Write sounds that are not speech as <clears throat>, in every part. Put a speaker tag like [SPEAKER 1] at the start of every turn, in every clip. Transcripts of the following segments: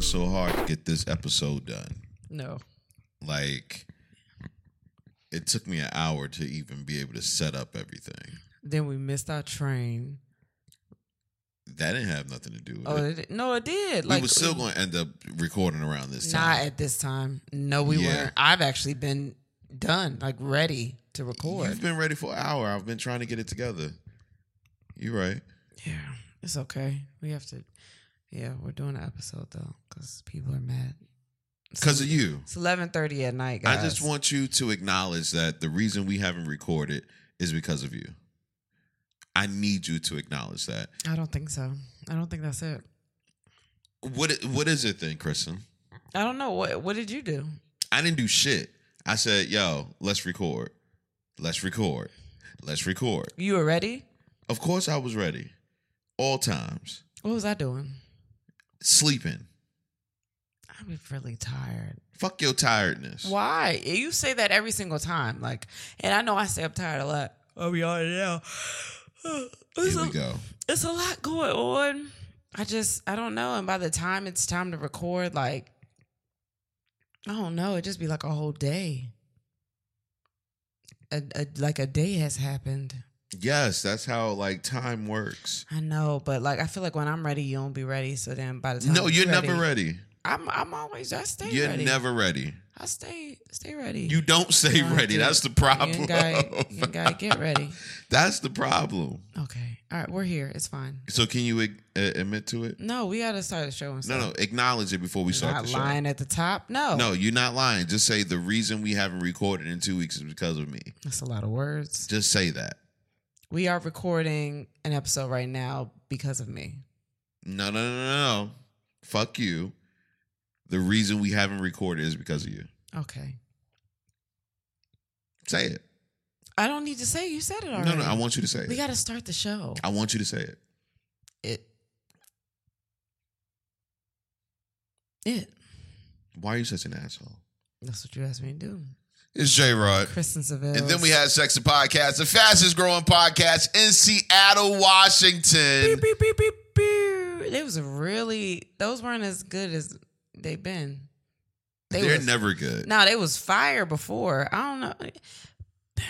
[SPEAKER 1] so hard to get this episode done.
[SPEAKER 2] No.
[SPEAKER 1] Like, it took me an hour to even be able to set up everything.
[SPEAKER 2] Then we missed our train.
[SPEAKER 1] That didn't have nothing to do with
[SPEAKER 2] Oh,
[SPEAKER 1] it.
[SPEAKER 2] it, did- no, it did.
[SPEAKER 1] we
[SPEAKER 2] Like
[SPEAKER 1] were still going to end up recording around this
[SPEAKER 2] not
[SPEAKER 1] time.
[SPEAKER 2] at this time. No, we
[SPEAKER 1] Yeah.
[SPEAKER 2] weren't. I've actually been done, like ready to record.
[SPEAKER 1] You've been ready for an hour. I've been trying to get it together. You're right.
[SPEAKER 2] yeah, it's okay. We have to. Yeah, we're doing an episode though because people are mad.
[SPEAKER 1] Because of you.
[SPEAKER 2] It's eleven thirty at night, guys.
[SPEAKER 1] I just want you to acknowledge that the reason we haven't recorded is because of you. I need you to acknowledge that.
[SPEAKER 2] I don't think so. I don't think that's it.
[SPEAKER 1] What what is it then, Kristen?
[SPEAKER 2] I don't know what. What did you do?
[SPEAKER 1] I didn't do shit. I said, "Yo, let's record. Let's record. Let's record."
[SPEAKER 2] You were ready.
[SPEAKER 1] Of course I was ready. All times.
[SPEAKER 2] What was I doing?
[SPEAKER 1] Sleeping.
[SPEAKER 2] I was really tired.
[SPEAKER 1] Fuck your tiredness.
[SPEAKER 2] Why? You say that every single time. Like, and I know I say I'm tired a lot. Oh, we are now. <sighs> It's
[SPEAKER 1] Here
[SPEAKER 2] a,
[SPEAKER 1] we go.
[SPEAKER 2] it's a lot going on. I just, I don't know. And by the time it's time to record, like, I don't know. It'd just be like a whole day. A, a, like a day has happened.
[SPEAKER 1] Yes, that's how like time works.
[SPEAKER 2] I know, but like I feel like when I'm ready, you won't be ready. So then by the time
[SPEAKER 1] No, you're
[SPEAKER 2] ready,
[SPEAKER 1] never ready.
[SPEAKER 2] I'm I'm always I stay
[SPEAKER 1] You're
[SPEAKER 2] ready.
[SPEAKER 1] never ready.
[SPEAKER 2] I stay stay ready.
[SPEAKER 1] You don't say
[SPEAKER 2] No, I
[SPEAKER 1] ready.
[SPEAKER 2] do.
[SPEAKER 1] That's the
[SPEAKER 2] You
[SPEAKER 1] problem.
[SPEAKER 2] ain't gotta, you ain't gotta get ready.
[SPEAKER 1] <laughs> That's the problem.
[SPEAKER 2] Okay. All right, we're here. It's fine.
[SPEAKER 1] So can you ag- uh, admit to it?
[SPEAKER 2] No, we gotta start the show and
[SPEAKER 1] No,
[SPEAKER 2] stuff.
[SPEAKER 1] no. Acknowledge it before we start
[SPEAKER 2] Not
[SPEAKER 1] the show.
[SPEAKER 2] lying at the top. No.
[SPEAKER 1] No, you're not lying. Just say the reason we haven't recorded in two weeks is because of me.
[SPEAKER 2] That's a lot of words.
[SPEAKER 1] Just say that.
[SPEAKER 2] We are recording an episode right now because of me.
[SPEAKER 1] No, no, no, no, no. Fuck you. The reason we haven't recorded is because of you.
[SPEAKER 2] Okay.
[SPEAKER 1] Say it.
[SPEAKER 2] I don't need to say you said it already.
[SPEAKER 1] no, no. I want you to say
[SPEAKER 2] we
[SPEAKER 1] it.
[SPEAKER 2] gotta start the show.
[SPEAKER 1] I want you to say it.
[SPEAKER 2] It It.
[SPEAKER 1] Why are you such an asshole?
[SPEAKER 2] That's what you asked me to do.
[SPEAKER 3] It's J Rod.
[SPEAKER 2] Kristen Seville.
[SPEAKER 3] And then we had Sex and Podcast, the fastest growing podcast in Seattle, Washington.
[SPEAKER 2] beep, beep, beep, beep, beep. It was really those weren't as good as they've been. They
[SPEAKER 1] They're
[SPEAKER 2] was-
[SPEAKER 1] never good.
[SPEAKER 2] No, they was fire before. I don't know. <sighs> Pew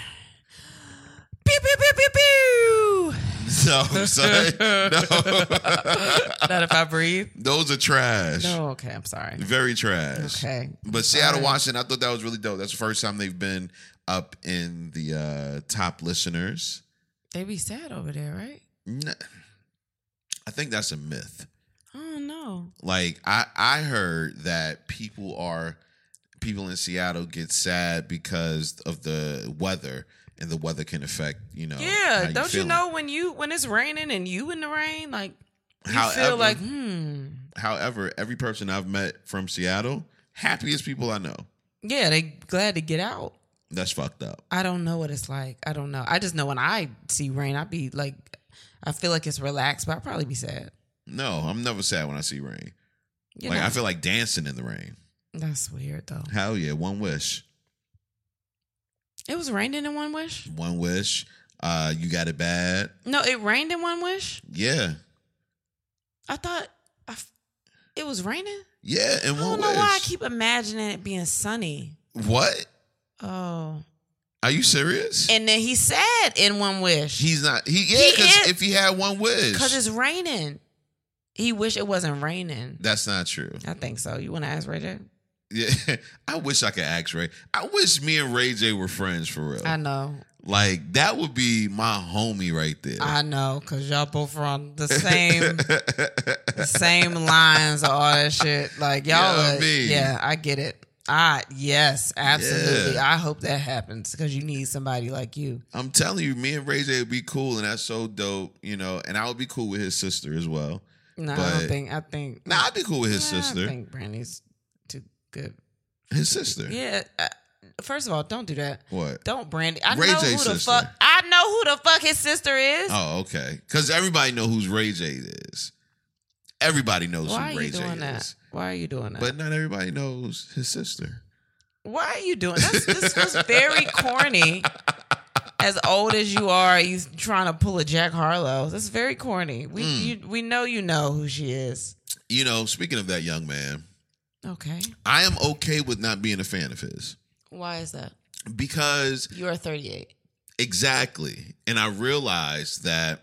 [SPEAKER 2] pew pew pew pew.
[SPEAKER 1] <laughs> No,
[SPEAKER 2] <laughs>
[SPEAKER 1] son.
[SPEAKER 2] Not if I breathe.
[SPEAKER 1] <laughs> Those are trash.
[SPEAKER 2] No, okay, I'm sorry.
[SPEAKER 1] Very trash.
[SPEAKER 2] Okay.
[SPEAKER 1] But Seattle, Washington, I thought that was really dope. That's the first time they've been up in the uh, top listeners.
[SPEAKER 2] They be sad over there, right?
[SPEAKER 1] N- I think that's a myth.
[SPEAKER 2] I don't know.
[SPEAKER 1] Like I, I heard that people are people in Seattle get sad because of the weather, and the weather can affect you know. Oh, how
[SPEAKER 2] yeah,
[SPEAKER 1] you
[SPEAKER 2] don't you
[SPEAKER 1] feeling.
[SPEAKER 2] know when you when it's raining and you in the rain, like you
[SPEAKER 1] However-
[SPEAKER 2] feel like hmm.
[SPEAKER 1] However, every person I've met from Seattle, happiest people I know.
[SPEAKER 2] Yeah, they glad to get out.
[SPEAKER 1] That's fucked up.
[SPEAKER 2] I don't know what it's like. I don't know. I just know when I see rain, I be like, I feel like it's relaxed, but I probably be sad.
[SPEAKER 1] No, I'm never sad when I see rain.
[SPEAKER 2] You
[SPEAKER 1] like
[SPEAKER 2] know?
[SPEAKER 1] I feel like dancing in the rain.
[SPEAKER 2] That's weird though.
[SPEAKER 1] Hell yeah, one wish.
[SPEAKER 2] It was raining in One Wish.
[SPEAKER 1] One Wish. Uh, you got it bad.
[SPEAKER 2] No, it rained in One Wish.
[SPEAKER 1] Yeah,
[SPEAKER 2] I thought I f- it was raining.
[SPEAKER 1] yeah, and
[SPEAKER 2] I don't
[SPEAKER 1] one
[SPEAKER 2] know why I
[SPEAKER 1] wish.
[SPEAKER 2] keep imagining it being sunny.
[SPEAKER 1] what?
[SPEAKER 2] Oh,
[SPEAKER 1] Are you serious?
[SPEAKER 2] and then he said in One Wish
[SPEAKER 1] He's not. He yeah.
[SPEAKER 2] He
[SPEAKER 1] Because
[SPEAKER 2] is-
[SPEAKER 1] if he had one wish,
[SPEAKER 2] because it's raining. He wish it wasn't raining.
[SPEAKER 1] that's not true. <laughs>
[SPEAKER 2] I think so. You want to ask Ray J?
[SPEAKER 1] Yeah. I wish I could ask Ray. I wish me and Ray J were friends for real.
[SPEAKER 2] I know,
[SPEAKER 1] like that would be my homie right there. <laughs>
[SPEAKER 2] I know, cause y'all both are on the same. the same lines and all that shit. Like y'all,
[SPEAKER 1] Yeah, I
[SPEAKER 2] are-
[SPEAKER 1] mean.
[SPEAKER 2] yeah, I get it. I yes, absolutely.
[SPEAKER 1] Yeah.
[SPEAKER 2] I hope that happens because you need somebody like you.
[SPEAKER 1] <laughs> I'm telling you, me and Ray J would be cool, and that's so dope, you know. And I would be cool with his sister as well.
[SPEAKER 2] No, I
[SPEAKER 1] But-
[SPEAKER 2] don't think. I think.
[SPEAKER 1] Nah, I'd be cool with his
[SPEAKER 2] Nah, I
[SPEAKER 1] sister.
[SPEAKER 2] think Brandy's too good.
[SPEAKER 1] His sister.
[SPEAKER 2] Yeah. Uh, first of all, don't do that.
[SPEAKER 1] What?
[SPEAKER 2] Don't Brandy. I
[SPEAKER 1] Ray
[SPEAKER 2] know
[SPEAKER 1] J's
[SPEAKER 2] who the
[SPEAKER 1] sister.
[SPEAKER 2] fuck. I know who the fuck his sister is.
[SPEAKER 1] Oh, okay. Because everybody know who's Ray J is. Everybody knows
[SPEAKER 2] Why
[SPEAKER 1] who
[SPEAKER 2] are
[SPEAKER 1] Ray
[SPEAKER 2] you
[SPEAKER 1] J
[SPEAKER 2] doing that?
[SPEAKER 1] is.
[SPEAKER 2] Why are you doing that?
[SPEAKER 1] But not everybody knows his sister.
[SPEAKER 2] Why are you doing this? This was very corny. As old as you are, you trying to pull a Jack Harlow. That's
[SPEAKER 1] Hmm.
[SPEAKER 2] very corny. We you, we know you know who she is.
[SPEAKER 1] You know, speaking of that young man,
[SPEAKER 2] Okay.
[SPEAKER 1] I am okay with not being a fan of his
[SPEAKER 2] Why is that?
[SPEAKER 1] because
[SPEAKER 2] You are 38.
[SPEAKER 1] Exactly. And I realized that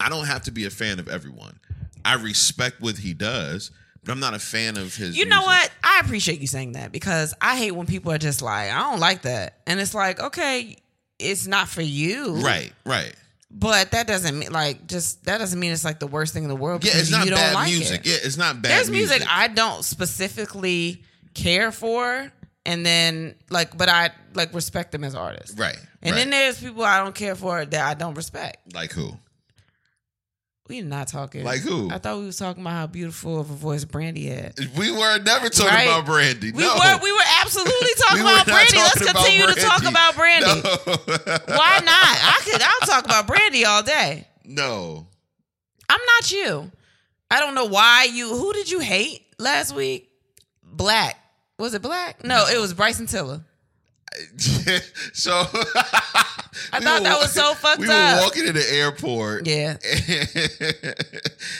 [SPEAKER 1] I don't have to be a fan of everyone. I respect what he does, but I'm not a fan of his.
[SPEAKER 2] You know
[SPEAKER 1] music.
[SPEAKER 2] what? I appreciate you saying that because I hate when people are just like, I don't like that. And it's like, okay, it's not for you.
[SPEAKER 1] Right, right.
[SPEAKER 2] But that doesn't mean like just that doesn't mean it's like the worst thing in the world.
[SPEAKER 1] Yeah,
[SPEAKER 2] because
[SPEAKER 1] it's not
[SPEAKER 2] you don't
[SPEAKER 1] bad
[SPEAKER 2] like
[SPEAKER 1] music.
[SPEAKER 2] It.
[SPEAKER 1] Yeah, it's not bad
[SPEAKER 2] There's music, I don't specifically care for and then like but I like respect them as artists.
[SPEAKER 1] right.
[SPEAKER 2] And
[SPEAKER 1] right.
[SPEAKER 2] then there's people I don't care for that I don't respect.
[SPEAKER 1] like who?
[SPEAKER 2] We not talking.
[SPEAKER 1] Like who?
[SPEAKER 2] I thought we was talking about how beautiful of a voice Brandy
[SPEAKER 1] <laughs>
[SPEAKER 2] had.
[SPEAKER 1] We were never talking
[SPEAKER 2] Right.
[SPEAKER 1] about Brandy.
[SPEAKER 2] We
[SPEAKER 1] no.
[SPEAKER 2] were we were
[SPEAKER 1] <laughs>
[SPEAKER 2] absolutely
[SPEAKER 1] We
[SPEAKER 2] talking
[SPEAKER 1] were not
[SPEAKER 2] about Brandy. Let's
[SPEAKER 1] talking about
[SPEAKER 2] continue to talk about Brandy.
[SPEAKER 1] <laughs> Brandy. No.
[SPEAKER 2] Why not? I could I'll talk about Brandy all day.
[SPEAKER 1] no. <laughs>
[SPEAKER 2] I'm not you. I don't know why you who did you hate last week? Black. Was it black? No, it was Bryson Tiller.
[SPEAKER 1] so <laughs> I
[SPEAKER 2] thought that was so fucked
[SPEAKER 1] We were
[SPEAKER 2] up.
[SPEAKER 1] walking in the airport.
[SPEAKER 2] Yeah.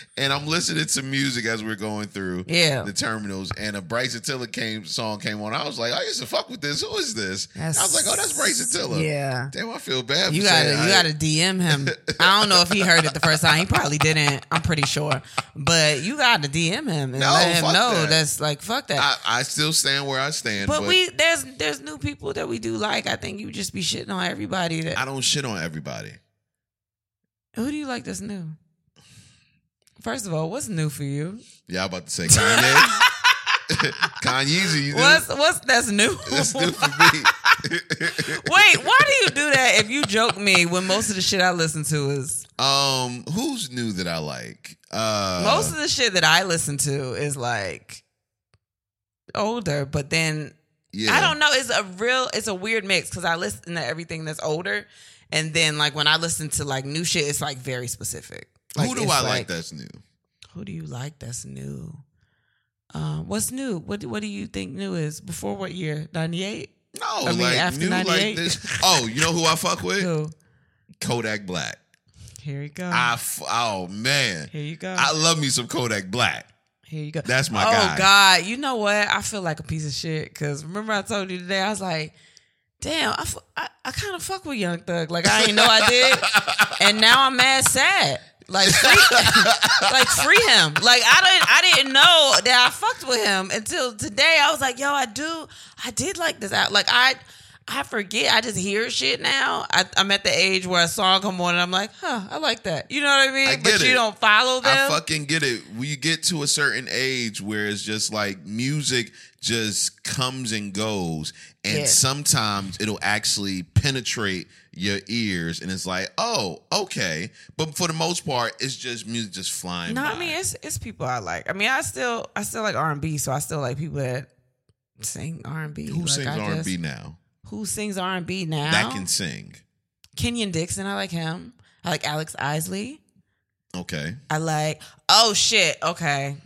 [SPEAKER 1] <laughs> and I'm listening to music as we're going through
[SPEAKER 2] Yeah.
[SPEAKER 1] the terminals, and a Bryson Tiller came song came on. I was like, I used to fuck with this. Who is this? I was like, oh, that's Bryson Tiller.
[SPEAKER 2] Yeah.
[SPEAKER 1] Damn, I feel bad.
[SPEAKER 2] You
[SPEAKER 1] for
[SPEAKER 2] gotta
[SPEAKER 1] saying
[SPEAKER 2] you
[SPEAKER 1] I-
[SPEAKER 2] gotta
[SPEAKER 1] <laughs>
[SPEAKER 2] DM him. I don't know if he heard it the first time. He probably didn't. I'm pretty sure. But you gotta DM him and
[SPEAKER 1] No,
[SPEAKER 2] let him
[SPEAKER 1] fuck
[SPEAKER 2] know
[SPEAKER 1] that.
[SPEAKER 2] that's like fuck that.
[SPEAKER 1] I, I still stand where I stand,
[SPEAKER 2] but,
[SPEAKER 1] but,
[SPEAKER 2] we there's there's new people that we do like. I think you just be shitting on everybody that
[SPEAKER 1] I don't shit on everybody.
[SPEAKER 2] who do you like that's new? First of all, what's new for you?
[SPEAKER 1] Yeah, I'm about to say Kanye. <laughs> Kanye's you
[SPEAKER 2] What's what's that's new?
[SPEAKER 1] <laughs> That's new for me. <laughs>
[SPEAKER 2] <laughs> Wait, why do you do that if you joke me when most of the shit I listen to is
[SPEAKER 1] Um, who's new that I like? Uh,
[SPEAKER 2] most of the shit that I listen to is like older, but then
[SPEAKER 1] yeah.
[SPEAKER 2] I don't know, it's a real it's a weird mix cuz I listen to everything that's older and then like when I listen to like new shit it's like very specific.
[SPEAKER 1] Who do I
[SPEAKER 2] it's
[SPEAKER 1] like, that's new?
[SPEAKER 2] Who do you like that's new? Um, what's new? What do- what do you think new is? Before what year? 98?
[SPEAKER 1] No,
[SPEAKER 2] I mean,
[SPEAKER 1] like
[SPEAKER 2] after
[SPEAKER 1] new
[SPEAKER 2] 98.
[SPEAKER 1] like this. Oh, you know who I fuck with?
[SPEAKER 2] Who?
[SPEAKER 1] Kodak Black.
[SPEAKER 2] Here you go.
[SPEAKER 1] I f- oh man,
[SPEAKER 2] Here you go.
[SPEAKER 1] I love me some Kodak Black.
[SPEAKER 2] Here you go.
[SPEAKER 1] That's my
[SPEAKER 2] oh,
[SPEAKER 1] guy.
[SPEAKER 2] God. You know what? I feel like a piece of shit because remember I told you today, I was like, damn, I, f- I, I kind of fuck with Young Thug. Like, I didn't know I did. and now I'm mad sad. Like free, <laughs> like free him. Like I didn't I didn't know that I fucked with him until today. I was like, yo, I do I did like this out. Like I I forget. I just hear shit now. I, I'm at the age where a song come on and I'm like, huh, I like that. You know what I mean?
[SPEAKER 1] I
[SPEAKER 2] but
[SPEAKER 1] get
[SPEAKER 2] you
[SPEAKER 1] it.
[SPEAKER 2] don't follow them.
[SPEAKER 1] I fucking get it. When you get to a certain age where it's just like music just comes and goes, and
[SPEAKER 2] Yeah.
[SPEAKER 1] sometimes it'll actually penetrate your ears, and it's like, oh, okay. But for the most part, it's just music just flying.
[SPEAKER 2] No, I
[SPEAKER 1] by.
[SPEAKER 2] mean it's it's people I like. I mean I still I still like R and B, so I still like people that sing R and B.
[SPEAKER 1] who sings R and B now?
[SPEAKER 2] Who sings R and B now?
[SPEAKER 1] That can sing.
[SPEAKER 2] Kenyon Dixon, I like him. I like Alex Isley.
[SPEAKER 1] Okay.
[SPEAKER 2] I like oh shit, okay.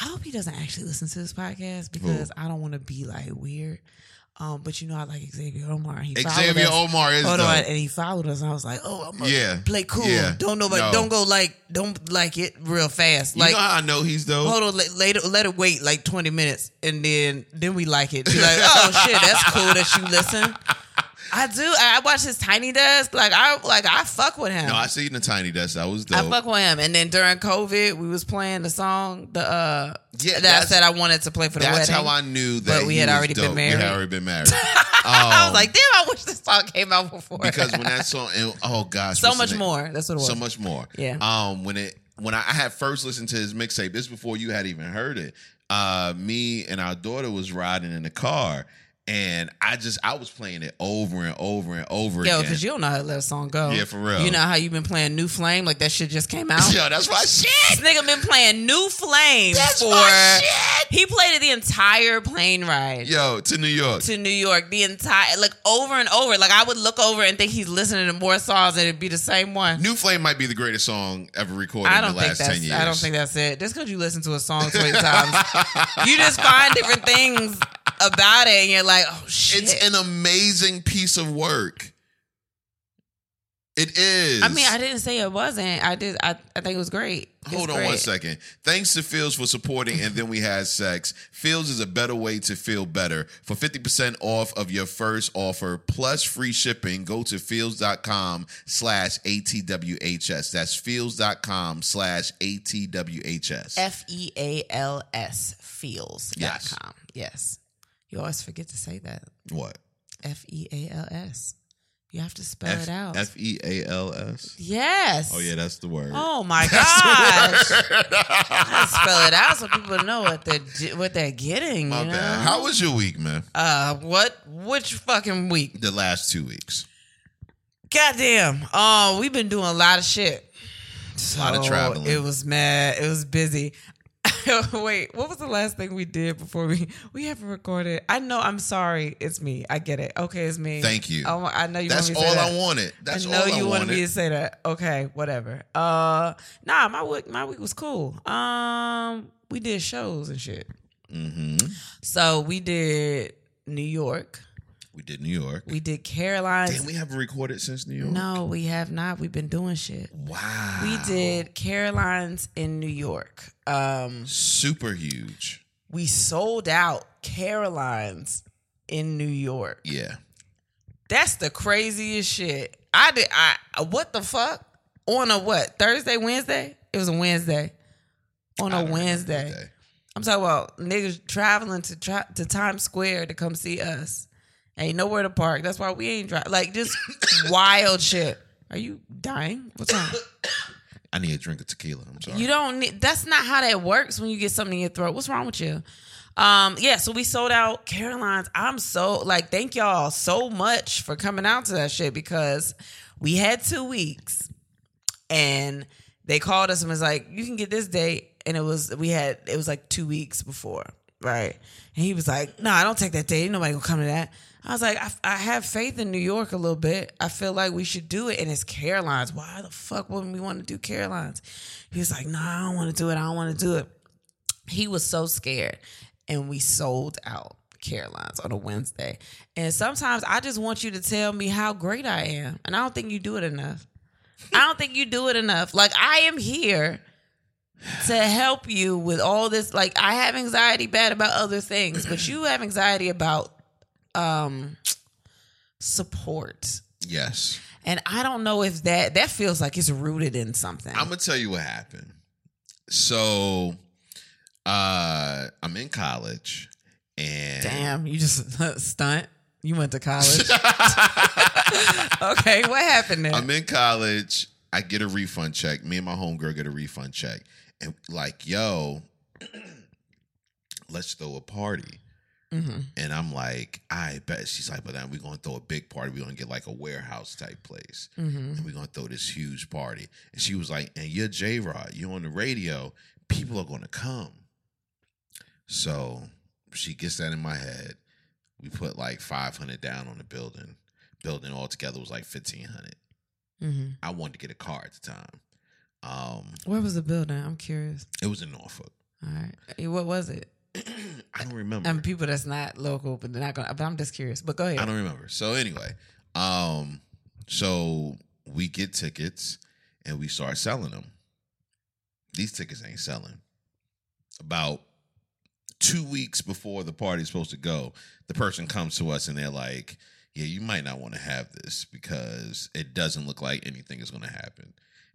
[SPEAKER 2] I hope he doesn't actually listen to this podcast because I don't want to be like weird. Um, but you know I like Xavier Omar. He followed
[SPEAKER 1] Xavier
[SPEAKER 2] us.
[SPEAKER 1] Omar is
[SPEAKER 2] Hold
[SPEAKER 1] dope.
[SPEAKER 2] on, and he followed us, and I was like, "Oh, I'm
[SPEAKER 1] Yeah.
[SPEAKER 2] yeah, play cool.
[SPEAKER 1] Yeah.
[SPEAKER 2] Don't nobody,
[SPEAKER 1] No.
[SPEAKER 2] don't go like, don't like it real fast.
[SPEAKER 1] you
[SPEAKER 2] Like,
[SPEAKER 1] know how I know he's dope?
[SPEAKER 2] hold on, let, later, let it wait like twenty minutes, and then then we like it. Be like,
[SPEAKER 1] <laughs>
[SPEAKER 2] oh shit, that's cool that you listen. I do. I, I watch his Tiny Desk. Like I like I fuck with him.
[SPEAKER 1] No, I
[SPEAKER 2] I,
[SPEAKER 1] seen the tiny desk. That was dope.
[SPEAKER 2] fuck with him. And then during COVID, we was playing the song the uh
[SPEAKER 1] Yeah,
[SPEAKER 2] that I
[SPEAKER 1] that's-
[SPEAKER 2] said I wanted to play for the
[SPEAKER 1] That's
[SPEAKER 2] wedding.
[SPEAKER 1] how I knew that
[SPEAKER 2] But we
[SPEAKER 1] he
[SPEAKER 2] had
[SPEAKER 1] was
[SPEAKER 2] already been
[SPEAKER 1] dope. We
[SPEAKER 2] married.
[SPEAKER 1] had
[SPEAKER 2] <laughs>
[SPEAKER 1] already been married.
[SPEAKER 2] I
[SPEAKER 1] Um,
[SPEAKER 2] was like, damn, I wish this song came out before.
[SPEAKER 1] because
[SPEAKER 2] <laughs>
[SPEAKER 1] when that song, and, oh gosh,
[SPEAKER 2] so
[SPEAKER 1] what's the
[SPEAKER 2] much
[SPEAKER 1] name?
[SPEAKER 2] more. That's what it was.
[SPEAKER 1] so much more.
[SPEAKER 2] Yeah.
[SPEAKER 1] Um, when it when I, I had first listened to his mixtape, this is before you had even heard it. Uh, me and our daughter was riding in the car, and I just I was playing it over and over and over
[SPEAKER 2] Yo,
[SPEAKER 1] again.
[SPEAKER 2] because you don't know how to let a song go.
[SPEAKER 1] Yeah, for real.
[SPEAKER 2] You know how you've been playing New Flame? Like that shit just came out.
[SPEAKER 1] <laughs> Yo, that's my shit.
[SPEAKER 2] This nigga been playing New Flame
[SPEAKER 1] That's
[SPEAKER 2] for.
[SPEAKER 1] my shit.
[SPEAKER 2] He played it the entire plane ride
[SPEAKER 1] Yo, to New York.
[SPEAKER 2] to New York. The entire like over and over. Like I would look over and think he's listening to more songs and it'd be the same one.
[SPEAKER 1] New Flame might be the greatest song ever recorded
[SPEAKER 2] I
[SPEAKER 1] in
[SPEAKER 2] don't
[SPEAKER 1] the
[SPEAKER 2] think
[SPEAKER 1] last ten
[SPEAKER 2] that's.
[SPEAKER 1] years.
[SPEAKER 2] I don't think that's it. Just because you listen to a song twenty times, you just find different things about it, and you're like, "Oh shit!"
[SPEAKER 1] it's an amazing piece of work.
[SPEAKER 3] It is.
[SPEAKER 2] I mean, I didn't say it wasn't. I did. I, I think it was great. It's
[SPEAKER 1] Hold on
[SPEAKER 2] great.
[SPEAKER 1] one second. Thanks to Fields for supporting and then we had sex. Fields is a better way to feel better. For 50% off of your first offer plus free shipping, go to fields.com slash ATWHS. That's fields.com slash ATWHS.
[SPEAKER 2] F E A L S feels dot
[SPEAKER 1] Yes.
[SPEAKER 2] com. Yes. You always forget to say that.
[SPEAKER 1] What?
[SPEAKER 2] F E A L S. You have to spell
[SPEAKER 1] F
[SPEAKER 2] it out.
[SPEAKER 1] F E A L S.
[SPEAKER 2] yes.
[SPEAKER 1] Oh, yeah, that's the word. <laughs>
[SPEAKER 2] Oh my gosh. I spell it out so people know what they're ge- what they're getting.
[SPEAKER 1] My
[SPEAKER 2] you know?
[SPEAKER 1] bad. How was your week, man?
[SPEAKER 2] uh what which fucking week?
[SPEAKER 1] The last two weeks.
[SPEAKER 2] Goddamn. Oh, we've been doing a lot of shit. So
[SPEAKER 1] Lot of traveling.
[SPEAKER 2] It was mad. It was busy. <laughs> Wait, what was the last thing we did before we we haven't recorded? I know. I'm sorry. It's me. I get it. Okay, it's me.
[SPEAKER 1] Thank you.
[SPEAKER 2] Oh, I know you.
[SPEAKER 1] That's
[SPEAKER 2] want
[SPEAKER 1] all
[SPEAKER 2] me to say that.
[SPEAKER 1] I wanted. That's
[SPEAKER 2] I
[SPEAKER 1] all
[SPEAKER 2] know
[SPEAKER 1] I
[SPEAKER 2] you wanted
[SPEAKER 1] wanted.
[SPEAKER 2] me to say that. Okay, whatever. Uh, nah, my week my week was cool. Um, we did shows and shit.
[SPEAKER 1] mm-hmm.
[SPEAKER 2] So we did New York.
[SPEAKER 1] We did New York.
[SPEAKER 2] We did Caroline's.
[SPEAKER 1] Damn, we haven't recorded since New York.
[SPEAKER 2] no, we have not. We've been doing shit.
[SPEAKER 1] Wow.
[SPEAKER 2] We did Caroline's in New York. Um,
[SPEAKER 1] Super huge.
[SPEAKER 2] we sold out Caroline's in New York.
[SPEAKER 1] Yeah.
[SPEAKER 2] That's the craziest shit. I did. I what the fuck on a what Thursday, Wednesday? It was a Wednesday. On
[SPEAKER 1] I
[SPEAKER 2] a
[SPEAKER 1] don't remember
[SPEAKER 2] Wednesday,
[SPEAKER 1] that.
[SPEAKER 2] I'm talking about niggas traveling to tra- to Times Square to come see us. Ain't nowhere to park. That's why we ain't drive. Like
[SPEAKER 1] <laughs>
[SPEAKER 2] just wild shit. Are you dying? What's wrong?
[SPEAKER 1] I need a drink of tequila. I'm sorry.
[SPEAKER 2] You don't need that's not how that works when you get something in your throat. What's wrong with you? Um, yeah, so we sold out Caroline's. I'm so like, thank y'all so much for coming out to that shit because we had two weeks and they called us and was like, You can get this date. And it was we had it was like two weeks before, right? And he was like, No, I don't take that date. Ain't nobody gonna come to that. I was like, I, I have faith in New York a little bit. I feel like we should do it. And it's Caroline's. Why the fuck wouldn't we want to do Caroline's? He was like, No, I don't want to do it. I don't want to do it. He was so scared. And we sold out Caroline's on a Wednesday. And sometimes I just want you to tell me how great I am. And I don't think you do it enough. I don't think you do it enough. Like I am here to help you with all this. Like I have anxiety bad about other things, but you have anxiety about um support.
[SPEAKER 1] yes.
[SPEAKER 2] And I don't know if that that feels like it's rooted in something.
[SPEAKER 1] I'm gonna tell you what happened. So, uh, I'm in college, and
[SPEAKER 2] Damn, you just <laughs> stunt. You went to college. okay, what happened
[SPEAKER 1] <laughs>
[SPEAKER 2] there?
[SPEAKER 1] I'm in college. I get a refund check. Me and my homegirl get a refund check, and like, yo, <clears throat> let's throw a party.
[SPEAKER 2] Mhm.
[SPEAKER 1] And I'm like, I bet. She's like, but then we're gonna throw a big party. We're gonna get like a warehouse type place.
[SPEAKER 2] mm-hmm,
[SPEAKER 1] and we're gonna throw this huge party. And she was like, and you're J Rod, you're on the radio, people are gonna come. So she gets that in my head. We put like five hundred down on the building. Building altogether was like fifteen hundred.
[SPEAKER 2] hmm
[SPEAKER 1] I wanted to get a car at the time. Um,
[SPEAKER 2] Where was the building? I'm curious.
[SPEAKER 1] it was in Norfolk. <clears throat>
[SPEAKER 2] All right, Eh, what was it?
[SPEAKER 1] I don't remember.
[SPEAKER 2] And people that's not local, but they're not gonna. But I'm just curious. But go ahead.
[SPEAKER 1] I don't remember. So anyway, um, so we get tickets and we start selling them. These tickets ain't selling. About two weeks before the party's supposed to go, the person comes to us and they're like, "Yeah, you might not want to have this because it doesn't look like anything is going to happen."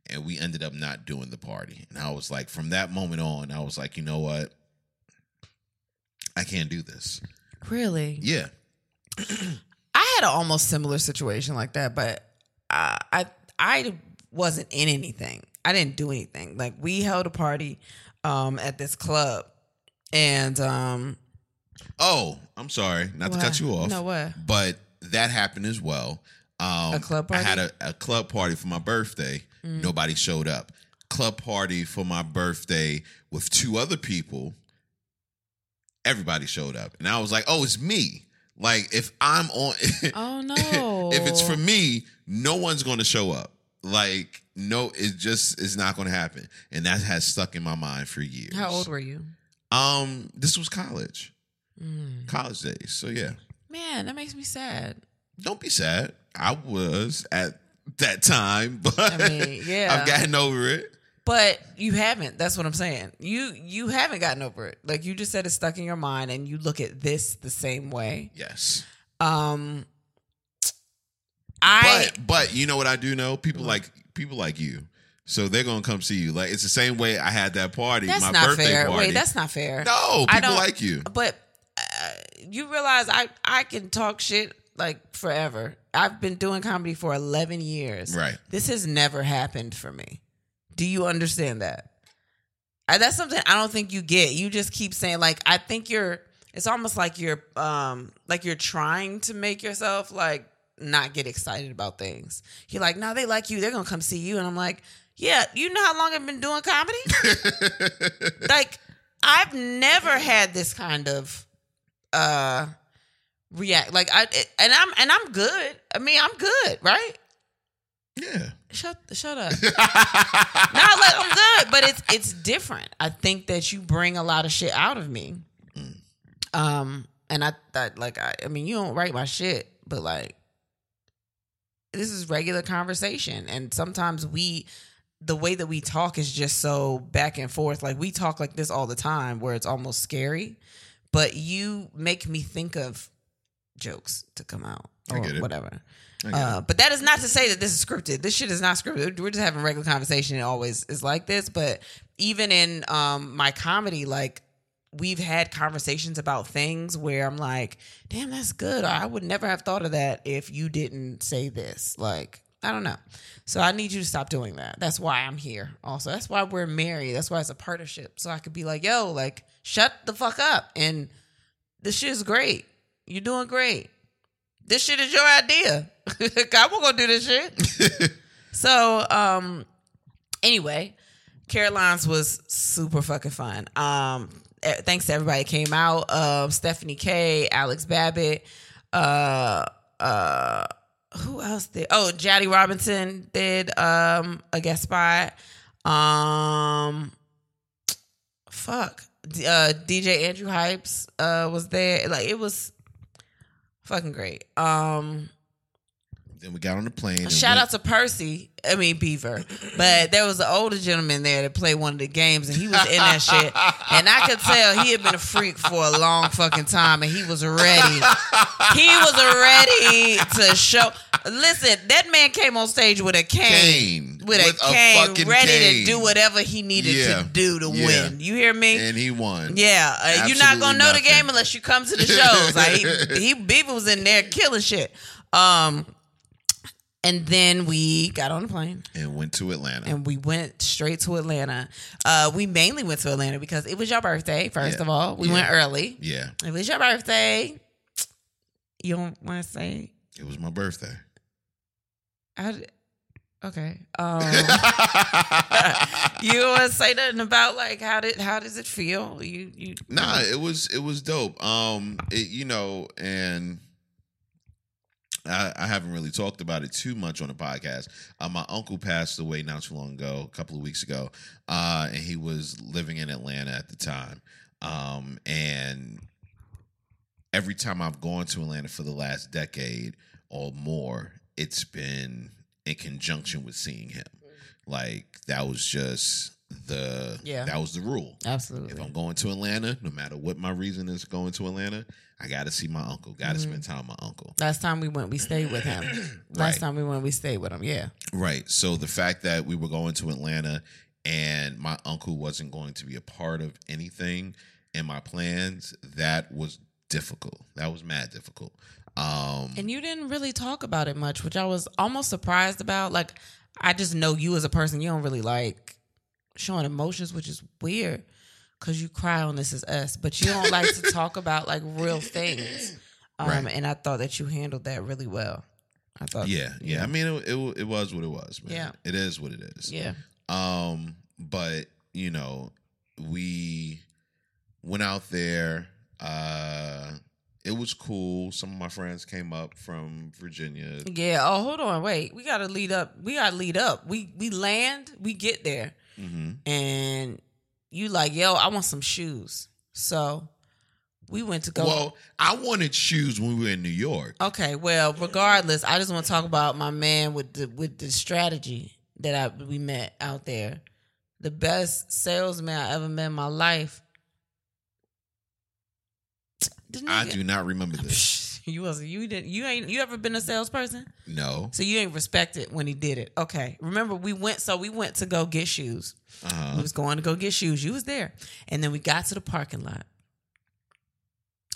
[SPEAKER 1] And we ended up not doing the party. And I was like, from that moment on, I was like, you know what? I can't do this.
[SPEAKER 2] Really?
[SPEAKER 1] Yeah.
[SPEAKER 2] I had an almost similar situation like that, but I, I I wasn't in anything. I didn't do anything. Like we held a party um at this club, and um
[SPEAKER 1] Oh, I'm sorry, not to
[SPEAKER 2] what?
[SPEAKER 1] cut you off.
[SPEAKER 2] No
[SPEAKER 1] <laughs>
[SPEAKER 2] what?
[SPEAKER 1] But that happened as well. Um,
[SPEAKER 2] A club
[SPEAKER 1] I had a,
[SPEAKER 2] party? Mm.
[SPEAKER 1] a club party for my birthday. Nobody showed up. Club party for my birthday with two other people. Everybody showed up, and I was like, "Oh, it's me." Like if I'm on, <laughs>
[SPEAKER 2] Oh no!
[SPEAKER 1] if it's for me, no one's going to show up. Like no, it just is not going to happen, and that has stuck in my mind for years.
[SPEAKER 2] how old were you?
[SPEAKER 1] Um, this was college,
[SPEAKER 2] Mm.
[SPEAKER 1] college days. So yeah.
[SPEAKER 2] Man, that makes me sad.
[SPEAKER 1] Don't be sad. I was at that time, <laughs> but I
[SPEAKER 2] I mean, yeah.
[SPEAKER 1] have gotten over it.
[SPEAKER 2] But you haven't. That's what I'm saying. You you haven't gotten over it. Like you just said, it's stuck in your mind, and you look at this the same way.
[SPEAKER 1] Yes.
[SPEAKER 2] Um, I
[SPEAKER 1] but but you know what I do know? People like people like you. So they're gonna come see you. Like it's the same way I had that party,
[SPEAKER 2] that's
[SPEAKER 1] my
[SPEAKER 2] not
[SPEAKER 1] birthday
[SPEAKER 2] fair.
[SPEAKER 1] party.
[SPEAKER 2] Wait, that's not fair.
[SPEAKER 1] no,
[SPEAKER 2] I
[SPEAKER 1] people
[SPEAKER 2] don't-
[SPEAKER 1] like you.
[SPEAKER 2] But uh, you realize I I can talk shit like forever. I've been doing comedy for 11 years.
[SPEAKER 1] Right. <laughs>
[SPEAKER 2] This has never happened for me. Do you understand that? I, that's something I don't think you get. You just keep saying like I think you're it's almost like you're um like you're trying to make yourself like not get excited about things. You're like, "No, they like you. They're going to come see you." And I'm like, "Yeah, you know how long I've been doing comedy?" like I've never had this kind of uh react like I it- and I'm and I'm good. I mean, I'm good, right?
[SPEAKER 1] Yeah.
[SPEAKER 2] Shut shut up. Not like I'm good, but it's it's different. I think that you bring a lot of shit out of me. Um and I thought like I I mean, you don't write my shit, but like this is regular conversation and sometimes we the way that we talk is just so back and forth. Like we talk like this all the time where it's almost scary, but you make me think of jokes to come out
[SPEAKER 1] I
[SPEAKER 2] or
[SPEAKER 1] get it.
[SPEAKER 2] whatever.
[SPEAKER 1] I get
[SPEAKER 2] Uh, but that is not to say that this is scripted. This shit is not scripted. We're just having regular conversation. It always is like this. But even in um, my comedy, like we've had conversations about things where I'm like, damn, that's good. I would never have thought of that if you didn't say this. Like, I don't know. So I need you to stop doing that. That's why I'm here. Also, that's why we're married. That's why it's a partnership. So I could be like, yo, like, shut the fuck up. And this shit is great. You're doing great. This shit is your idea. <laughs> I won't go do this shit. so, um, anyway, Caroline's was super fucking fun. Um, eh, thanks to everybody that came out. Um, Stephanie K, Alex Babbitt, uh, uh, who else did? Oh, Jatty Robinson did um a guest spot. Um, fuck. D- Uh, DJ Andrew Hypes uh was there. Like it was fucking great. Um,
[SPEAKER 1] Then we got on the plane. and
[SPEAKER 2] shout
[SPEAKER 1] went-
[SPEAKER 2] out to Percy. I mean Beaver, but there was an older gentleman there that played one of the games, and he was in that shit, and I could tell he had been a freak for a long fucking time, and he was ready. He was ready to show. Listen, that man came on stage with a cane.
[SPEAKER 1] Kane
[SPEAKER 2] With a, cane, ready to do whatever he needed
[SPEAKER 1] Yeah.
[SPEAKER 2] to do to
[SPEAKER 1] Yeah.
[SPEAKER 2] win. You hear me?
[SPEAKER 1] And he won.
[SPEAKER 2] Yeah, uh, you're not
[SPEAKER 1] Absolutely
[SPEAKER 2] gonna know
[SPEAKER 1] nothing.
[SPEAKER 2] the game unless you come to the shows. like
[SPEAKER 1] <laughs>
[SPEAKER 2] he, he Beaver was in there killing shit. Um, and then we got on the plane
[SPEAKER 1] And went to Atlanta.
[SPEAKER 2] and we went straight to Atlanta. Uh, we mainly went to Atlanta because it was your birthday. First
[SPEAKER 1] Yeah.
[SPEAKER 2] of all, we
[SPEAKER 1] Yeah.
[SPEAKER 2] went early.
[SPEAKER 1] yeah.
[SPEAKER 2] It was your birthday. You don't want to say?
[SPEAKER 1] It was my birthday.
[SPEAKER 2] I, okay.
[SPEAKER 1] <laughs>
[SPEAKER 2] Um, you don't want to say nothing about like how did how does it feel? You you
[SPEAKER 1] Nah, it was it was dope. Um, it, you know, and I, I haven't really talked about it too much on the podcast. Uh, my uncle passed away not too long ago, a couple of weeks ago, uh, and he was living in Atlanta at the time. Um, and every time I've gone to Atlanta for the last decade or more, it's been in conjunction with seeing him. Like that was just the
[SPEAKER 2] Yeah.
[SPEAKER 1] that was the rule.
[SPEAKER 2] absolutely.
[SPEAKER 1] If I'm going to Atlanta, no matter what my reason is going to Atlanta, I got to see my uncle. Got to
[SPEAKER 2] Mm-hmm.
[SPEAKER 1] spend time with my
[SPEAKER 2] <clears throat>
[SPEAKER 1] uncle.
[SPEAKER 2] Last time we went, we stayed with him.
[SPEAKER 1] Right.
[SPEAKER 2] Last time we went, we stayed with him. Yeah.
[SPEAKER 1] Right. So the fact that we were going to Atlanta and my uncle wasn't going to be a part of anything in my plans, that was difficult. That was mad difficult. Um
[SPEAKER 2] And you didn't really talk about it much, which I was almost surprised about. Like, I just know you as a person, you don't really like showing emotions, which is weird because you cry on This Is Us, but you don't like
[SPEAKER 1] <laughs>
[SPEAKER 2] to talk about like real things. Um,
[SPEAKER 1] Right.
[SPEAKER 2] And I thought that you handled that really well. I
[SPEAKER 1] <clears throat>
[SPEAKER 2] thought,
[SPEAKER 1] yeah, yeah. I mean, it, it it was what it was, man.
[SPEAKER 2] Yeah.
[SPEAKER 1] It is what it is.
[SPEAKER 2] Yeah.
[SPEAKER 1] Um, but you know, we went out there. Uh, it was cool. Some of my friends came up from Virginia.
[SPEAKER 2] Yeah. Oh, hold on. Wait. We got to lead up. We got to lead up. We, we land, we get there.
[SPEAKER 1] hmm
[SPEAKER 2] and you like, yo, I want some shoes. So we went to go. Oh,
[SPEAKER 1] Well, I wanted shoes when we were in New York.
[SPEAKER 2] Okay, well, regardless, I just want to talk about my man with the with the strategy that I we met out there. The best salesman I ever met in my life. The
[SPEAKER 1] I
[SPEAKER 2] nigga-
[SPEAKER 1] do not remember this.
[SPEAKER 2] <laughs> You wasn't you didn't you ain't you ever been a salesperson?
[SPEAKER 1] No.
[SPEAKER 2] So you ain't respected when he did it. Okay. Remember we went so we went to go get shoes. We
[SPEAKER 1] Uh-huh.
[SPEAKER 2] was going to go get shoes. You was there. And then we got to the parking lot.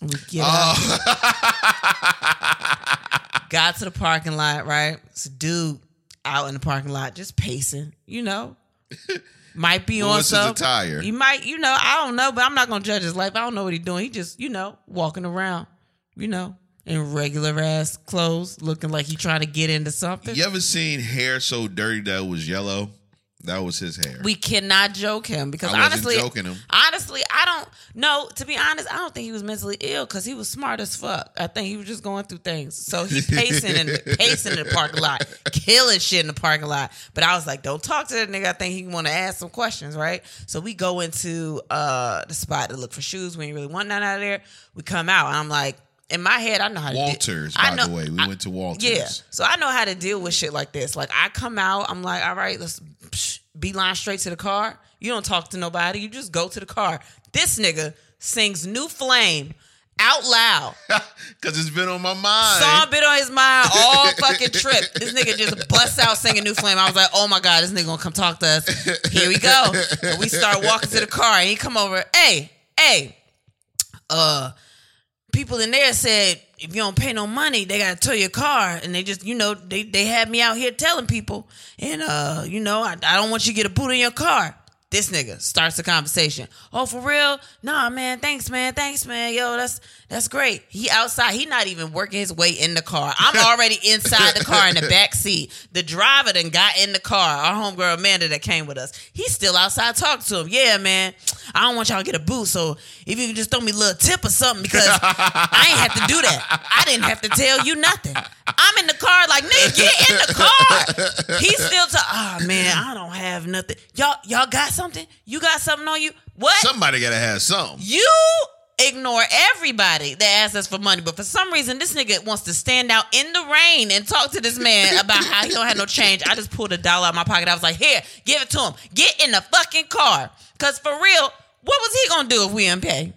[SPEAKER 2] We get <laughs> out.
[SPEAKER 1] Oh.
[SPEAKER 2] got to the parking lot, right? It's a dude out in the parking lot just pacing, you know.
[SPEAKER 1] <laughs>
[SPEAKER 2] Might be on
[SPEAKER 1] What's his
[SPEAKER 2] some.
[SPEAKER 1] attire?
[SPEAKER 2] He might, you know, I don't know, but I'm not gonna judge his life. I don't know what he's doing. He just, you know, walking around, you know, in regular ass clothes, looking like he trying to get into something.
[SPEAKER 1] You ever seen hair so dirty that it was yellow? That was his hair.
[SPEAKER 2] We cannot joke him because
[SPEAKER 1] I wasn't
[SPEAKER 2] honestly,
[SPEAKER 1] joking him.
[SPEAKER 2] honestly, I don't know. To be honest, I don't think he was mentally ill because he was smart as fuck. I think he was just going through things.
[SPEAKER 1] <laughs>
[SPEAKER 2] So he pacing in the, pacing in the parking lot, killing shit in the parking lot. But I was like, don't talk to that nigga. I think he want to ask some questions, right? So we go into uh the spot to look for shoes. We ain't really want none out of there. We come out, and I'm like, in my head, I know how to do-
[SPEAKER 1] Walters,
[SPEAKER 2] I
[SPEAKER 1] by
[SPEAKER 2] know-
[SPEAKER 1] the way. We went to Walters.
[SPEAKER 2] yeah. So I know how to deal with shit like this. Like I come out, I'm like, all right, let's psh, beeline straight to the car. You don't talk to nobody. You just go to the car. This nigga sings New Flame out loud.
[SPEAKER 1] Because it's been on my mind.
[SPEAKER 2] Song been on his mind all fucking trip. This nigga just busts out singing New Flame. I was like, oh my God, this nigga gonna come talk to us. Here we go. And we start walking to the car and he come over, hey, hey, uh, people in there said, if you don't pay no money, they gotta tow your car. And they just, you know, they, they had me out here telling people, and uh, you know, I, I don't want you to get a boot in your car. This nigga starts the conversation. Oh, for real? Nah, man. Thanks, man. Thanks, man. Yo, that's that's great. He outside. He not even working his way in the car. I'm already inside the car in the back seat. The driver done got in the car. Our homegirl Amanda that came with us. He's still outside talking to him. Yeah, man. I don't want y'all to get a boot. So if you can just throw me a little tip or something, because I ain't have to do that. I didn't have to tell you nothing. I'm in the car, like nigga, get in the car. He's still to. Oh man, I don't have nothing. Y'all, y'all got something? You got something on you? What?
[SPEAKER 1] Somebody got to have something.
[SPEAKER 2] you ignore everybody that asks us for money, but for some reason, this nigga wants to stand out in the rain and talk to this man about how he don't have no change. I just pulled a dollar out of my pocket. I was like, here, give it to him. Get in the fucking car, cause for real, what was he gonna do if we didn't pay?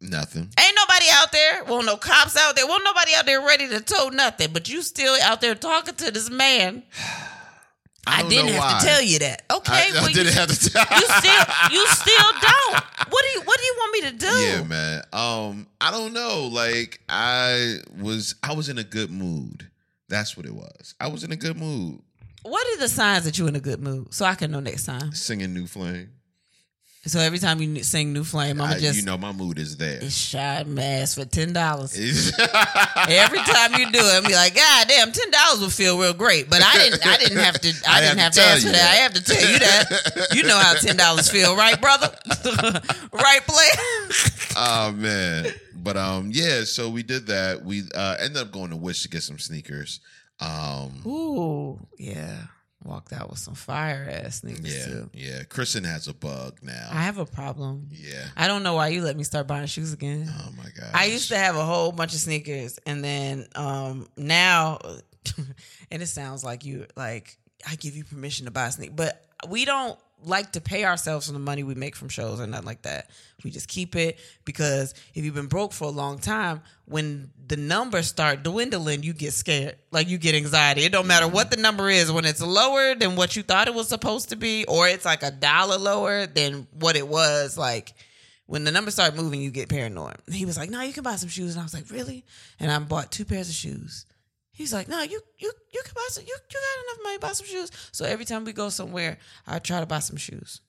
[SPEAKER 1] Nothing.
[SPEAKER 2] Ain't nobody out there. Well, no cops out there. Well, nobody out there ready to tow nothing. But you still out there talking to this man. I,
[SPEAKER 1] don't
[SPEAKER 2] didn't
[SPEAKER 1] know
[SPEAKER 2] have
[SPEAKER 1] why.
[SPEAKER 2] to tell you that. Okay,
[SPEAKER 1] I, I
[SPEAKER 2] well,
[SPEAKER 1] didn't
[SPEAKER 2] you,
[SPEAKER 1] have to tell <laughs>
[SPEAKER 2] you still you still don't. What do you What do you want me to do?
[SPEAKER 1] Yeah, man. Um, I don't know. Like I was, I was in a good mood. That's what it was. I was in a good mood,
[SPEAKER 2] What are the signs that you're in a good mood? So I can know next time.
[SPEAKER 1] singing "New Flame."
[SPEAKER 2] So every time you sing "New Flame," I'm
[SPEAKER 1] I-
[SPEAKER 2] just
[SPEAKER 1] Ah, you know, my mood is there.
[SPEAKER 2] it's shot mass for ten dollars.
[SPEAKER 1] <laughs> I
[SPEAKER 2] Every time you do it, I'm be like, God damn, ten dollars would feel real great. But I didn't I didn't have to
[SPEAKER 1] <laughs>
[SPEAKER 2] I,
[SPEAKER 1] I
[SPEAKER 2] didn't have to,
[SPEAKER 1] tell
[SPEAKER 2] ask for
[SPEAKER 1] you
[SPEAKER 2] that.
[SPEAKER 1] that.
[SPEAKER 2] I have to tell
[SPEAKER 1] <laughs>
[SPEAKER 2] you that. You know how ten dollars feel, right, brother? <laughs> right, play.
[SPEAKER 1] <laughs> oh man, but um, yeah. So we did that. We uh ended up going to Wish to get some sneakers. Um,
[SPEAKER 2] Ooh, yeah. Walked out with some fire ass niggas
[SPEAKER 1] yeah,
[SPEAKER 2] too.
[SPEAKER 1] yeah. Kristen has a bug now.
[SPEAKER 2] I have a problem.
[SPEAKER 1] yeah.
[SPEAKER 2] I don't know why you let me start buying shoes again.
[SPEAKER 1] Oh my god.
[SPEAKER 2] I used to have a whole bunch of sneakers, and then um now, <laughs> and it sounds like you like I give you permission to buy sneakers, but we don't like to pay ourselves from the money we make from shows or nothing like that. We just keep it because if you've been broke for a long time, when the numbers start dwindling, you get scared. Like you get anxiety. It don't matter what the number is when it's lower than what you thought it was supposed to be, or it's like a dollar lower than what it was. Like when the numbers start moving, you get paranoid. And He was like, "No, you can buy some shoes," and I was like, "Really?" And I bought two pairs of shoes. He's like, "No, you you you can buy some. You you got enough money to buy some shoes." So every time we go somewhere, I try to buy some shoes.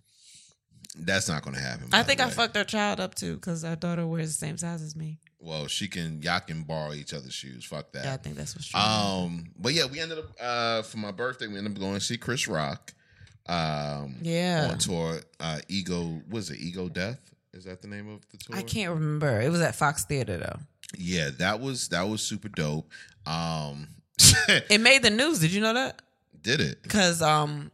[SPEAKER 1] That's not gonna happen. by
[SPEAKER 2] I
[SPEAKER 1] the
[SPEAKER 2] think I
[SPEAKER 1] way.
[SPEAKER 2] fucked our child up too because our daughter wears the same size as me.
[SPEAKER 1] Well, she can. Y'all can borrow each other's shoes. Fuck that.
[SPEAKER 2] Yeah, I think that's what's true.
[SPEAKER 1] Um, but yeah, we ended up uh for my birthday, we ended up going to see Chris Rock. Um
[SPEAKER 2] Yeah.
[SPEAKER 1] on tour. Uh Ego was it Ego Death? Is that the name of the tour?
[SPEAKER 2] I can't remember. It was at Fox Theater though.
[SPEAKER 1] Yeah, that was that was super dope. Um <laughs>
[SPEAKER 2] It made the news. Did you know that?
[SPEAKER 1] did it.
[SPEAKER 2] Because um,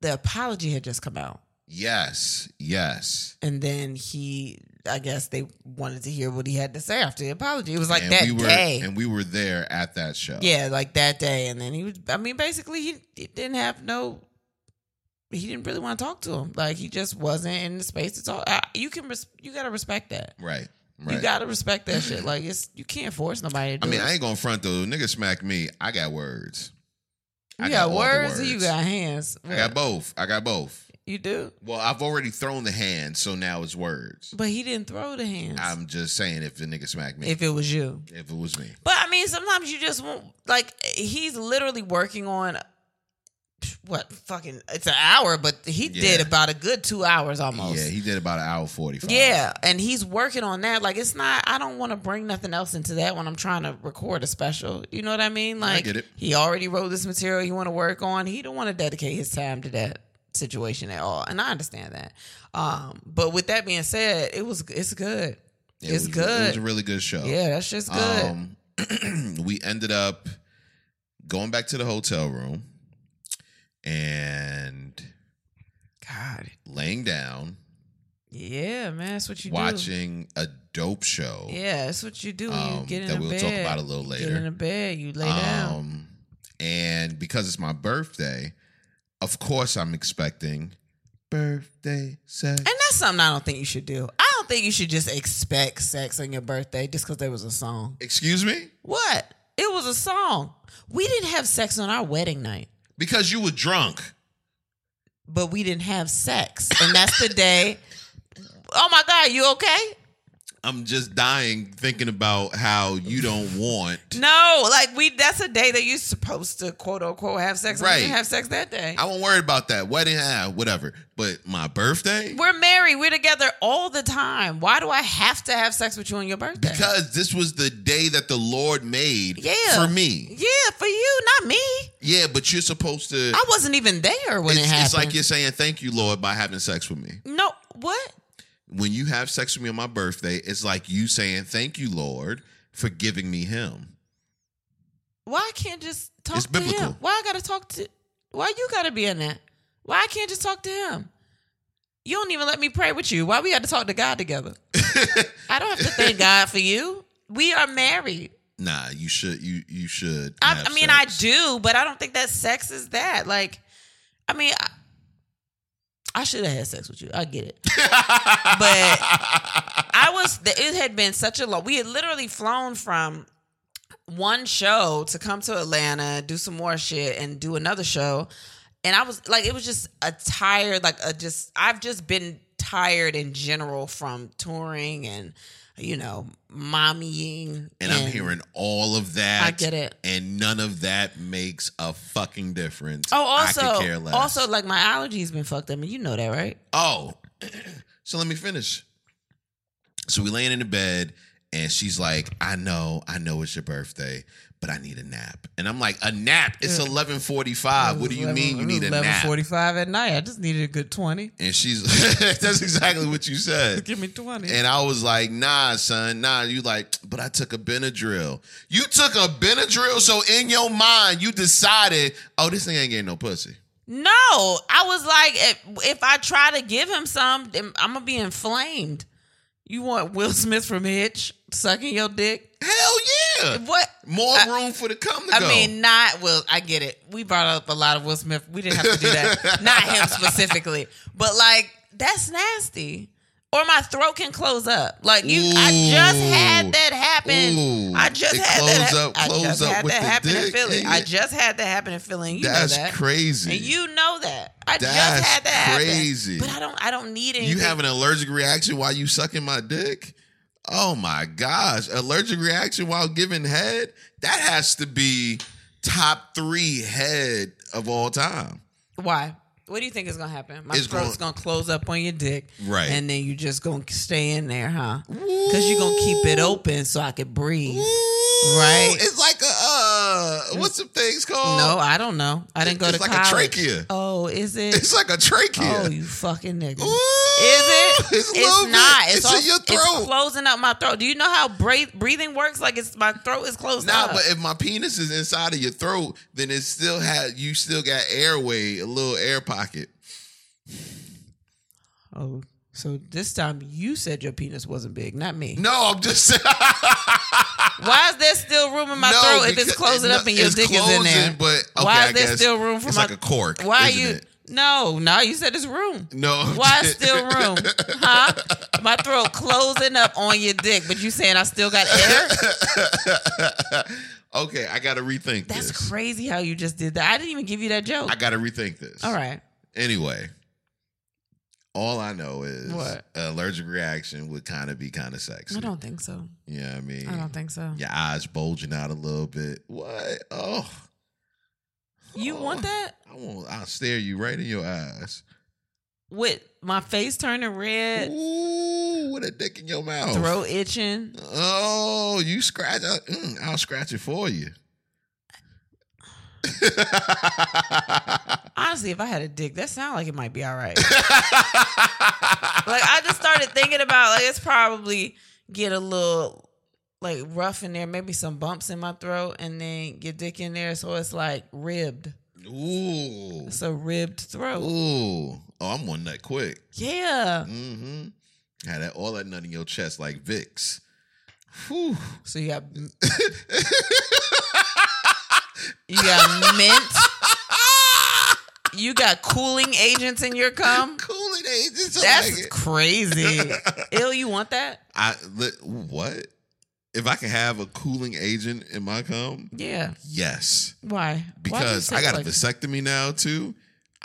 [SPEAKER 2] the apology had just come out.
[SPEAKER 1] Yes, yes.
[SPEAKER 2] and then he I guess they wanted to hear what he had to say after the apology. It was like
[SPEAKER 1] and
[SPEAKER 2] that
[SPEAKER 1] we were
[SPEAKER 2] day.
[SPEAKER 1] and we were there at that show.
[SPEAKER 2] yeah, like that day. And then he was, I mean, basically, he, he didn't have no, he didn't really want to talk to him. Like, he just wasn't in the space to talk. I, you can, res, you got to respect that.
[SPEAKER 1] Right. Right.
[SPEAKER 2] You got to respect
[SPEAKER 1] <clears throat>
[SPEAKER 2] that shit. Like, it's, you can't force nobody to do
[SPEAKER 1] I mean,
[SPEAKER 2] it.
[SPEAKER 1] I ain't gonna front though. Nigga smack me. I got words.
[SPEAKER 2] You
[SPEAKER 1] I
[SPEAKER 2] got,
[SPEAKER 1] all the
[SPEAKER 2] words, or you got hands.
[SPEAKER 1] I got both. I got both.
[SPEAKER 2] You do,
[SPEAKER 1] Well, I've already thrown the hand, so now it's words.
[SPEAKER 2] but he didn't throw the hands.
[SPEAKER 1] I'm just saying if the nigga smack me, if,
[SPEAKER 2] if it was you,
[SPEAKER 1] it was me.
[SPEAKER 2] but I mean, sometimes you just won't. Like he's literally working on what fucking it's an hour, but he
[SPEAKER 1] Yeah.
[SPEAKER 2] did about a good two hours almost.
[SPEAKER 1] Yeah, he did about an hour forty five.
[SPEAKER 2] Yeah, and he's working on that. Like it's not. I don't want to bring nothing else into that when I'm trying to record a special. You know what I mean? Like
[SPEAKER 1] get it.
[SPEAKER 2] he already wrote this material. He want to work on. He don't want to dedicate his time to that situation at all, and I understand that. Um, but with that being said, it was it's good.
[SPEAKER 1] It
[SPEAKER 2] it's
[SPEAKER 1] was, It
[SPEAKER 2] good.
[SPEAKER 1] was a really good show.
[SPEAKER 2] yeah, that shit's good.
[SPEAKER 1] Um, <clears throat> we ended up going back to the hotel room and
[SPEAKER 2] God,
[SPEAKER 1] laying down,
[SPEAKER 2] yeah, man, that's what you do.
[SPEAKER 1] watching a dope show.
[SPEAKER 2] Yeah, that's what you do when you
[SPEAKER 1] um,
[SPEAKER 2] get in
[SPEAKER 1] that
[SPEAKER 2] a
[SPEAKER 1] we'll
[SPEAKER 2] bed.
[SPEAKER 1] talk about a little
[SPEAKER 2] Get in
[SPEAKER 1] later.
[SPEAKER 2] a bed, you lay down.
[SPEAKER 1] Um, and because it's my birthday, of course I'm expecting birthday sex.
[SPEAKER 2] And that's something I don't think you should do. I don't think you should just expect sex on your birthday just because there was a song.
[SPEAKER 1] Excuse me?
[SPEAKER 2] What? It was a song. We didn't have sex on our wedding night,
[SPEAKER 1] Because you were drunk.
[SPEAKER 2] but we didn't have sex. And that's the day. <laughs> Oh my God, you okay?
[SPEAKER 1] I'm just dying thinking about how you don't want.
[SPEAKER 2] No, like we that's a day that you're supposed to quote unquote have sex. and We didn't
[SPEAKER 1] Right.
[SPEAKER 2] have sex that day.
[SPEAKER 1] I won't worry about that. Wedding, ah, whatever. But my birthday?
[SPEAKER 2] We're married. We're together all the time. Why do I have to have sex with you on your birthday?
[SPEAKER 1] Because this was the day that the Lord made
[SPEAKER 2] Yeah.
[SPEAKER 1] for me.
[SPEAKER 2] yeah, for you, not me.
[SPEAKER 1] Yeah, but you're supposed to.
[SPEAKER 2] I wasn't even there when it
[SPEAKER 1] it's,
[SPEAKER 2] happened.
[SPEAKER 1] it's like you're saying thank you, Lord, by having sex with me.
[SPEAKER 2] no, what?
[SPEAKER 1] when you have sex with me on my birthday, it's like you saying, Thank you, Lord, for giving me him. <laughs>
[SPEAKER 2] Why I can't just talk
[SPEAKER 1] It's
[SPEAKER 2] to
[SPEAKER 1] biblical.
[SPEAKER 2] him? Why I gotta talk to? Why you gotta be in that? Why I can't just talk to him? You don't even let me pray with you. Why we got to talk to God together? I don't have
[SPEAKER 1] <laughs>
[SPEAKER 2] to thank God for you. We are married.
[SPEAKER 1] Nah, you should you you should.
[SPEAKER 2] I,
[SPEAKER 1] have
[SPEAKER 2] I mean,
[SPEAKER 1] sex.
[SPEAKER 2] I do, but I don't think that sex is that. Like, I mean, I, I should have had sex with you. I get it, but I was. It had been such a long. We had literally flown from one show to come to Atlanta, do some more shit, and do another show. And I was like, it was just a tired, like a just. I've just been tired in general from touring and you know mommying
[SPEAKER 1] <laughs> and I'm hearing all of that.
[SPEAKER 2] I get it.
[SPEAKER 1] And none of that makes a fucking difference.
[SPEAKER 2] Oh, also,
[SPEAKER 1] I could care less.
[SPEAKER 2] also, like my allergies been fucked up, and you know that, right?
[SPEAKER 1] Oh, <clears throat> so let me finish. So we laying in the bed, and she's like, "I know, I know it's your birthday, but I need a nap." And I'm like, "A nap? It's 11:45. Uh, What do you mean you need a nap?"
[SPEAKER 2] forty-five at night. I just needed a good twenty.
[SPEAKER 1] And she's <laughs> that's exactly what you said.
[SPEAKER 2] Give me twenty.
[SPEAKER 1] And I was like, nah, son, nah. You like, but I took a Benadryl. You took a Benadryl, so in your mind, you decided, oh, this thing ain't getting no pussy.
[SPEAKER 2] no, I was like, if, if I try to give him some, then I'm gonna be inflamed. You want Will Smith from Hitch sucking your dick?
[SPEAKER 1] Hell yeah.
[SPEAKER 2] What?
[SPEAKER 1] More
[SPEAKER 2] I-
[SPEAKER 1] room for the come to
[SPEAKER 2] I
[SPEAKER 1] go.
[SPEAKER 2] mean, not Will. I get it. We brought up a lot of Will Smith. We didn't have to
[SPEAKER 1] <laughs>
[SPEAKER 2] do that. not him specifically, but like that's nasty. Or my throat can close up. Like you, I just
[SPEAKER 1] Ooh.
[SPEAKER 2] had that happen.
[SPEAKER 1] Ooh.
[SPEAKER 2] I just
[SPEAKER 1] It
[SPEAKER 2] had that.
[SPEAKER 1] close
[SPEAKER 2] ha-
[SPEAKER 1] up-
[SPEAKER 2] I
[SPEAKER 1] close
[SPEAKER 2] just
[SPEAKER 1] up
[SPEAKER 2] had
[SPEAKER 1] with
[SPEAKER 2] that
[SPEAKER 1] the
[SPEAKER 2] happen in
[SPEAKER 1] dick,
[SPEAKER 2] Philly.
[SPEAKER 1] ain't
[SPEAKER 2] I
[SPEAKER 1] it?
[SPEAKER 2] just had that happen in Philly. And you
[SPEAKER 1] that's
[SPEAKER 2] know that.
[SPEAKER 1] crazy.
[SPEAKER 2] And you know that. I
[SPEAKER 1] That's
[SPEAKER 2] just had that happen.
[SPEAKER 1] crazy.
[SPEAKER 2] But I don't. I don't need anything.
[SPEAKER 1] you have an allergic reaction while you sucking my dick? Oh my gosh. Allergic reaction while giving head? That has to be top three head of all time.
[SPEAKER 2] Why? What do you think is gonna happen? My
[SPEAKER 1] It's
[SPEAKER 2] throat's gonna, close up on your dick,
[SPEAKER 1] Right.
[SPEAKER 2] And then you just gonna stay in there, huh? Because you're gonna keep it open so I could breathe. Right.
[SPEAKER 1] It's like a uh, what's the things called?
[SPEAKER 2] No, I don't know. I didn't go
[SPEAKER 1] It's
[SPEAKER 2] to
[SPEAKER 1] like a
[SPEAKER 2] college.
[SPEAKER 1] trachea.
[SPEAKER 2] Oh, is it?
[SPEAKER 1] It's like a
[SPEAKER 2] oh,
[SPEAKER 1] trachea.
[SPEAKER 2] you fucking nigga.
[SPEAKER 1] Ooh,
[SPEAKER 2] Is it?
[SPEAKER 1] It's, a little bit.
[SPEAKER 2] not.
[SPEAKER 1] It's,
[SPEAKER 2] all-
[SPEAKER 1] in your
[SPEAKER 2] It's
[SPEAKER 1] throat.
[SPEAKER 2] closing up my throat. Do you know how breath, breathing works? Like it's my throat is closed
[SPEAKER 1] nah,
[SPEAKER 2] up.
[SPEAKER 1] but if my penis is inside of your throat, then it still had you still got airway, a little air pocket.
[SPEAKER 2] oh, So this time you said your penis wasn't big, not me.
[SPEAKER 3] No, I'm
[SPEAKER 1] <laughs>
[SPEAKER 3] just saying.
[SPEAKER 2] Why is there still room in my
[SPEAKER 3] No,
[SPEAKER 2] throat if
[SPEAKER 3] because-
[SPEAKER 2] it's closing up
[SPEAKER 3] no,
[SPEAKER 2] and your
[SPEAKER 3] it's
[SPEAKER 2] dick is in there?
[SPEAKER 3] closing, But okay,
[SPEAKER 2] Why
[SPEAKER 3] I
[SPEAKER 2] is there
[SPEAKER 3] guess
[SPEAKER 2] still room for
[SPEAKER 3] it's
[SPEAKER 2] my-
[SPEAKER 3] like a cork?
[SPEAKER 2] Why
[SPEAKER 3] isn't
[SPEAKER 2] you?
[SPEAKER 3] It?
[SPEAKER 2] No, no, you said it's room.
[SPEAKER 3] No.
[SPEAKER 1] <laughs>
[SPEAKER 3] I'm
[SPEAKER 2] Why
[SPEAKER 3] just-
[SPEAKER 2] still room? Huh? My throat closing up on your dick, but you saying I still got
[SPEAKER 3] <laughs>
[SPEAKER 2] air?
[SPEAKER 1] <laughs> Okay, I gotta rethink
[SPEAKER 2] That's
[SPEAKER 1] this.
[SPEAKER 2] crazy how you just did that. I didn't even give you that joke.
[SPEAKER 1] I gotta rethink this.
[SPEAKER 2] All right.
[SPEAKER 1] Anyway, all I know is
[SPEAKER 2] What?
[SPEAKER 1] allergic reaction would kind of be kind of sexy.
[SPEAKER 2] I don't think so.
[SPEAKER 1] You know what I mean?
[SPEAKER 2] I don't think so.
[SPEAKER 1] Your eyes bulging out a little bit. What? Oh,
[SPEAKER 2] You want that
[SPEAKER 1] I won't. I'll stare you right in your eyes.
[SPEAKER 2] with my face turning red,
[SPEAKER 1] Ooh, with a dick in your mouth.
[SPEAKER 2] throat itching?
[SPEAKER 1] Oh, you scratch. uh, mm, I'll scratch it for you. <laughs>
[SPEAKER 2] Honestly, if I had a dick, that sounds like it might be all right. like I just started thinking about like it's probably get a little like rough in there, maybe some bumps in my throat, and then get dick in there, so it's like ribbed.
[SPEAKER 1] Ooh.
[SPEAKER 2] It's a ribbed throat.
[SPEAKER 1] Ooh. Oh, I'm one nut quick.
[SPEAKER 2] Yeah.
[SPEAKER 1] Mm-hmm. Had that all that nut in your chest like Vicks. Whew.
[SPEAKER 2] So you got
[SPEAKER 1] <laughs>
[SPEAKER 2] you got mint.
[SPEAKER 1] Ah,
[SPEAKER 2] You got cooling agents in your cum.
[SPEAKER 1] Cooling agents. I like
[SPEAKER 2] Um, That's
[SPEAKER 1] it.
[SPEAKER 2] crazy.
[SPEAKER 1] <laughs>
[SPEAKER 2] Ill, you want that?
[SPEAKER 1] I li- what? If I can have a cooling agent in my cum,
[SPEAKER 2] Yeah.
[SPEAKER 1] yes.
[SPEAKER 2] Why? Why do you
[SPEAKER 1] Because
[SPEAKER 2] say
[SPEAKER 1] I got
[SPEAKER 2] like-
[SPEAKER 1] a vasectomy now too.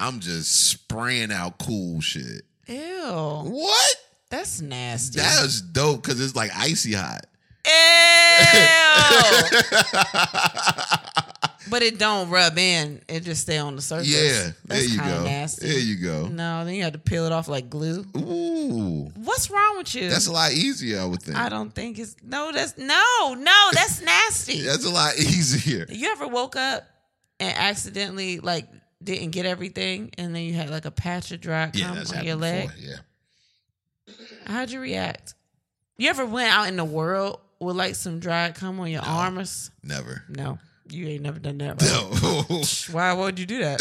[SPEAKER 1] I'm just spraying out cool shit.
[SPEAKER 2] Ew,
[SPEAKER 1] What?
[SPEAKER 2] that's nasty.
[SPEAKER 1] That is dope because it's like icy hot. <laughs>
[SPEAKER 2] Ew. but it don't rub in; it just stay on the surface.
[SPEAKER 1] yeah. There
[SPEAKER 2] Oh, that's
[SPEAKER 1] you
[SPEAKER 2] kinda
[SPEAKER 1] go.
[SPEAKER 2] Nasty.
[SPEAKER 1] There you go.
[SPEAKER 2] No, then you have to peel it off like glue.
[SPEAKER 1] Ooh.
[SPEAKER 2] What's wrong with you?
[SPEAKER 1] That's a lot easier, I would think.
[SPEAKER 2] I don't think it's no. That's no, no. That's <laughs> nasty.
[SPEAKER 1] That's a lot <laughs> easier.
[SPEAKER 2] You ever woke up and accidentally like didn't get everything, and then you had like a patch of dry cum on your leg?
[SPEAKER 1] before. Yeah.
[SPEAKER 2] How'd you react? You ever went out in the world with like some dry cum on your arm or s-
[SPEAKER 1] Never.
[SPEAKER 2] No, you ain't never done that. Right? <laughs>
[SPEAKER 1] No.
[SPEAKER 2] Why would you
[SPEAKER 1] <laughs>
[SPEAKER 2] do that?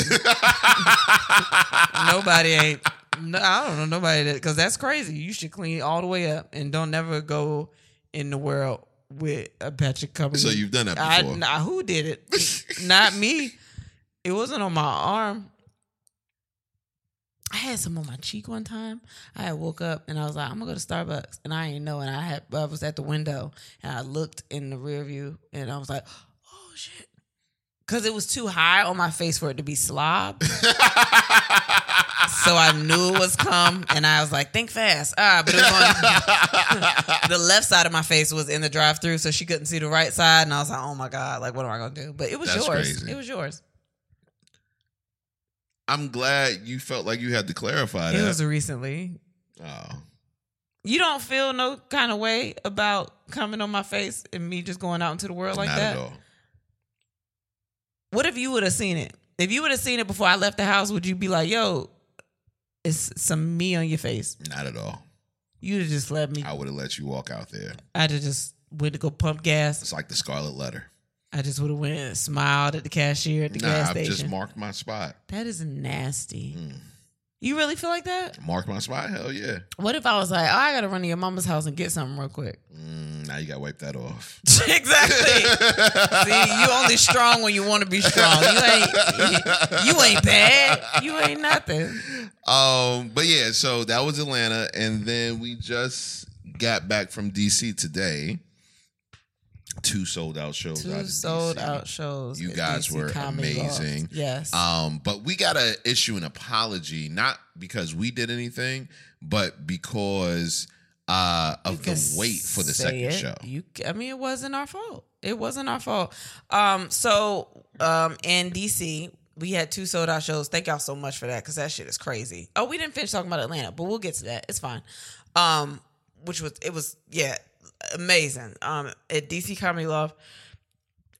[SPEAKER 2] nobody ain't. No, I don't know nobody that because that's crazy. You should clean all the way up and don't never go in the world with a patch of cum.
[SPEAKER 1] so you've done that
[SPEAKER 2] I,
[SPEAKER 1] before. <laughs>
[SPEAKER 2] nah, who did it? Not me. It wasn't on my arm. I had some on my cheek one time. I had woke up and I was like, I'm gonna go to Starbucks, and I didn't know. And I had I was at the window and I looked in the rear view and I was like, oh shit, because it was too high on my face for it to be slob. so I knew it was cum, and I was like, think fast. Ah, but it was on, <laughs> the left side of my face was in the drive through, so she couldn't see the right side, and I was like, "Oh my god, like what am I gonna do?" But it was
[SPEAKER 1] That's
[SPEAKER 2] yours.
[SPEAKER 1] crazy.
[SPEAKER 2] It was yours.
[SPEAKER 1] I'm glad you felt like you had to clarify that.
[SPEAKER 2] It was recently.
[SPEAKER 1] oh.
[SPEAKER 2] You don't feel no kind of way about coming on my face and me just going out into the world like
[SPEAKER 1] Not
[SPEAKER 2] that.
[SPEAKER 1] at all.
[SPEAKER 2] What if you would have seen it? If you would have seen it before I left the house, would you be like, "Yo, it's some me on your face"?
[SPEAKER 1] Not at all.
[SPEAKER 2] You'd have just let me.
[SPEAKER 1] I would have let you walk out there.
[SPEAKER 2] I'd have just went to go pump gas.
[SPEAKER 1] It's like the Scarlet Letter.
[SPEAKER 2] I just would have went and smiled at the cashier at the
[SPEAKER 1] Nah,
[SPEAKER 2] gas
[SPEAKER 1] I've
[SPEAKER 2] station.
[SPEAKER 1] just marked my spot.
[SPEAKER 2] that is nasty.
[SPEAKER 1] Mm.
[SPEAKER 2] You really feel like that?
[SPEAKER 1] Mark my spot? Hell yeah.
[SPEAKER 2] What if I was like, oh, I gotta run to your mama's house and get something
[SPEAKER 1] <laughs>
[SPEAKER 2] real quick? <laughs>
[SPEAKER 1] Mm, now you got to wipe that off.
[SPEAKER 2] exactly. See, you only strong when you want to be strong. You ain't, you ain't bad. You ain't nothing.
[SPEAKER 1] Um, but yeah, so that was Atlanta, and then we just got back from DC today. Two sold out shows. out
[SPEAKER 2] Two
[SPEAKER 1] in
[SPEAKER 2] sold
[SPEAKER 1] DC.
[SPEAKER 2] out shows.
[SPEAKER 1] You
[SPEAKER 2] at
[SPEAKER 1] guys
[SPEAKER 2] DC
[SPEAKER 1] were
[SPEAKER 2] Comedy Loft.
[SPEAKER 1] amazing.
[SPEAKER 2] Yes.
[SPEAKER 1] Um, but we gotta issue an apology, not because we did anything, but because uh
[SPEAKER 2] You
[SPEAKER 1] of
[SPEAKER 2] can
[SPEAKER 1] the wait for the
[SPEAKER 2] say
[SPEAKER 1] second
[SPEAKER 2] it.
[SPEAKER 1] show.
[SPEAKER 2] You, I mean, it wasn't our fault. It wasn't our fault. Um, so um, in DC, we had two sold out shows. Thank y'all so much for that because that shit is crazy. Oh, we didn't finish talking about Atlanta, but we'll get to that. It's fine. Um, which was it was yeah amazing. Um, at DC Comedy Love,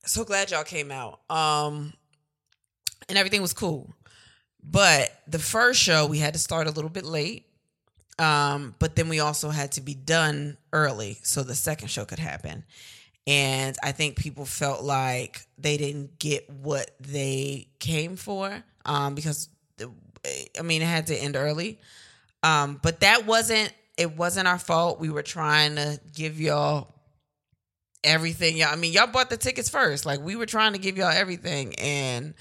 [SPEAKER 2] so glad y'all came out. Um, and everything was cool. But the first show we had to start a little bit late. Um, but then we also had to be done early so the second show could happen. And I think people felt like they didn't get what they came for um, because, the- I mean, it had to end early. Um, but that wasn't it wasn't our fault. We were trying to give y'all everything. Y'all, I mean, y'all bought the tickets first. Like we were trying to give y'all everything, and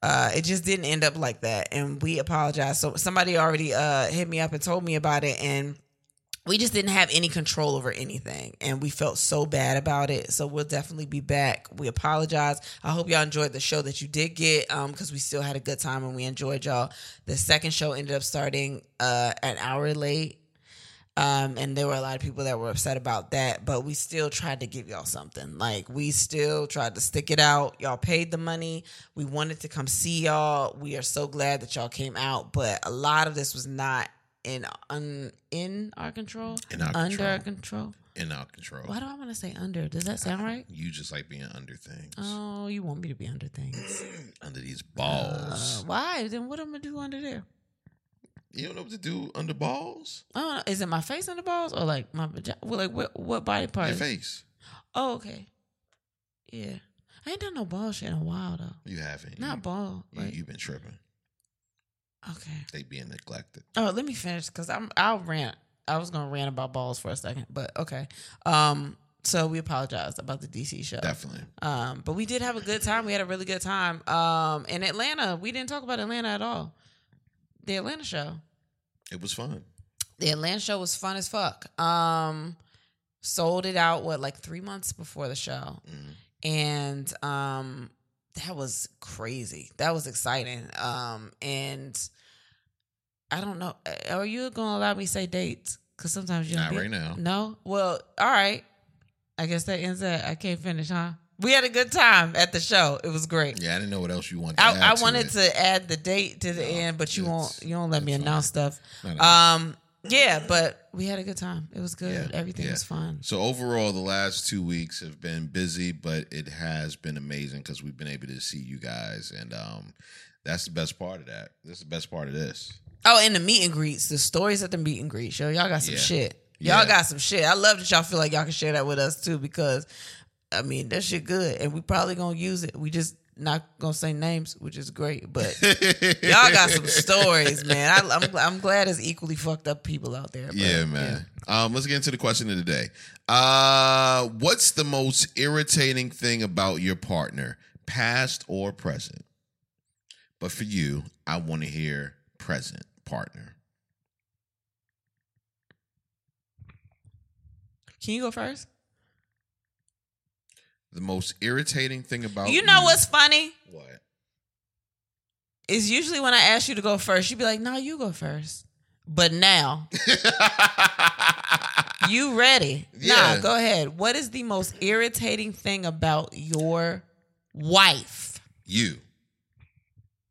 [SPEAKER 2] uh, it just didn't end up like that. And we apologize. So somebody already uh, hit me up and told me about it, and we just didn't have any control over anything, and we felt so bad about it. So we'll definitely be back. We apologize. I hope y'all enjoyed the show that you did get, because we still had a good time and we enjoyed y'all. The second show ended up starting uh, an hour late. Um, and there were a lot of people that were upset about that, but we still tried to give y'all something. Like we still tried to stick it out. Y'all paid the money. We wanted to come see y'all. We are so glad that y'all came out, but a lot of this was not in un, in our control,
[SPEAKER 1] In our
[SPEAKER 2] under
[SPEAKER 1] control.
[SPEAKER 2] our control.
[SPEAKER 1] in our control.
[SPEAKER 2] Why do I want to say under? Does that sound right?
[SPEAKER 1] You just like being under things,
[SPEAKER 2] Oh, you want me to be under things?
[SPEAKER 1] <clears throat> under these
[SPEAKER 2] Uh,
[SPEAKER 1] balls.
[SPEAKER 2] why? Then what am I gonna do under there?
[SPEAKER 1] you don't know what to do under balls.
[SPEAKER 2] I don't know. Is it my face under balls or like my vagina? Well, like what what body part?
[SPEAKER 1] Your
[SPEAKER 2] is-
[SPEAKER 1] face.
[SPEAKER 2] Oh, okay. Yeah. I ain't done no ball shit in a while though.
[SPEAKER 1] You haven't.
[SPEAKER 2] Not ball.
[SPEAKER 1] You,
[SPEAKER 2] Like,
[SPEAKER 1] you've been tripping.
[SPEAKER 2] okay.
[SPEAKER 1] They being neglected.
[SPEAKER 2] Oh, let me finish because I'm I'll rant. I was gonna rant about balls for a second, but okay. Um, so we apologize about the DC show.
[SPEAKER 1] Definitely.
[SPEAKER 2] Um, but we did have a good time. We had a really good time. Um, in Atlanta, we didn't talk about Atlanta at all. The Atlanta show.
[SPEAKER 1] It was fun.
[SPEAKER 2] The Atlanta show was fun as fuck. Um, sold it out what like three months before the show.
[SPEAKER 1] Mhm.
[SPEAKER 2] and um that was crazy that was exciting um and i don't know uh, are you gonna allow me to say dates because sometimes you don't
[SPEAKER 1] Not
[SPEAKER 2] get-
[SPEAKER 1] right now.
[SPEAKER 2] no well all right i guess that ends that i can't finish huh we had a good time at the show it was great
[SPEAKER 1] Yeah, I didn't know what else you wanted. to
[SPEAKER 2] I, I
[SPEAKER 1] add
[SPEAKER 2] wanted
[SPEAKER 1] it.
[SPEAKER 2] to add the date to the
[SPEAKER 1] No,
[SPEAKER 2] end, but you won't
[SPEAKER 1] it's-
[SPEAKER 2] you won't let me
[SPEAKER 1] it's fine.
[SPEAKER 2] announce stuff.
[SPEAKER 1] No, no.
[SPEAKER 2] Um, yeah, but we had a good time. It was good.
[SPEAKER 1] Yeah,
[SPEAKER 2] Everything
[SPEAKER 1] yeah.
[SPEAKER 2] was fun.
[SPEAKER 1] So overall, the last two weeks have been busy, but it has been amazing because we've been able to see you guys, and um, that's the best part of that. That's the best part of this.
[SPEAKER 2] Oh, and the meet and greets, the stories at the meet and greets, yo, y'all got some
[SPEAKER 1] Yeah.
[SPEAKER 2] shit.
[SPEAKER 1] Yeah.
[SPEAKER 2] Y'all got some shit. I love that y'all feel like y'all can share that with us too, because I mean that shit good, and we probably gonna use it. We just not gonna say names, which is great, but
[SPEAKER 1] <laughs>
[SPEAKER 2] y'all got some stories, man. I, I'm I'm glad there's equally fucked up people out there. but-
[SPEAKER 1] Yeah, man. Um, let's get into the question of the day. Uh, what's the most irritating thing about your partner, past or present? But for you, I want to hear present partner.
[SPEAKER 2] Can you go first?
[SPEAKER 1] The most irritating thing about
[SPEAKER 2] you know what's funny
[SPEAKER 1] what? <laughs>
[SPEAKER 2] is usually when I ask you to go first, you'd be like, "No, you go first. But now You ready?
[SPEAKER 1] Yeah.
[SPEAKER 2] Nah, go ahead. What is the most irritating thing about your wife?
[SPEAKER 1] you.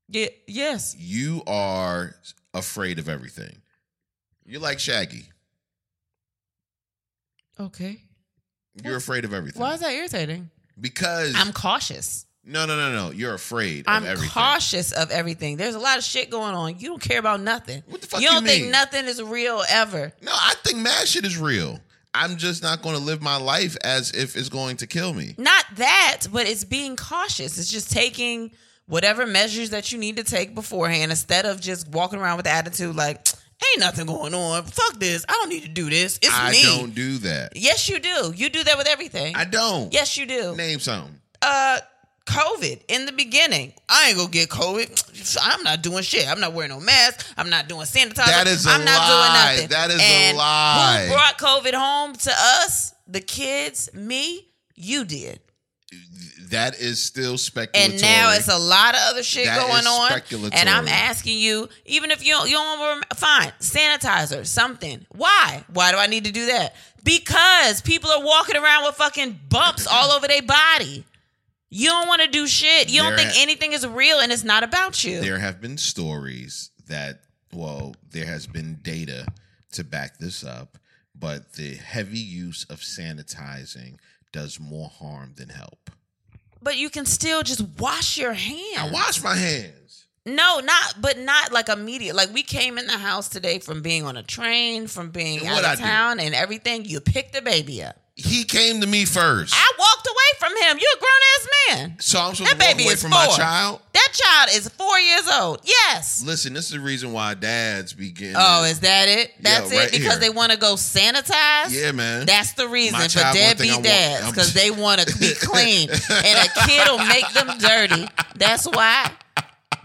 [SPEAKER 2] Yeah, yes.
[SPEAKER 1] You are afraid of everything. You're like Shaggy.
[SPEAKER 2] Okay.
[SPEAKER 1] You're afraid of everything.
[SPEAKER 2] Why is that irritating?
[SPEAKER 1] Because
[SPEAKER 2] I'm cautious.
[SPEAKER 1] no, no, no, no. You're afraid of
[SPEAKER 2] I'm
[SPEAKER 1] everything.
[SPEAKER 2] cautious of everything. There's a lot of shit going on. You don't care about nothing.
[SPEAKER 1] What the fuck
[SPEAKER 2] You
[SPEAKER 1] you
[SPEAKER 2] don't think
[SPEAKER 1] mean?
[SPEAKER 2] nothing is real ever.
[SPEAKER 1] No, I think mad shit is real. I'm just not going to live my life as if it's going to kill me.
[SPEAKER 2] Not that, but it's being cautious. It's just taking whatever measures that you need to take beforehand instead of just walking around with the attitude like, ain't nothing going on. Fuck this. I don't need to do this. It's
[SPEAKER 1] I
[SPEAKER 2] me.
[SPEAKER 1] don't do that.
[SPEAKER 2] Yes, you do. You do that with everything.
[SPEAKER 1] I don't.
[SPEAKER 2] yes, you do.
[SPEAKER 1] Name something.
[SPEAKER 2] Uh, COVID in the beginning. I ain't gonna get COVID. I'm not doing shit. I'm not wearing no mask. I'm not doing sanitizer.
[SPEAKER 1] That is a
[SPEAKER 2] I'm not
[SPEAKER 1] lie.
[SPEAKER 2] doing nothing.
[SPEAKER 1] That is a
[SPEAKER 2] And
[SPEAKER 1] lie.
[SPEAKER 2] Who brought COVID home to us? The kids, me, you did.
[SPEAKER 1] That is still speculatory.
[SPEAKER 2] And now it's a lot of other shit
[SPEAKER 1] That
[SPEAKER 2] going
[SPEAKER 1] is
[SPEAKER 2] on.
[SPEAKER 1] speculatory.
[SPEAKER 2] And I'm asking you, even if you don't, you don't rem- fine, sanitizer, something. Why? Why do I need to do that? Because people are walking around with fucking
[SPEAKER 1] <clears throat>
[SPEAKER 2] bumps all over their body. You don't want to do shit. You don't
[SPEAKER 1] They're
[SPEAKER 2] think
[SPEAKER 1] at-
[SPEAKER 2] anything is real and it's not about you.
[SPEAKER 1] there have been stories that well there has been data to back this up but the heavy use of sanitizing does more harm than help
[SPEAKER 2] But you can still just wash your hands.
[SPEAKER 1] i wash my hands
[SPEAKER 2] No, not but not like immediate. Like we came in the house today from being on a train, from being
[SPEAKER 1] And
[SPEAKER 2] out
[SPEAKER 1] what I
[SPEAKER 2] of
[SPEAKER 1] do?
[SPEAKER 2] town and everything. You pick the baby up.
[SPEAKER 1] He came to me first.
[SPEAKER 2] I walked away from him. You're a grown ass man.
[SPEAKER 1] so I'm supposed
[SPEAKER 2] That
[SPEAKER 1] to walk
[SPEAKER 2] baby
[SPEAKER 1] away
[SPEAKER 2] is
[SPEAKER 1] from my
[SPEAKER 2] four.
[SPEAKER 1] child.
[SPEAKER 2] That child is four years old. Yes.
[SPEAKER 1] Listen, this is the reason why dads begin.
[SPEAKER 2] Oh, is that it? That's
[SPEAKER 1] right
[SPEAKER 2] it? Because
[SPEAKER 1] here.
[SPEAKER 2] they want to go sanitize?
[SPEAKER 1] yeah, man.
[SPEAKER 2] That's the reason
[SPEAKER 1] My
[SPEAKER 2] for
[SPEAKER 1] child won't think I
[SPEAKER 2] deadbeat
[SPEAKER 1] want-
[SPEAKER 2] dads
[SPEAKER 1] I'm-
[SPEAKER 2] because
[SPEAKER 1] <laughs>
[SPEAKER 2] they want to be clean, and a kid will make them dirty. That's why.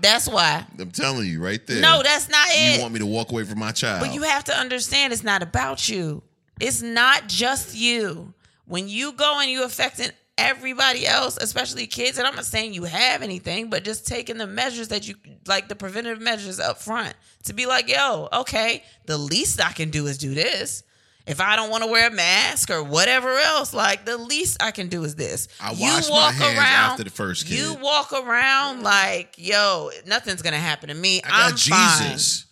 [SPEAKER 2] That's why.
[SPEAKER 1] I'm telling you right there.
[SPEAKER 2] No, that's not
[SPEAKER 1] you
[SPEAKER 2] it.
[SPEAKER 1] want me to walk away from my child.
[SPEAKER 2] But you have to understand it's not about you. It's not just you. When you go and you affecting everybody else, especially kids, and I'm not saying you have anything, but just taking the measures that you like the preventative measures up front to be like, yo, okay, the least I can do is do this. If I don't want to wear a mask or whatever else, like the least I can do is this.
[SPEAKER 1] I
[SPEAKER 2] You
[SPEAKER 1] washed my hands after the first kid.
[SPEAKER 2] You walk around like, yo, nothing's gonna happen to me.
[SPEAKER 1] I got
[SPEAKER 2] am Fine
[SPEAKER 1] Jesus.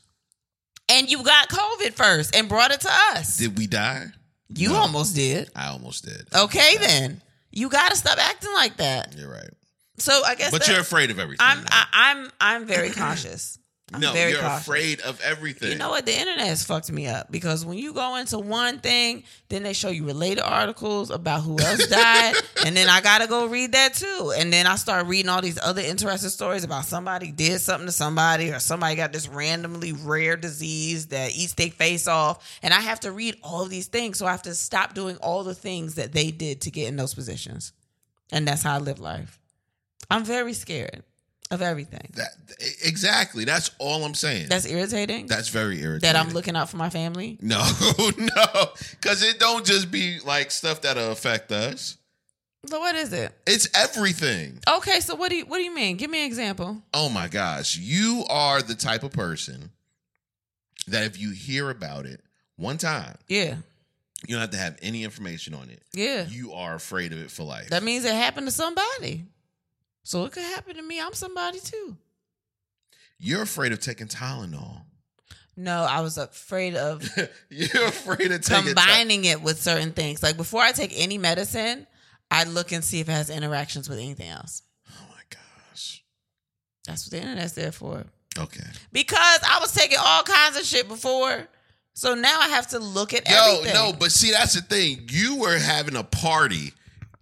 [SPEAKER 2] and you got COVID first and brought it to us.
[SPEAKER 1] Did we die?
[SPEAKER 2] you
[SPEAKER 1] No.
[SPEAKER 2] almost did.
[SPEAKER 1] I almost did.
[SPEAKER 2] Okay, then you got to stop acting like that.
[SPEAKER 1] You're right.
[SPEAKER 2] So I guess
[SPEAKER 1] But
[SPEAKER 2] that-
[SPEAKER 1] you're afraid of everything.
[SPEAKER 2] I'm
[SPEAKER 1] now.
[SPEAKER 2] I, I'm I'm very cautious. I'm
[SPEAKER 1] no,
[SPEAKER 2] very
[SPEAKER 1] you're
[SPEAKER 2] cautious.
[SPEAKER 1] afraid of everything.
[SPEAKER 2] You know what? The internet has fucked me up because when you go into one thing, then they show you related articles about who else died, and then I gotta go read that too. And then I start reading all these other interesting stories about somebody did something to somebody, or somebody got this randomly rare disease that eats their face off. And I have to read all of these things, so I have to stop doing all the things that they did to get in those positions. And that's how I live life. I'm very scared of everything.
[SPEAKER 1] That e, exactly. That's all I'm saying. That's,
[SPEAKER 2] That's irritating.
[SPEAKER 1] very irritating.
[SPEAKER 2] that I'm looking out for my family.
[SPEAKER 1] No, <laughs> no, because it don't just be like stuff that'll affect us.
[SPEAKER 2] So what is it?
[SPEAKER 1] It's everything.
[SPEAKER 2] Okay, so what do you what do you mean? Give me an example.
[SPEAKER 1] Oh my gosh, you are the type of person that if you hear about it one time,
[SPEAKER 2] Yeah,
[SPEAKER 1] you don't have to have any information on it.
[SPEAKER 2] yeah.
[SPEAKER 1] You are afraid of it for life.
[SPEAKER 2] That means it happened to somebody. So it could happen to me. I'm somebody too.
[SPEAKER 1] You're afraid of taking Tylenol. <laughs>
[SPEAKER 2] No, I was afraid of
[SPEAKER 1] You're afraid of taking
[SPEAKER 2] combining it with certain things. Like before I take any medicine, I look and see if it has interactions with anything else.
[SPEAKER 1] Ty- oh my gosh.
[SPEAKER 2] That's what the internet's there for.
[SPEAKER 1] Okay.
[SPEAKER 2] Because I was taking all kinds of shit before. So now I have to look at
[SPEAKER 1] Yo,
[SPEAKER 2] everything.
[SPEAKER 1] no, but see, that's the thing. You were having a party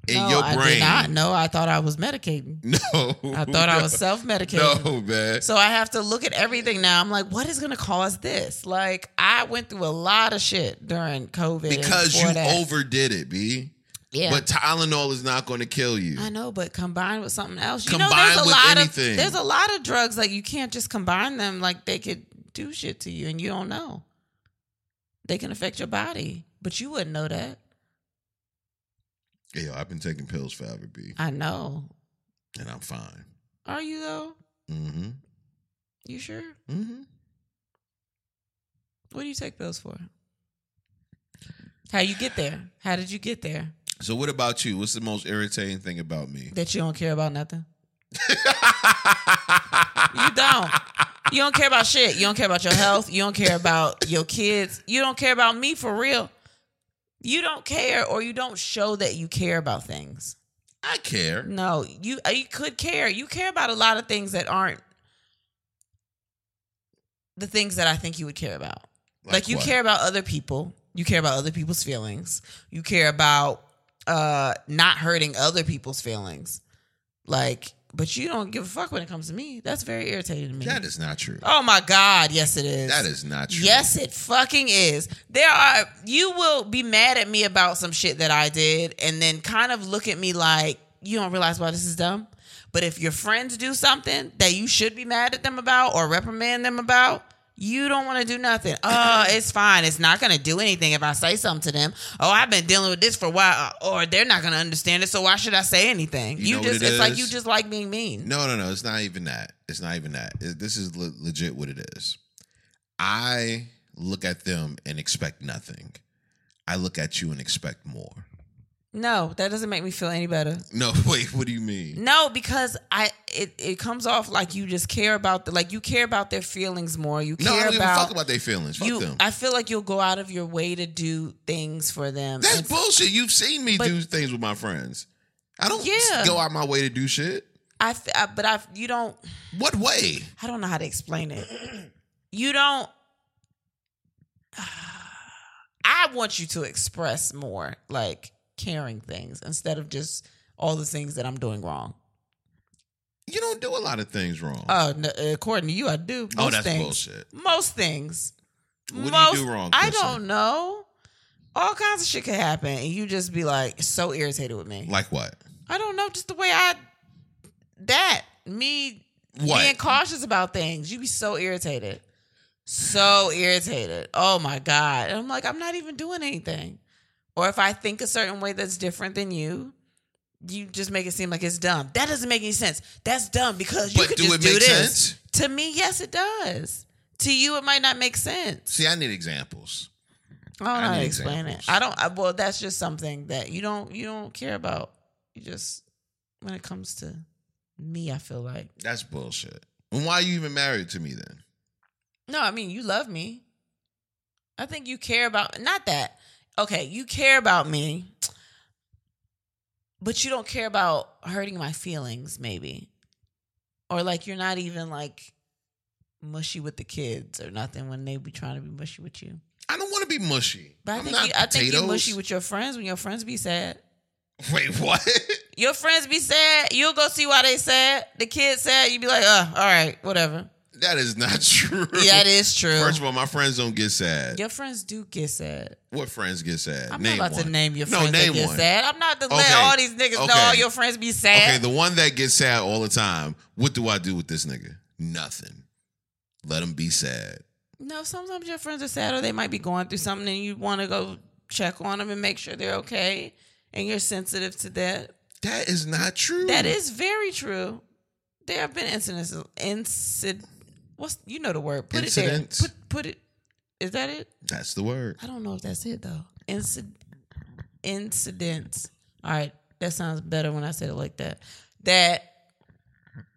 [SPEAKER 1] in
[SPEAKER 2] No,
[SPEAKER 1] your
[SPEAKER 2] I
[SPEAKER 1] brain.
[SPEAKER 2] did not. No, I thought I was medicating.
[SPEAKER 1] <laughs> No, <laughs>
[SPEAKER 2] I thought I was self medicating.
[SPEAKER 1] No, man.
[SPEAKER 2] So I have to look at everything now. I'm like, what is going to cause this? Like, I went through a lot of shit during COVID and
[SPEAKER 1] Because
[SPEAKER 2] before
[SPEAKER 1] you
[SPEAKER 2] that.
[SPEAKER 1] overdid it, B.
[SPEAKER 2] yeah.
[SPEAKER 1] But Tylenol is not going to kill you.
[SPEAKER 2] I know, but combined with something else, you know,
[SPEAKER 1] Combined
[SPEAKER 2] there's a
[SPEAKER 1] with
[SPEAKER 2] lot
[SPEAKER 1] anything.
[SPEAKER 2] of there's a lot of drugs like you can't just combine them. Like they could do shit to you, and you don't know. They can affect your body, but you wouldn't know that.
[SPEAKER 1] Yo, I've been taking pills forever, B,
[SPEAKER 2] I know.
[SPEAKER 1] and I'm fine.
[SPEAKER 2] Are you though?
[SPEAKER 1] Mm-hmm.
[SPEAKER 2] You sure?
[SPEAKER 1] Mm-hmm.
[SPEAKER 2] What do you take pills for? How you get there? How did you get there?
[SPEAKER 1] So, what about you? What's the most irritating thing about me? <laughs>
[SPEAKER 2] That you don't care about nothing. You don't. You don't care about shit. You don't care about your health. You don't care about your kids. You don't care about me for real. You don't care or you don't show that you care about things.
[SPEAKER 1] I care.
[SPEAKER 2] No, you uh, you could care. You care about a lot of things that aren't the things that I think you would care about. Like, you
[SPEAKER 1] what?
[SPEAKER 2] care about other people. You care about other people's feelings. You care about uh not hurting other people's feelings. Like but you don't give a fuck when it comes to me. That's very irritating to me.
[SPEAKER 1] That is not true.
[SPEAKER 2] Oh my God, yes it is.
[SPEAKER 1] That is not true.
[SPEAKER 2] Yes, it fucking is. There are you will be mad at me about some shit that I did and then kind of look at me like you don't realize why this is dumb. But if your friends do something that you should be mad at them about or reprimand them about, you don't want to do
[SPEAKER 1] <clears throat>
[SPEAKER 2] nothing. Oh, it's fine. It's not going to do anything if I say something to them. Oh, I've been dealing with this for a while, or they're not going to understand it. So why should I say anything?
[SPEAKER 1] You
[SPEAKER 2] You,
[SPEAKER 1] know what
[SPEAKER 2] just—it's
[SPEAKER 1] it
[SPEAKER 2] like
[SPEAKER 1] is?
[SPEAKER 2] you just like being mean.
[SPEAKER 1] No, no, no. It's not even that. It's not even that. It- this is le- legit what it is. I look at them and expect nothing. I look at you and expect more.
[SPEAKER 2] no, that doesn't make me feel any better.
[SPEAKER 1] No, <laughs> wait. What do you mean?
[SPEAKER 2] No, because I it, it comes off like you just care about the like you care about their feelings more. You
[SPEAKER 1] No, I
[SPEAKER 2] care
[SPEAKER 1] don't give a
[SPEAKER 2] about,
[SPEAKER 1] fuck about their feelings. Fuck
[SPEAKER 2] you.
[SPEAKER 1] them.
[SPEAKER 2] I feel like you'll go out of your way to do things for them.
[SPEAKER 1] That's
[SPEAKER 2] And
[SPEAKER 1] bullshit. You've seen me
[SPEAKER 2] But-
[SPEAKER 1] do things with my friends. I don't
[SPEAKER 2] Yeah.
[SPEAKER 1] go out my way to do shit.
[SPEAKER 2] I, f- I- but I you don't
[SPEAKER 1] What way?
[SPEAKER 2] I don't know how to explain
[SPEAKER 1] <clears throat>
[SPEAKER 2] it. You don't. <sighs> I want you to express more. Like caring things instead of just all the things that I'm doing wrong.
[SPEAKER 1] You don't do a lot of things wrong.
[SPEAKER 2] Uh, no, according to you, I do. Most
[SPEAKER 1] oh, that's
[SPEAKER 2] things.
[SPEAKER 1] bullshit.
[SPEAKER 2] Most things.
[SPEAKER 1] What do you do wrong?
[SPEAKER 2] I
[SPEAKER 1] Kristen?
[SPEAKER 2] don't know. All kinds of shit could happen, and you just be like so irritated with me.
[SPEAKER 1] Like what?
[SPEAKER 2] I don't know, just the way I that me
[SPEAKER 1] What?
[SPEAKER 2] being cautious about things. You be so irritated, so irritated. Oh my god! And I'm like, I'm not even doing anything. Or if I think a certain way that's different than you, you just make it seem like it's dumb. That doesn't make any sense. That's dumb because you
[SPEAKER 1] But
[SPEAKER 2] could
[SPEAKER 1] do
[SPEAKER 2] just
[SPEAKER 1] it
[SPEAKER 2] do
[SPEAKER 1] make
[SPEAKER 2] this.
[SPEAKER 1] sense?
[SPEAKER 2] To me, yes, it does. To you, it might not make sense.
[SPEAKER 1] See, I need examples.
[SPEAKER 2] I don't
[SPEAKER 1] I
[SPEAKER 2] know how to
[SPEAKER 1] need
[SPEAKER 2] explain
[SPEAKER 1] examples.
[SPEAKER 2] it. I don't. I, well, that's just something that you don't you don't care about. You just when it comes to me, I feel like
[SPEAKER 1] That's bullshit. And why are you even married to me then?
[SPEAKER 2] no. I mean, you love me. I think you care about not that. Okay, you care about me, but you don't care about hurting my feelings, maybe, or like you're not even like mushy with the kids or nothing when they be trying to be mushy with you.
[SPEAKER 1] I don't want to be mushy.
[SPEAKER 2] But I
[SPEAKER 1] I'm
[SPEAKER 2] think
[SPEAKER 1] not
[SPEAKER 2] you, I think you're
[SPEAKER 1] potatoes.
[SPEAKER 2] mushy with your friends when your friends be sad.
[SPEAKER 1] <laughs> Wait, what?
[SPEAKER 2] Your friends be sad. You'll go see why they sad. The kids sad. You be like, uh, all right, whatever.
[SPEAKER 1] that is not <laughs> true.
[SPEAKER 2] Yeah, it is true.
[SPEAKER 1] First of all, my friends don't get sad.
[SPEAKER 2] your friends do get sad.
[SPEAKER 1] What friends get sad?
[SPEAKER 2] I'm
[SPEAKER 1] name
[SPEAKER 2] not about
[SPEAKER 1] one.
[SPEAKER 2] to name your
[SPEAKER 1] No,
[SPEAKER 2] friends
[SPEAKER 1] name
[SPEAKER 2] that get
[SPEAKER 1] one.
[SPEAKER 2] sad. I'm not to
[SPEAKER 1] Okay.
[SPEAKER 2] let all these niggas know
[SPEAKER 1] Okay.
[SPEAKER 2] all your friends be
[SPEAKER 1] Okay,
[SPEAKER 2] sad.
[SPEAKER 1] the one that gets sad all the time. What do I do with this nigga? Nothing. Let him be sad.
[SPEAKER 2] no, sometimes your friends are sad or they might be going through something and you want to go check on them and make sure they're okay. And you're sensitive to that.
[SPEAKER 1] That is not true.
[SPEAKER 2] That is very true. There have been incidents. Incid, what's you know the word? Put
[SPEAKER 1] Incidents.
[SPEAKER 2] it there. Put put it. Is that it?
[SPEAKER 1] That's the word.
[SPEAKER 2] I don't know if that's it though. Incid, incidents. All right, that sounds better when I said it like that. That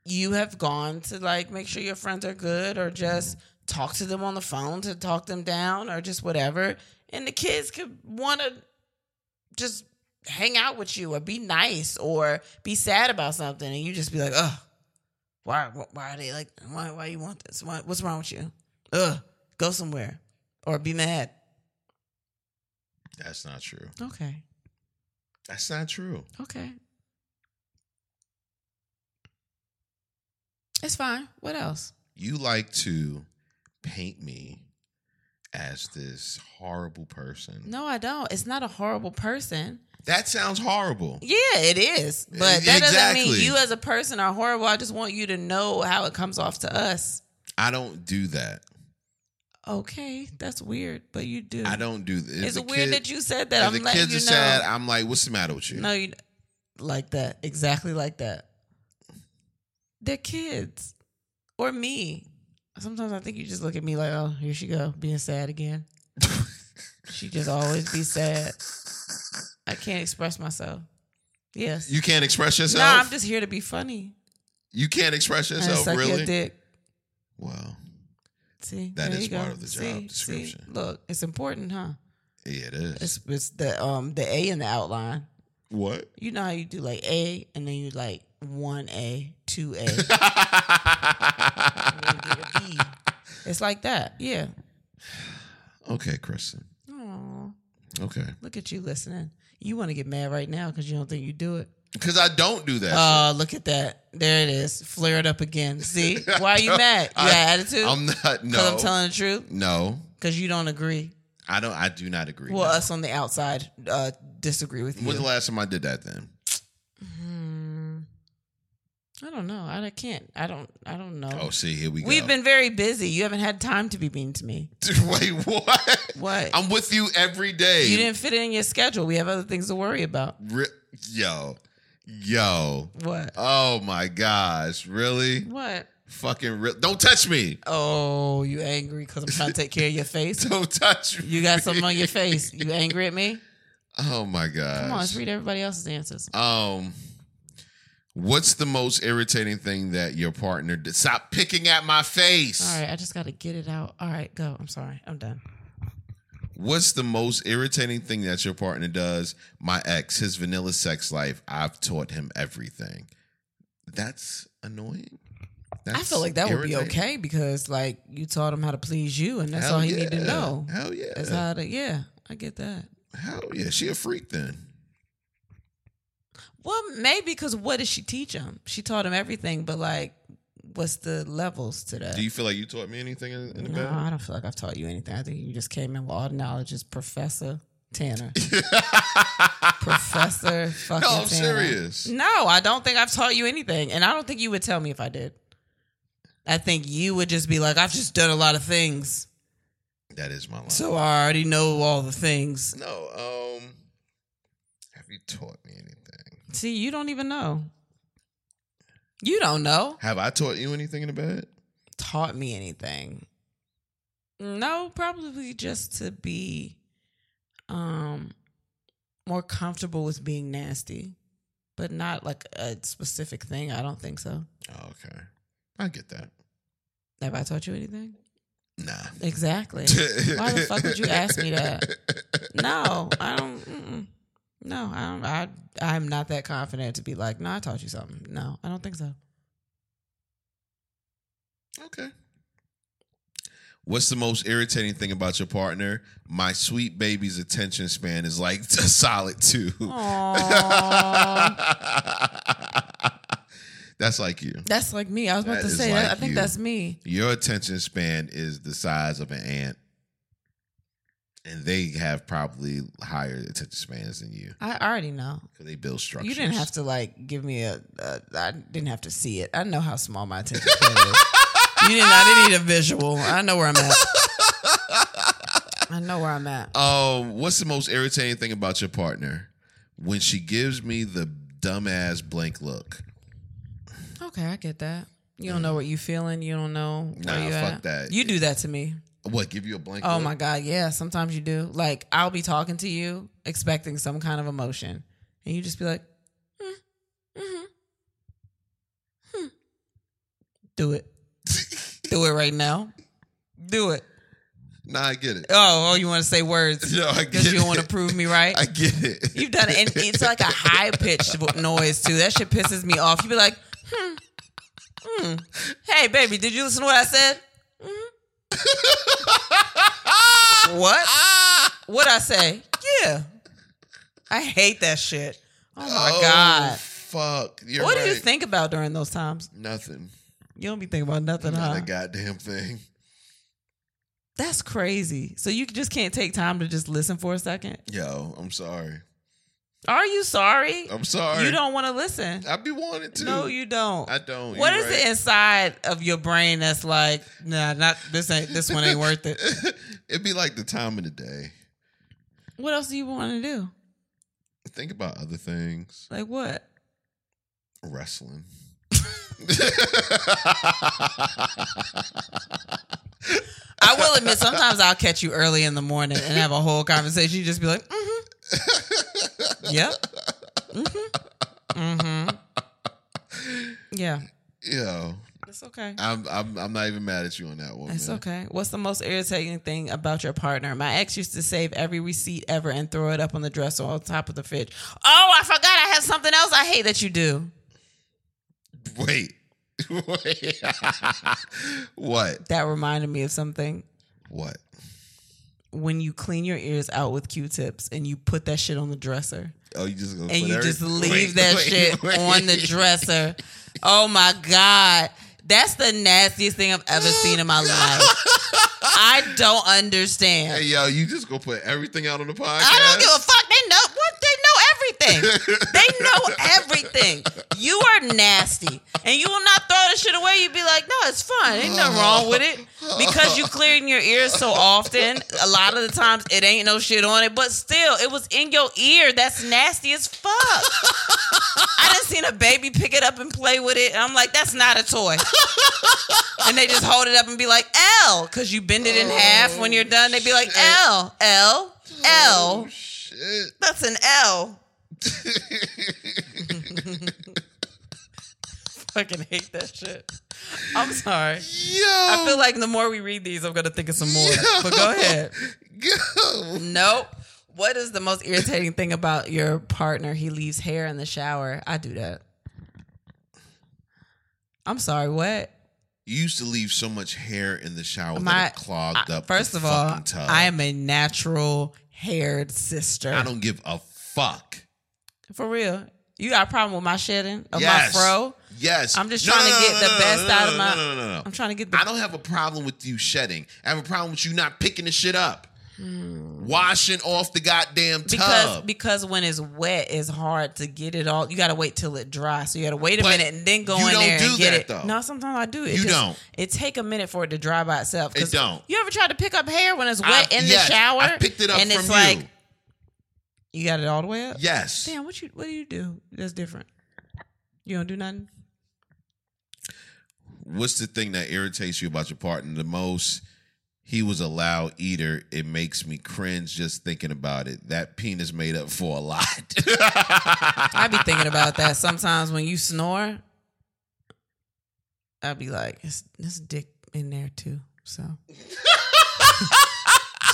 [SPEAKER 2] you have gone to like make sure your friends are good, or just talk to them on the phone to talk them down, or just whatever. And the kids could want to just hang out with you, or be nice, or be sad about something, and you just be like, ugh. Why? Why are they like? Why? Why you want this? Why, what's wrong with you? Ugh, go somewhere or be mad.
[SPEAKER 1] That's not true.
[SPEAKER 2] Okay.
[SPEAKER 1] That's not true.
[SPEAKER 2] Okay. It's fine. What else?
[SPEAKER 1] You like to paint me as this horrible person.
[SPEAKER 2] No, I don't. It's not a horrible person.
[SPEAKER 1] That sounds horrible.
[SPEAKER 2] Yeah, it is. But that doesn't
[SPEAKER 1] Exactly.
[SPEAKER 2] mean you as a person are horrible. I just want you to know how it comes off to us.
[SPEAKER 1] I don't do that.
[SPEAKER 2] Okay. That's weird, but you do.
[SPEAKER 1] I don't do that.
[SPEAKER 2] It's weird that you said that.
[SPEAKER 1] If
[SPEAKER 2] I'm
[SPEAKER 1] the
[SPEAKER 2] letting
[SPEAKER 1] kids
[SPEAKER 2] you
[SPEAKER 1] are
[SPEAKER 2] know.
[SPEAKER 1] sad, I'm like, what's the matter with you?
[SPEAKER 2] no, you like that. Exactly like that. They're kids. Or me. Sometimes I think you just look at me like, oh, here she go, being
[SPEAKER 1] <laughs>
[SPEAKER 2] sad again. she just always be sad. I can't express myself. Yes.
[SPEAKER 1] You can't express yourself.
[SPEAKER 2] Nah, I'm just here to be funny.
[SPEAKER 1] you can't express
[SPEAKER 2] And
[SPEAKER 1] yourself,
[SPEAKER 2] suck your
[SPEAKER 1] really.
[SPEAKER 2] dick.
[SPEAKER 1] Wow.
[SPEAKER 2] See,
[SPEAKER 1] That
[SPEAKER 2] that
[SPEAKER 1] is
[SPEAKER 2] is
[SPEAKER 1] part of the job description.
[SPEAKER 2] look, it's important, huh?
[SPEAKER 1] Yeah, it is.
[SPEAKER 2] It's it's the um the A in the outline.
[SPEAKER 1] what?
[SPEAKER 2] You know how you do like A and then you like one A, two A. and then get a B. It's like that. Yeah.
[SPEAKER 1] <laughs> okay, Kristen.
[SPEAKER 2] Aw,
[SPEAKER 1] Okay.
[SPEAKER 2] look at you listening. You want to get mad right now because you don't think you do it.
[SPEAKER 1] Because I don't do that. shit.
[SPEAKER 2] Oh, look at that. There it is. Flared up again. See?
[SPEAKER 1] <laughs>
[SPEAKER 2] Why are you mad? You
[SPEAKER 1] I-
[SPEAKER 2] had attitude?
[SPEAKER 1] I'm
[SPEAKER 2] <laughs>
[SPEAKER 1] not.
[SPEAKER 2] Because
[SPEAKER 1] No.
[SPEAKER 2] I'm telling the truth?
[SPEAKER 1] no.
[SPEAKER 2] Because you don't agree.
[SPEAKER 1] I don't. I do not agree.
[SPEAKER 2] Well,
[SPEAKER 1] no.
[SPEAKER 2] us on the outside uh, disagree with you.
[SPEAKER 1] When's the last time I did that then?
[SPEAKER 2] Hmm. I don't know. I can't. I don't. I don't know.
[SPEAKER 1] Oh, see, here we
[SPEAKER 2] We've
[SPEAKER 1] go.
[SPEAKER 2] been very busy. You haven't had time to be mean to me.
[SPEAKER 1] <laughs> Wait, what?
[SPEAKER 2] What?
[SPEAKER 1] I'm with you every day.
[SPEAKER 2] you didn't fit in your schedule. We have other things to worry about.
[SPEAKER 1] Re- yo, yo.
[SPEAKER 2] What?
[SPEAKER 1] Oh my gosh, really?
[SPEAKER 2] What?
[SPEAKER 1] Fucking real. Don't touch me. <laughs>
[SPEAKER 2] Oh, you angry because I'm trying to take care of your face?
[SPEAKER 1] Don't touch me.
[SPEAKER 2] You got something on your face. You angry at me?
[SPEAKER 1] Oh my gosh.
[SPEAKER 2] Come on, let's read everybody else's answers.
[SPEAKER 1] Um, what's the most irritating thing that your partner did? Stop picking at my face.
[SPEAKER 2] All right, I just got to get it out. All right, go. I'm sorry. I'm done.
[SPEAKER 1] What's the most irritating thing that your partner does? My ex, his vanilla sex life. I've taught him everything. That's annoying.
[SPEAKER 2] I feel like that would be
[SPEAKER 1] irritating.
[SPEAKER 2] okay because, like, you taught him how to please you, and that's
[SPEAKER 1] Hell
[SPEAKER 2] all he
[SPEAKER 1] yeah.
[SPEAKER 2] needed to know.
[SPEAKER 1] Hell yeah.
[SPEAKER 2] That's how to, yeah, I get that.
[SPEAKER 1] Hell yeah. She a freak then.
[SPEAKER 2] Well, maybe because what did she teach him? She taught him everything, but like, what's the levels to that?
[SPEAKER 1] Do you feel like you taught me anything in, in the
[SPEAKER 2] no, I don't feel like I've taught you anything. I think you just came in with all the knowledge. Is Professor Tanner,
[SPEAKER 1] bed? <laughs>
[SPEAKER 2] Professor fucking
[SPEAKER 1] No, I'm
[SPEAKER 2] Tanner.
[SPEAKER 1] serious.
[SPEAKER 2] No, I don't think I've taught you anything, and I don't think you would tell me if I did. I think you would just be like, I've just done a lot of things,
[SPEAKER 1] that is my line.
[SPEAKER 2] so I already know all the things.
[SPEAKER 1] no, um, have you taught me anything?
[SPEAKER 2] See, you don't even know. You don't know.
[SPEAKER 1] Have I taught you anything in the bed?
[SPEAKER 2] taught me anything. No, probably just to be um more comfortable with being nasty, but not like a specific thing. I don't think so.
[SPEAKER 1] Oh, okay. I get that.
[SPEAKER 2] Have I taught you anything?
[SPEAKER 1] Nah. <laughs>
[SPEAKER 2] Exactly. Why the fuck would you ask me that? No, I don't. Mm-mm. No, I don't. I I'm not that confident to be like, no, I taught you something. No, I don't think so.
[SPEAKER 1] Okay. What's the most irritating thing about your partner? My sweet baby's attention span is like <laughs> a solid two.
[SPEAKER 2] Aww.
[SPEAKER 1] <laughs> That's like you.
[SPEAKER 2] that's like me. I was about
[SPEAKER 1] That
[SPEAKER 2] to
[SPEAKER 1] is
[SPEAKER 2] say. that.
[SPEAKER 1] like
[SPEAKER 2] I think
[SPEAKER 1] you.
[SPEAKER 2] that's me.
[SPEAKER 1] Your attention span is the size of an ant. And they have probably higher attention spans than you
[SPEAKER 2] I already know.
[SPEAKER 1] because they build structures.
[SPEAKER 2] You didn't have to like give me a. a. I didn't have to see it. I know how small my attention span is. You didn't. I didn't need a visual. I know where I'm at. I know where I'm at.
[SPEAKER 1] Um, what's the most irritating thing about your partner? When she gives me the dumbass blank look.
[SPEAKER 2] Okay, I get that. You don't know what you feeling. You don't know where
[SPEAKER 1] Mm. Nah,
[SPEAKER 2] you
[SPEAKER 1] fuck
[SPEAKER 2] at.
[SPEAKER 1] that.
[SPEAKER 2] You do that to me.
[SPEAKER 1] What? Give you a blank?
[SPEAKER 2] Oh
[SPEAKER 1] look?
[SPEAKER 2] my god, yeah. Sometimes you do. Like I'll be talking to you, expecting some kind of emotion, and you just be like, "Hmm, mhm, hmm. "Do it, do it right now, do it."
[SPEAKER 1] Nah, I get <laughs> it.
[SPEAKER 2] Oh, oh, you want to say
[SPEAKER 1] <laughs>
[SPEAKER 2] words
[SPEAKER 1] Yo, I
[SPEAKER 2] because
[SPEAKER 1] get
[SPEAKER 2] you
[SPEAKER 1] it.
[SPEAKER 2] don't want to prove me right.
[SPEAKER 1] I get
[SPEAKER 2] <laughs>
[SPEAKER 1] it.
[SPEAKER 2] You've done it, and it's like a high pitched noise too. That shit pisses me off. You be like, hmm, hmm. "Hey, baby, did you listen to what I said?" Mhm. what? What I say? Yeah. I hate that shit. Oh my
[SPEAKER 1] Oh,
[SPEAKER 2] god.
[SPEAKER 1] Fuck. You're
[SPEAKER 2] What do you
[SPEAKER 1] right.
[SPEAKER 2] think about during those times?
[SPEAKER 1] Nothing.
[SPEAKER 2] You don't be thinking about nothing,
[SPEAKER 1] Not
[SPEAKER 2] huh?
[SPEAKER 1] a goddamn thing.
[SPEAKER 2] That's crazy. So you just can't take time to just listen for a second.
[SPEAKER 1] Yo, I'm sorry.
[SPEAKER 2] Are you sorry?
[SPEAKER 1] I'm sorry.
[SPEAKER 2] You don't want to listen.
[SPEAKER 1] I'd be wanting to.
[SPEAKER 2] No, you don't.
[SPEAKER 1] I don't.
[SPEAKER 2] What
[SPEAKER 1] You're
[SPEAKER 2] is the inside of your brain that's like, nah, not this ain't this one ain't worth it.
[SPEAKER 1] right. <laughs> It'd be like the time of the day.
[SPEAKER 2] <laughs> What else do you want to do?
[SPEAKER 1] Think about other things.
[SPEAKER 2] Like what?
[SPEAKER 1] Wrestling. <laughs>
[SPEAKER 2] I will admit, sometimes I'll catch you early in the morning and have a whole conversation. You just be like, mm-hmm. <laughs> Yep. Mm-hmm. Mm-hmm. Yeah.
[SPEAKER 1] Yo,
[SPEAKER 2] That's okay.
[SPEAKER 1] I'm I'm I'm not even mad at you on that one.
[SPEAKER 2] That's
[SPEAKER 1] man.
[SPEAKER 2] okay. What's the most irritating thing about your partner? My ex used to save every receipt ever and throw it up on the dresser on top of the fridge. Oh, I forgot I have something else. I hate that you do.
[SPEAKER 1] Wait. Wait. <laughs> what?
[SPEAKER 2] That reminded me of something.
[SPEAKER 1] What?
[SPEAKER 2] When you clean your ears out with Q-tips and you put that shit on the dresser
[SPEAKER 1] Oh, you just gonna
[SPEAKER 2] and
[SPEAKER 1] put
[SPEAKER 2] you
[SPEAKER 1] every-
[SPEAKER 2] just leave
[SPEAKER 1] Wait,
[SPEAKER 2] that
[SPEAKER 1] wait,
[SPEAKER 2] shit
[SPEAKER 1] <laughs> wait.
[SPEAKER 2] on the dresser. Oh my god. That's the nastiest thing I've ever
[SPEAKER 1] Oh
[SPEAKER 2] seen in my life. I don't understand.
[SPEAKER 1] Hey, yo, you just gonna put everything out on the podcast.
[SPEAKER 2] I don't give a fuck. They know what they know everything. they know everything. You are nasty, and you will not throw the shit away. You'd be like, no, it's fun. Ain't nothing wrong with it because you clearing your ears so often. A lot of the times, it ain't no shit on it, but still, it was in your ear. That's nasty as fuck. I done seen a baby pick it up and play with it, and I'm like, that's not a toy. And they just hold it up and be like, L, because you bend it in half when you're done. They'd be like, L, L, L.
[SPEAKER 1] Oh shit. <laughs>
[SPEAKER 2] That's an L. Fucking hate that shit. I'm sorry.
[SPEAKER 1] Yo.
[SPEAKER 2] I
[SPEAKER 1] <laughs>
[SPEAKER 2] feel like the more we read these, I'm gonna think of some more. But go ahead.
[SPEAKER 1] Yo.
[SPEAKER 2] Nope. What is the most irritating thing about your partner? He leaves hair in the shower. I do that. I'm sorry. What?
[SPEAKER 1] You used to leave so much hair in the shower
[SPEAKER 2] My-
[SPEAKER 1] that it clogged
[SPEAKER 2] I-
[SPEAKER 1] up.
[SPEAKER 2] first
[SPEAKER 1] the
[SPEAKER 2] of all,
[SPEAKER 1] fucking tub.
[SPEAKER 2] I am a natural haired sister.
[SPEAKER 1] I don't give a fuck.
[SPEAKER 2] For real. You got a problem with my shedding of
[SPEAKER 1] Yes.
[SPEAKER 2] my fro?
[SPEAKER 1] Yes.
[SPEAKER 2] I'm just
[SPEAKER 1] No,
[SPEAKER 2] trying
[SPEAKER 1] no, no,
[SPEAKER 2] to get
[SPEAKER 1] no,
[SPEAKER 2] the
[SPEAKER 1] no,
[SPEAKER 2] best
[SPEAKER 1] no,
[SPEAKER 2] out
[SPEAKER 1] no, no,
[SPEAKER 2] of my-
[SPEAKER 1] No, no, no, no.
[SPEAKER 2] I'm trying to get the.
[SPEAKER 1] I don't have a problem with you shedding. I have a problem with you not picking the shit up. Washing off the goddamn tub.
[SPEAKER 2] Hmm. because because when it's wet, it's hard to get it all. You gotta wait till it dries. So you gotta wait a
[SPEAKER 1] But
[SPEAKER 2] minute and then go
[SPEAKER 1] you
[SPEAKER 2] in
[SPEAKER 1] don't
[SPEAKER 2] there and
[SPEAKER 1] do
[SPEAKER 2] get
[SPEAKER 1] that,
[SPEAKER 2] it.
[SPEAKER 1] though.
[SPEAKER 2] No, sometimes I do. It
[SPEAKER 1] You don't.
[SPEAKER 2] It take a minute for it to dry by itself. 'Cause
[SPEAKER 1] It don't.
[SPEAKER 2] You ever tried to pick up hair when it's
[SPEAKER 1] I-
[SPEAKER 2] wet in
[SPEAKER 1] yes,
[SPEAKER 2] the shower?
[SPEAKER 1] I picked it up
[SPEAKER 2] and
[SPEAKER 1] from
[SPEAKER 2] it's
[SPEAKER 1] you.
[SPEAKER 2] like you got it all the way up.
[SPEAKER 1] yes.
[SPEAKER 2] Damn, what you what do you do? That's different. You don't do nothing.
[SPEAKER 1] What's the thing that irritates you about your partner the most? He was a loud eater. It makes me cringe just thinking about it. That penis made up for a lot. <laughs>
[SPEAKER 2] I be thinking about that sometimes when you snore. I'd be like, it's, "There's dick in there too." So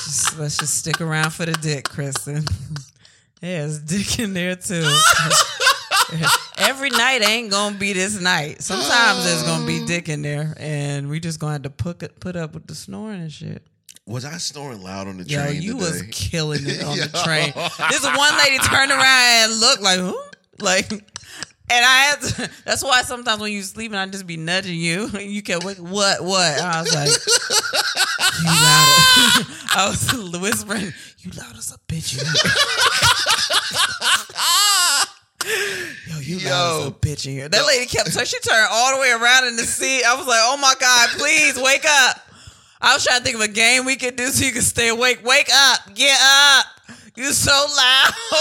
[SPEAKER 2] Just- let's just stick around for the dick, Kristen. yeah, it's dick in there too. Every night ain't gonna be this night. Sometimes there's gonna be dick in there, and we just gonna have to put put up with the snoring and shit.
[SPEAKER 1] was I snoring loud on the
[SPEAKER 2] Yo,
[SPEAKER 1] train
[SPEAKER 2] you
[SPEAKER 1] today?
[SPEAKER 2] was killing it on the
[SPEAKER 1] <laughs> Yo.
[SPEAKER 2] train. This one lady turned around and looked like, who? Like, and I had to, <laughs> that's why sometimes when you sleeping, I just be nudging you. <laughs> You kept wake, what, what? And I was like, you louder. <laughs> I was whispering, you loud as a bitch. in here." <laughs> Yo, you loud as a
[SPEAKER 1] Yo.
[SPEAKER 2] bitch in here. That lady kept, so she turned all the way around in the seat. I was like, oh my God, please wake up. I was trying to think of a game we could do so you could stay awake. Wake up. Get up. You so loud. <laughs>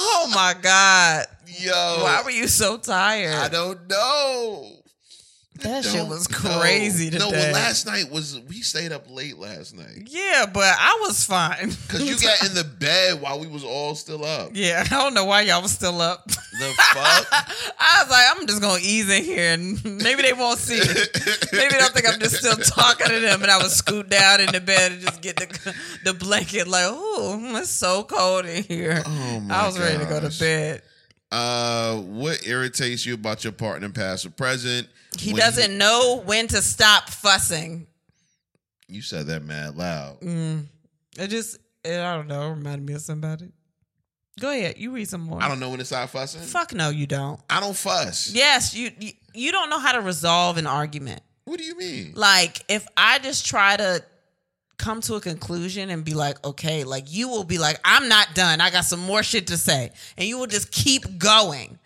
[SPEAKER 2] oh my God.
[SPEAKER 1] Yo.
[SPEAKER 2] Why were you so tired?
[SPEAKER 1] Oh. I don't know.
[SPEAKER 2] that shit
[SPEAKER 1] Don't
[SPEAKER 2] was
[SPEAKER 1] know.
[SPEAKER 2] crazy today.
[SPEAKER 1] No, well, last night was we stayed up late last night
[SPEAKER 2] yeah, but I was
[SPEAKER 1] <laughs>
[SPEAKER 2] fine.
[SPEAKER 1] because you got in the bed while we was all still up.
[SPEAKER 2] <laughs> yeah, I don't know why y'all was still up.
[SPEAKER 1] The
[SPEAKER 2] <laughs>
[SPEAKER 1] fuck?
[SPEAKER 2] I was like, I'm just gonna ease in here, and maybe they won't see. it. Maybe they'll think I'm just still talking to them, and I would scoot down in the bed and just get the the blanket. Like, ooh, it's so cold in here.
[SPEAKER 1] Oh my
[SPEAKER 2] I was ready to go
[SPEAKER 1] gosh.
[SPEAKER 2] to bed.
[SPEAKER 1] Uh, what irritates you about your partner, past or present?
[SPEAKER 2] He
[SPEAKER 1] When
[SPEAKER 2] doesn't know when to stop fussing.
[SPEAKER 1] You, you said that mad loud.
[SPEAKER 2] Mm. It just, it, I don't know, it reminded me of somebody. Go ahead, you read some more.
[SPEAKER 1] I don't know when to stop fussing.
[SPEAKER 2] Fuck no, you don't.
[SPEAKER 1] I don't fuss.
[SPEAKER 2] Yes, you, you you don't know how to resolve an argument.
[SPEAKER 1] What do you mean?
[SPEAKER 2] Like if I just try to come to a conclusion and be like, okay, like you will be like, I'm not done. I got some more shit to say. And you will just keep going.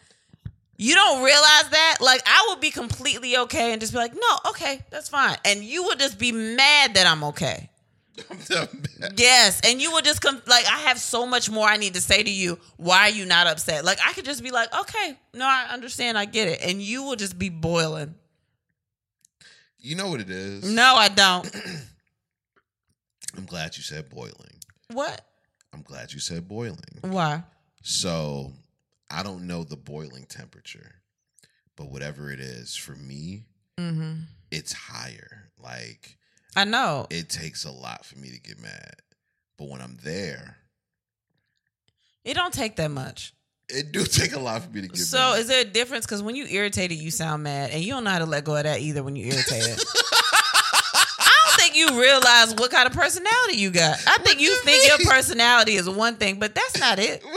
[SPEAKER 2] You don't realize that? Like I would be completely okay and just be like, no, okay, that's fine. And you would just be mad that I'm okay.
[SPEAKER 1] <laughs> I'm done mad.
[SPEAKER 2] Yes, and you would just come like I have so much more I need to say to you. Why are you not upset? Like I could just be like, okay, no, I understand, I get it, and you will just be boiling.
[SPEAKER 1] you know what it is.
[SPEAKER 2] No, I don't. <clears throat>
[SPEAKER 1] I'm glad you said boiling.
[SPEAKER 2] What?
[SPEAKER 1] I'm glad you said boiling.
[SPEAKER 2] Why?
[SPEAKER 1] So I don't know the boiling temperature, but whatever it is, for me,
[SPEAKER 2] Mm-hmm.
[SPEAKER 1] it's higher. Like
[SPEAKER 2] I know.
[SPEAKER 1] it takes a lot for me to get mad. But when I'm there,
[SPEAKER 2] It don't take that much.
[SPEAKER 1] it do <laughs> take a lot for me to get
[SPEAKER 2] So
[SPEAKER 1] mad. <laughs>
[SPEAKER 2] is there a difference? Because when you irritated, you sound mad, and you don't know how to let go of that either. When you
[SPEAKER 1] <laughs>
[SPEAKER 2] irritated, I don't think you realize what kind of personality you got. I think you,
[SPEAKER 1] you
[SPEAKER 2] think
[SPEAKER 1] mean?
[SPEAKER 2] your personality is one thing, but that's not it.
[SPEAKER 1] <laughs>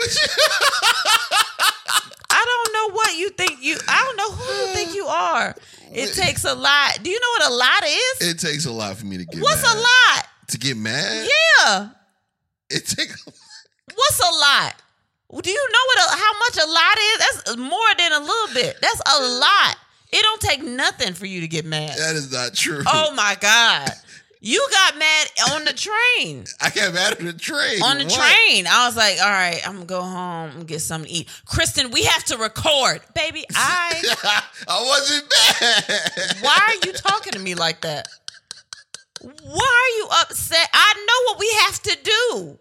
[SPEAKER 2] I don't know what you think you. I don't know who you think you are. It takes a lot. Do you know what a lot is?
[SPEAKER 1] it takes a lot for me to get
[SPEAKER 2] What's
[SPEAKER 1] mad.
[SPEAKER 2] a lot?
[SPEAKER 1] To get mad?
[SPEAKER 2] Yeah.
[SPEAKER 1] It takes a lot.
[SPEAKER 2] What's a lot? Do you know what a, how much a lot is? That's more than a little bit. That's a lot. It don't take nothing for you to get mad.
[SPEAKER 1] That is not true.
[SPEAKER 2] Oh my god. You got mad on the train.
[SPEAKER 1] I got mad at the train.
[SPEAKER 2] On the
[SPEAKER 1] What?
[SPEAKER 2] train. I was like, all right, I'm gonna go home and get something to eat. Kristen, we have to record. Baby, I
[SPEAKER 1] <laughs> I wasn't mad.
[SPEAKER 2] Why are you talking to me like that? Why are you upset? I know what we have to do.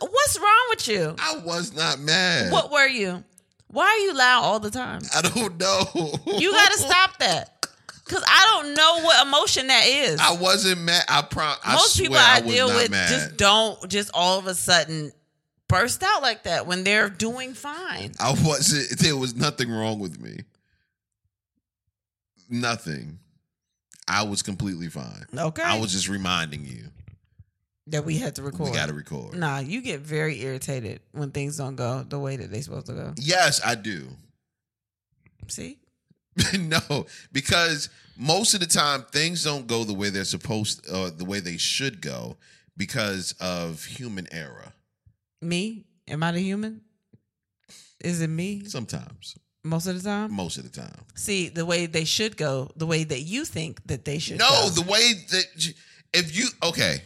[SPEAKER 2] What's wrong with you?
[SPEAKER 1] I was not mad.
[SPEAKER 2] What were you? Why are you loud all the time?
[SPEAKER 1] I don't know.
[SPEAKER 2] You gotta stop that. Cause I don't know what emotion that is.
[SPEAKER 1] I wasn't mad. I prom.
[SPEAKER 2] Most
[SPEAKER 1] I swear
[SPEAKER 2] people I,
[SPEAKER 1] I was
[SPEAKER 2] deal
[SPEAKER 1] not
[SPEAKER 2] with
[SPEAKER 1] mad.
[SPEAKER 2] just don't just all of a sudden burst out like that when they're doing fine.
[SPEAKER 1] I wasn't. There was nothing wrong with me. Nothing. I was completely fine.
[SPEAKER 2] Okay.
[SPEAKER 1] I was just reminding you.
[SPEAKER 2] that we had to record.
[SPEAKER 1] We got to record.
[SPEAKER 2] Nah, you get very irritated when things don't go the way that they supposed to go.
[SPEAKER 1] Yes, I do.
[SPEAKER 2] See?
[SPEAKER 1] <laughs> no, because most of the time things don't go the way they're supposed, uh, the way they should go, because of human error.
[SPEAKER 2] Me? Am I the human? Is it me
[SPEAKER 1] Sometimes,
[SPEAKER 2] most of the time?
[SPEAKER 1] most of the time.
[SPEAKER 2] See, the way they should go, the way that you think that they should
[SPEAKER 1] No,
[SPEAKER 2] go.
[SPEAKER 1] the way that you- if you okay,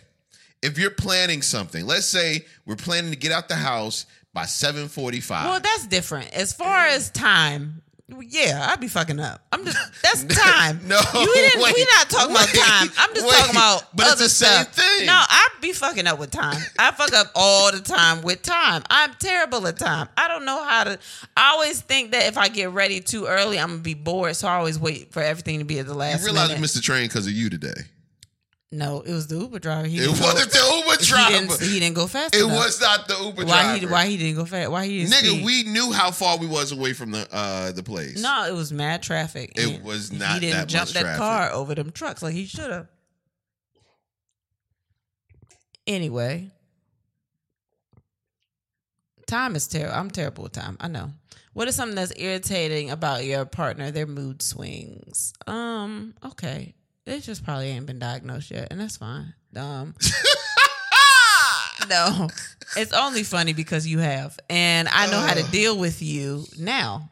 [SPEAKER 1] if you're planning something, let's say we're planning to get out the house by seven forty-five.
[SPEAKER 2] Well, that's different. As far
[SPEAKER 1] Mm.
[SPEAKER 2] as time, yeah, I'd be fucking up.
[SPEAKER 1] <laughs>
[SPEAKER 2] I'm just that's time.
[SPEAKER 1] No,
[SPEAKER 2] you didn't,
[SPEAKER 1] wait,
[SPEAKER 2] we not talking about
[SPEAKER 1] wait,
[SPEAKER 2] time. I'm just
[SPEAKER 1] wait,
[SPEAKER 2] talking about
[SPEAKER 1] but it's
[SPEAKER 2] other
[SPEAKER 1] the same
[SPEAKER 2] stuff.
[SPEAKER 1] thing.
[SPEAKER 2] No, I'd be fucking up with time. I fuck up all the time with time. I'm terrible at time. I don't know how to. I always think that if I get ready too early, I'm gonna be bored. So I always wait for everything to be at the
[SPEAKER 1] you
[SPEAKER 2] last
[SPEAKER 1] realize we
[SPEAKER 2] minute.
[SPEAKER 1] missed the train because of you today.
[SPEAKER 2] no, it was the Uber driver. He
[SPEAKER 1] It
[SPEAKER 2] didn't go-
[SPEAKER 1] wasn't the Uber
[SPEAKER 2] <laughs> He
[SPEAKER 1] driver.
[SPEAKER 2] didn't, he didn't go fast.
[SPEAKER 1] It
[SPEAKER 2] enough.
[SPEAKER 1] was not the Uber
[SPEAKER 2] why
[SPEAKER 1] driver.
[SPEAKER 2] he why he didn't go fast. Why he didn't
[SPEAKER 1] Nigga,
[SPEAKER 2] speed?
[SPEAKER 1] we knew how far we was away from the uh the place. <laughs>
[SPEAKER 2] No, it was mad traffic.
[SPEAKER 1] It
[SPEAKER 2] and
[SPEAKER 1] was not
[SPEAKER 2] He didn't
[SPEAKER 1] that
[SPEAKER 2] jump
[SPEAKER 1] much
[SPEAKER 2] that
[SPEAKER 1] traffic.
[SPEAKER 2] car over them trucks like he should have. Anyway, time is terrible. I'm terrible with time. I know. What is something that's irritating about your partner? Their mood swings. Um. Okay. They just probably ain't been diagnosed yet, and that's fine. Um. no, it's only funny because you have, and I know how to
[SPEAKER 1] Ugh.
[SPEAKER 2] deal with you now.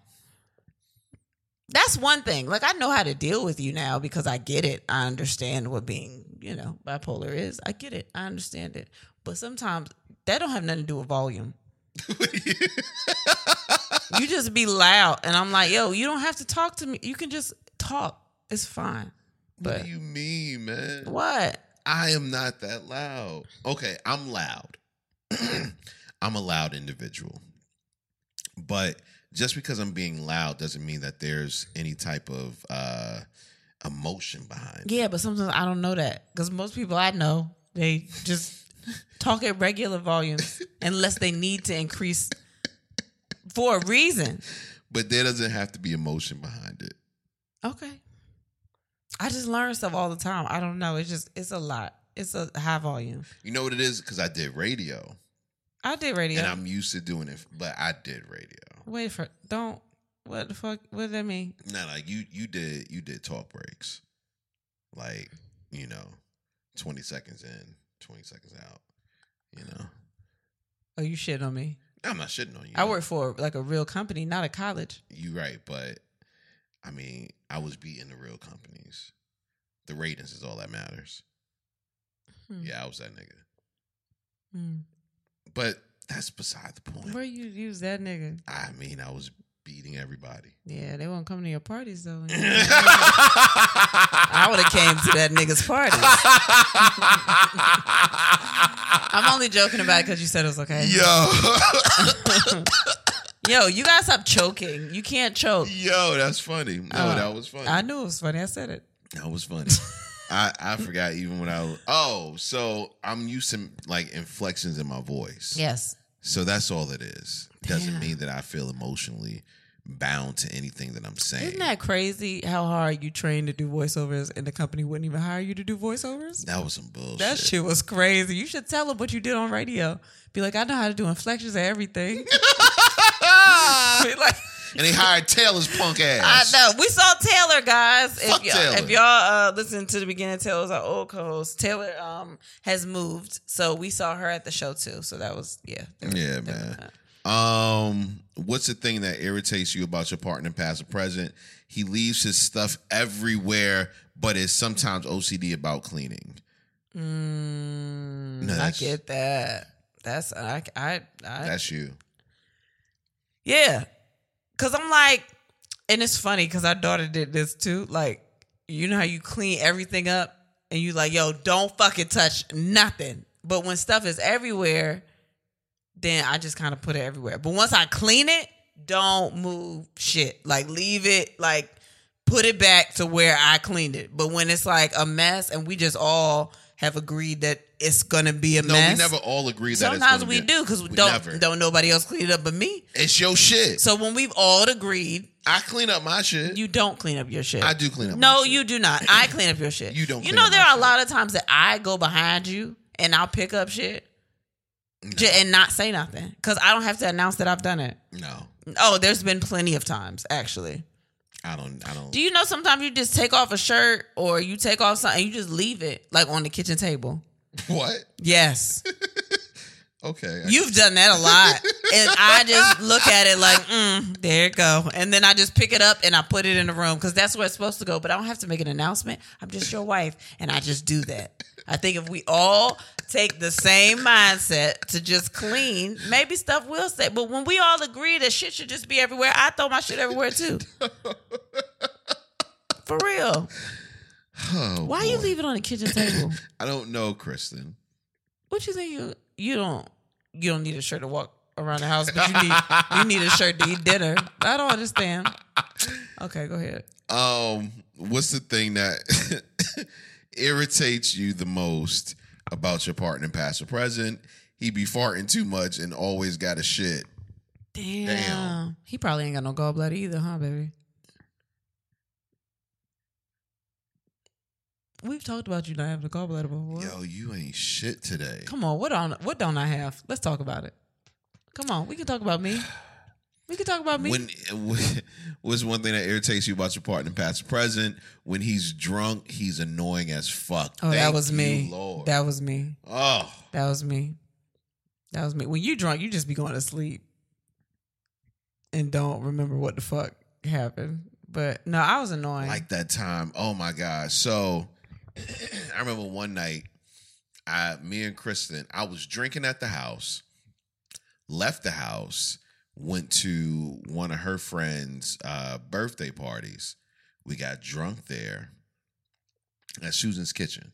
[SPEAKER 2] That's one thing. Like I know how to deal with you now because I get it. I understand what being, you know, bipolar is. I get it. I understand it. But sometimes that don't have nothing to do with volume. you just be loud, and I'm like, yo, you don't have to talk to me. You can just talk. It's fine.
[SPEAKER 1] What
[SPEAKER 2] But
[SPEAKER 1] do you mean, man?
[SPEAKER 2] what?
[SPEAKER 1] I am not that loud. Okay, I'm loud. <clears throat> I'm a loud individual. But just because I'm being loud doesn't mean that there's any type of uh emotion behind it.
[SPEAKER 2] Yeah, but sometimes I don't know that because most people I know they just talk at
[SPEAKER 1] <laughs>
[SPEAKER 2] regular volumes unless they need to increase for a reason.
[SPEAKER 1] But there doesn't have to be emotion behind it.
[SPEAKER 2] Okay, I just learn stuff all the time. I don't know. It's just it's a lot. It's a high volume.
[SPEAKER 1] You know what it is? Because I did radio.
[SPEAKER 2] I did radio.
[SPEAKER 1] And I'm used to doing it, but I did radio.
[SPEAKER 2] Wait for don't. What the fuck? What does that mean?
[SPEAKER 1] No, like you you did you did talk breaks. Like, you know, twenty seconds in, twenty seconds out. You know.
[SPEAKER 2] Oh, you shit on me.
[SPEAKER 1] I'm not shitting on you.
[SPEAKER 2] I work for like a real company, not a college.
[SPEAKER 1] You right, but I mean, I was beating the real companies. The ratings is all that matters.
[SPEAKER 2] Hmm.
[SPEAKER 1] Yeah, I was that nigga.
[SPEAKER 2] Hmm.
[SPEAKER 1] But that's beside the point.
[SPEAKER 2] Where you use that nigga?
[SPEAKER 1] I mean, I was beating
[SPEAKER 2] <laughs>
[SPEAKER 1] everybody.
[SPEAKER 2] Yeah, they won't come to your parties though.
[SPEAKER 1] <laughs>
[SPEAKER 2] I
[SPEAKER 1] I
[SPEAKER 2] would
[SPEAKER 1] <laughs>
[SPEAKER 2] have came to that nigga's party. <laughs> I'm only joking about it because you said it was okay.
[SPEAKER 1] Yo,
[SPEAKER 2] <laughs> Yo, you guys stop choking. You can't choke.
[SPEAKER 1] yo, that's funny. No,
[SPEAKER 2] Uh,
[SPEAKER 1] that was funny.
[SPEAKER 2] I knew it was funny. I said it.
[SPEAKER 1] That was
[SPEAKER 2] <laughs>
[SPEAKER 1] funny. I, I forgot even when I was, oh so I'm used to like inflections in my voice.
[SPEAKER 2] Yes.
[SPEAKER 1] So that's all it is. Doesn't
[SPEAKER 2] Damn.
[SPEAKER 1] mean that I feel emotionally bound to anything that I'm saying.
[SPEAKER 2] Isn't that crazy how hard you trained to do voiceovers and the company wouldn't even hire you to do voiceovers?
[SPEAKER 1] That was some bullshit.
[SPEAKER 2] That shit was crazy. You should tell them what you did on radio. Be like, I know how to do inflections and everything. <laughs> Be like,
[SPEAKER 1] and they hired Taylor's punk
[SPEAKER 2] <laughs> I
[SPEAKER 1] ass.
[SPEAKER 2] know. We saw Taylor, guys.
[SPEAKER 1] Fuck
[SPEAKER 2] if y'all,
[SPEAKER 1] Taylor.
[SPEAKER 2] If y'all uh, listen to the beginning, Taylor's our old co-host. Taylor um, has moved, so we saw her at the show too. So that was yeah. that was-
[SPEAKER 1] Yeah,
[SPEAKER 2] that was
[SPEAKER 1] man.
[SPEAKER 2] fun.
[SPEAKER 1] Um, what's the thing that irritates you about your partner, past or present? He leaves his stuff everywhere, but is sometimes OCD about cleaning.
[SPEAKER 2] Mm,
[SPEAKER 1] No,
[SPEAKER 2] I
[SPEAKER 1] that's-
[SPEAKER 2] get that. That's I I, I
[SPEAKER 1] That's you.
[SPEAKER 2] yeah. Cause I'm like, and it's funny because our daughter did this too. Like, you know how you clean everything up and you like, yo, don't fucking touch nothing. But when stuff is everywhere, then I just kind of put it everywhere. But once I clean it, don't move shit. Like leave it, like put it back to where I cleaned it. But when it's like a mess and we just all have agreed that it's gonna be a
[SPEAKER 1] No,
[SPEAKER 2] mess.
[SPEAKER 1] we never all agree that. it's
[SPEAKER 2] Sometimes
[SPEAKER 1] gonna
[SPEAKER 2] we
[SPEAKER 1] be-
[SPEAKER 2] do because
[SPEAKER 1] we
[SPEAKER 2] don't
[SPEAKER 1] never.
[SPEAKER 2] don't nobody else clean it up but me.
[SPEAKER 1] It's your shit.
[SPEAKER 2] So when we've all agreed,
[SPEAKER 1] I clean up my shit.
[SPEAKER 2] you don't clean up your shit.
[SPEAKER 1] I do clean up. my
[SPEAKER 2] No,
[SPEAKER 1] shit.
[SPEAKER 2] you do not. I clean up your shit.
[SPEAKER 1] You don't
[SPEAKER 2] You
[SPEAKER 1] clean
[SPEAKER 2] know
[SPEAKER 1] up
[SPEAKER 2] there
[SPEAKER 1] my
[SPEAKER 2] are a
[SPEAKER 1] shit.
[SPEAKER 2] lot of times that I go behind you and I'll pick up shit ju- and not say nothing because I don't have to announce that I've done it.
[SPEAKER 1] No,
[SPEAKER 2] Oh, there's been plenty of times actually.
[SPEAKER 1] I don't. I don't.
[SPEAKER 2] Do you know sometimes you just take off a shirt or you take off something and you just leave it like on the kitchen table?
[SPEAKER 1] what?
[SPEAKER 2] Yes.
[SPEAKER 1] Okay. I-
[SPEAKER 2] You've done that a lot. And I just look at it like, mm, there it go. And then I just pick it up and I put it in the room because that's where it's supposed to go. But I don't have to make an announcement. I'm just your wife. And I just do that. I think if we all take the same mindset to just clean, maybe stuff will stay. But when we all agree that shit should just be everywhere, I throw my shit everywhere too. For real.
[SPEAKER 1] oh,
[SPEAKER 2] Why you
[SPEAKER 1] boy.
[SPEAKER 2] leave it on the kitchen table?
[SPEAKER 1] I don't know, Kristen.
[SPEAKER 2] What you think you you don't you don't need a shirt to walk around the house, but you need you need a shirt to eat dinner. I don't understand. Okay, go ahead.
[SPEAKER 1] Um, what's the thing that <laughs> irritates you the most about your partner, past or present? He be farting too much and always got a shit.
[SPEAKER 2] Damn.
[SPEAKER 1] Damn.
[SPEAKER 2] He probably ain't got no gallbladder either, huh, baby? We've talked about you not having a gallbladder before.
[SPEAKER 1] Yo, you ain't shit today.
[SPEAKER 2] Come on, what on what don't I have? Let's talk about it. Come on, we can talk about me. We can talk about me.
[SPEAKER 1] When <laughs> what's one thing that irritates you about your partner, past or present? When he's drunk, he's annoying as fuck.
[SPEAKER 2] oh, that
[SPEAKER 1] Thank
[SPEAKER 2] was
[SPEAKER 1] you,
[SPEAKER 2] me.
[SPEAKER 1] Lord.
[SPEAKER 2] That was me.
[SPEAKER 1] oh,
[SPEAKER 2] That was me. That was me. When you drunk, you just be going to sleep and don't remember what the fuck happened. But no, I was annoying.
[SPEAKER 1] like that time. Oh my god. So <clears throat> I remember one night, I me and Kristen, I was drinking at the house, left the house, went to one of her friends' uh, birthday parties. We got drunk there at Susan's kitchen.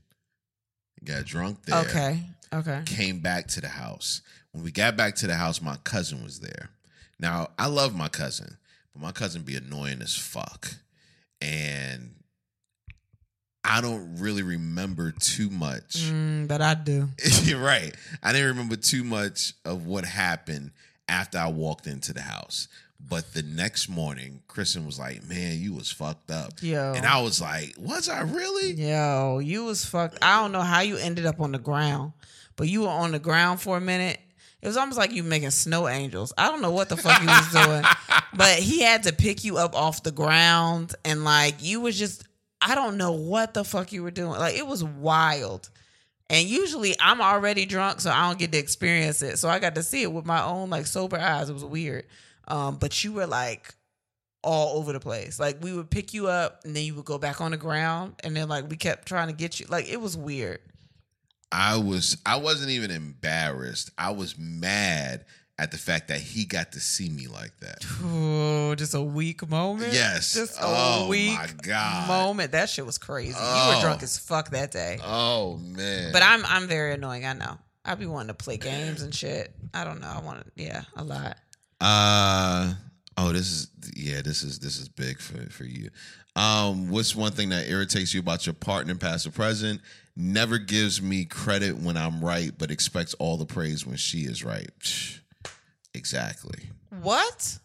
[SPEAKER 1] Got drunk there.
[SPEAKER 2] okay, okay.
[SPEAKER 1] Came back to the house. When we got back to the house, my cousin was there. Now, I love my cousin, but my cousin be annoying as fuck. And I don't really remember too much.
[SPEAKER 2] Mm, but I do.
[SPEAKER 1] <laughs> You're right. I didn't remember too much of what happened after I walked into the house. But the next morning, Kristen was like, Man, you was fucked up.
[SPEAKER 2] Yo.
[SPEAKER 1] And I was like, Was I really?
[SPEAKER 2] Yo, you was fucked. I don't know how you ended up on the ground, but you were on the ground for a minute. It was almost like you making snow angels. I don't know what the fuck you was doing, but he had to pick you up off the ground and like you was just I don't know what the fuck you were doing. Like it was wild. And usually I'm already drunk, so I don't get to experience it. So I got to see it with my own like sober eyes. It was weird. Um, but you were like all over the place. Like we would pick you up and then you would go back on the ground and then like we kept trying to get you. Like it was weird.
[SPEAKER 1] I was I wasn't even embarrassed. I was mad at the fact that he got to see me like that.
[SPEAKER 2] Oh, <sighs> just a weak moment.
[SPEAKER 1] Yes.
[SPEAKER 2] Just a
[SPEAKER 1] Oh,
[SPEAKER 2] weak
[SPEAKER 1] my God.
[SPEAKER 2] moment. That shit was crazy. You
[SPEAKER 1] Oh.
[SPEAKER 2] were drunk as fuck that day.
[SPEAKER 1] Oh man.
[SPEAKER 2] But I'm I'm very annoying, I know. I be wanting to play games and shit. I don't know. I want to, yeah, a lot.
[SPEAKER 1] uh oh this is yeah, this is this is big for for you. Um what's one thing that irritates you about your partner past or present? Never gives me credit when I'm right but expects all the praise when she is right. <sighs> Psh, Exactly.
[SPEAKER 2] What?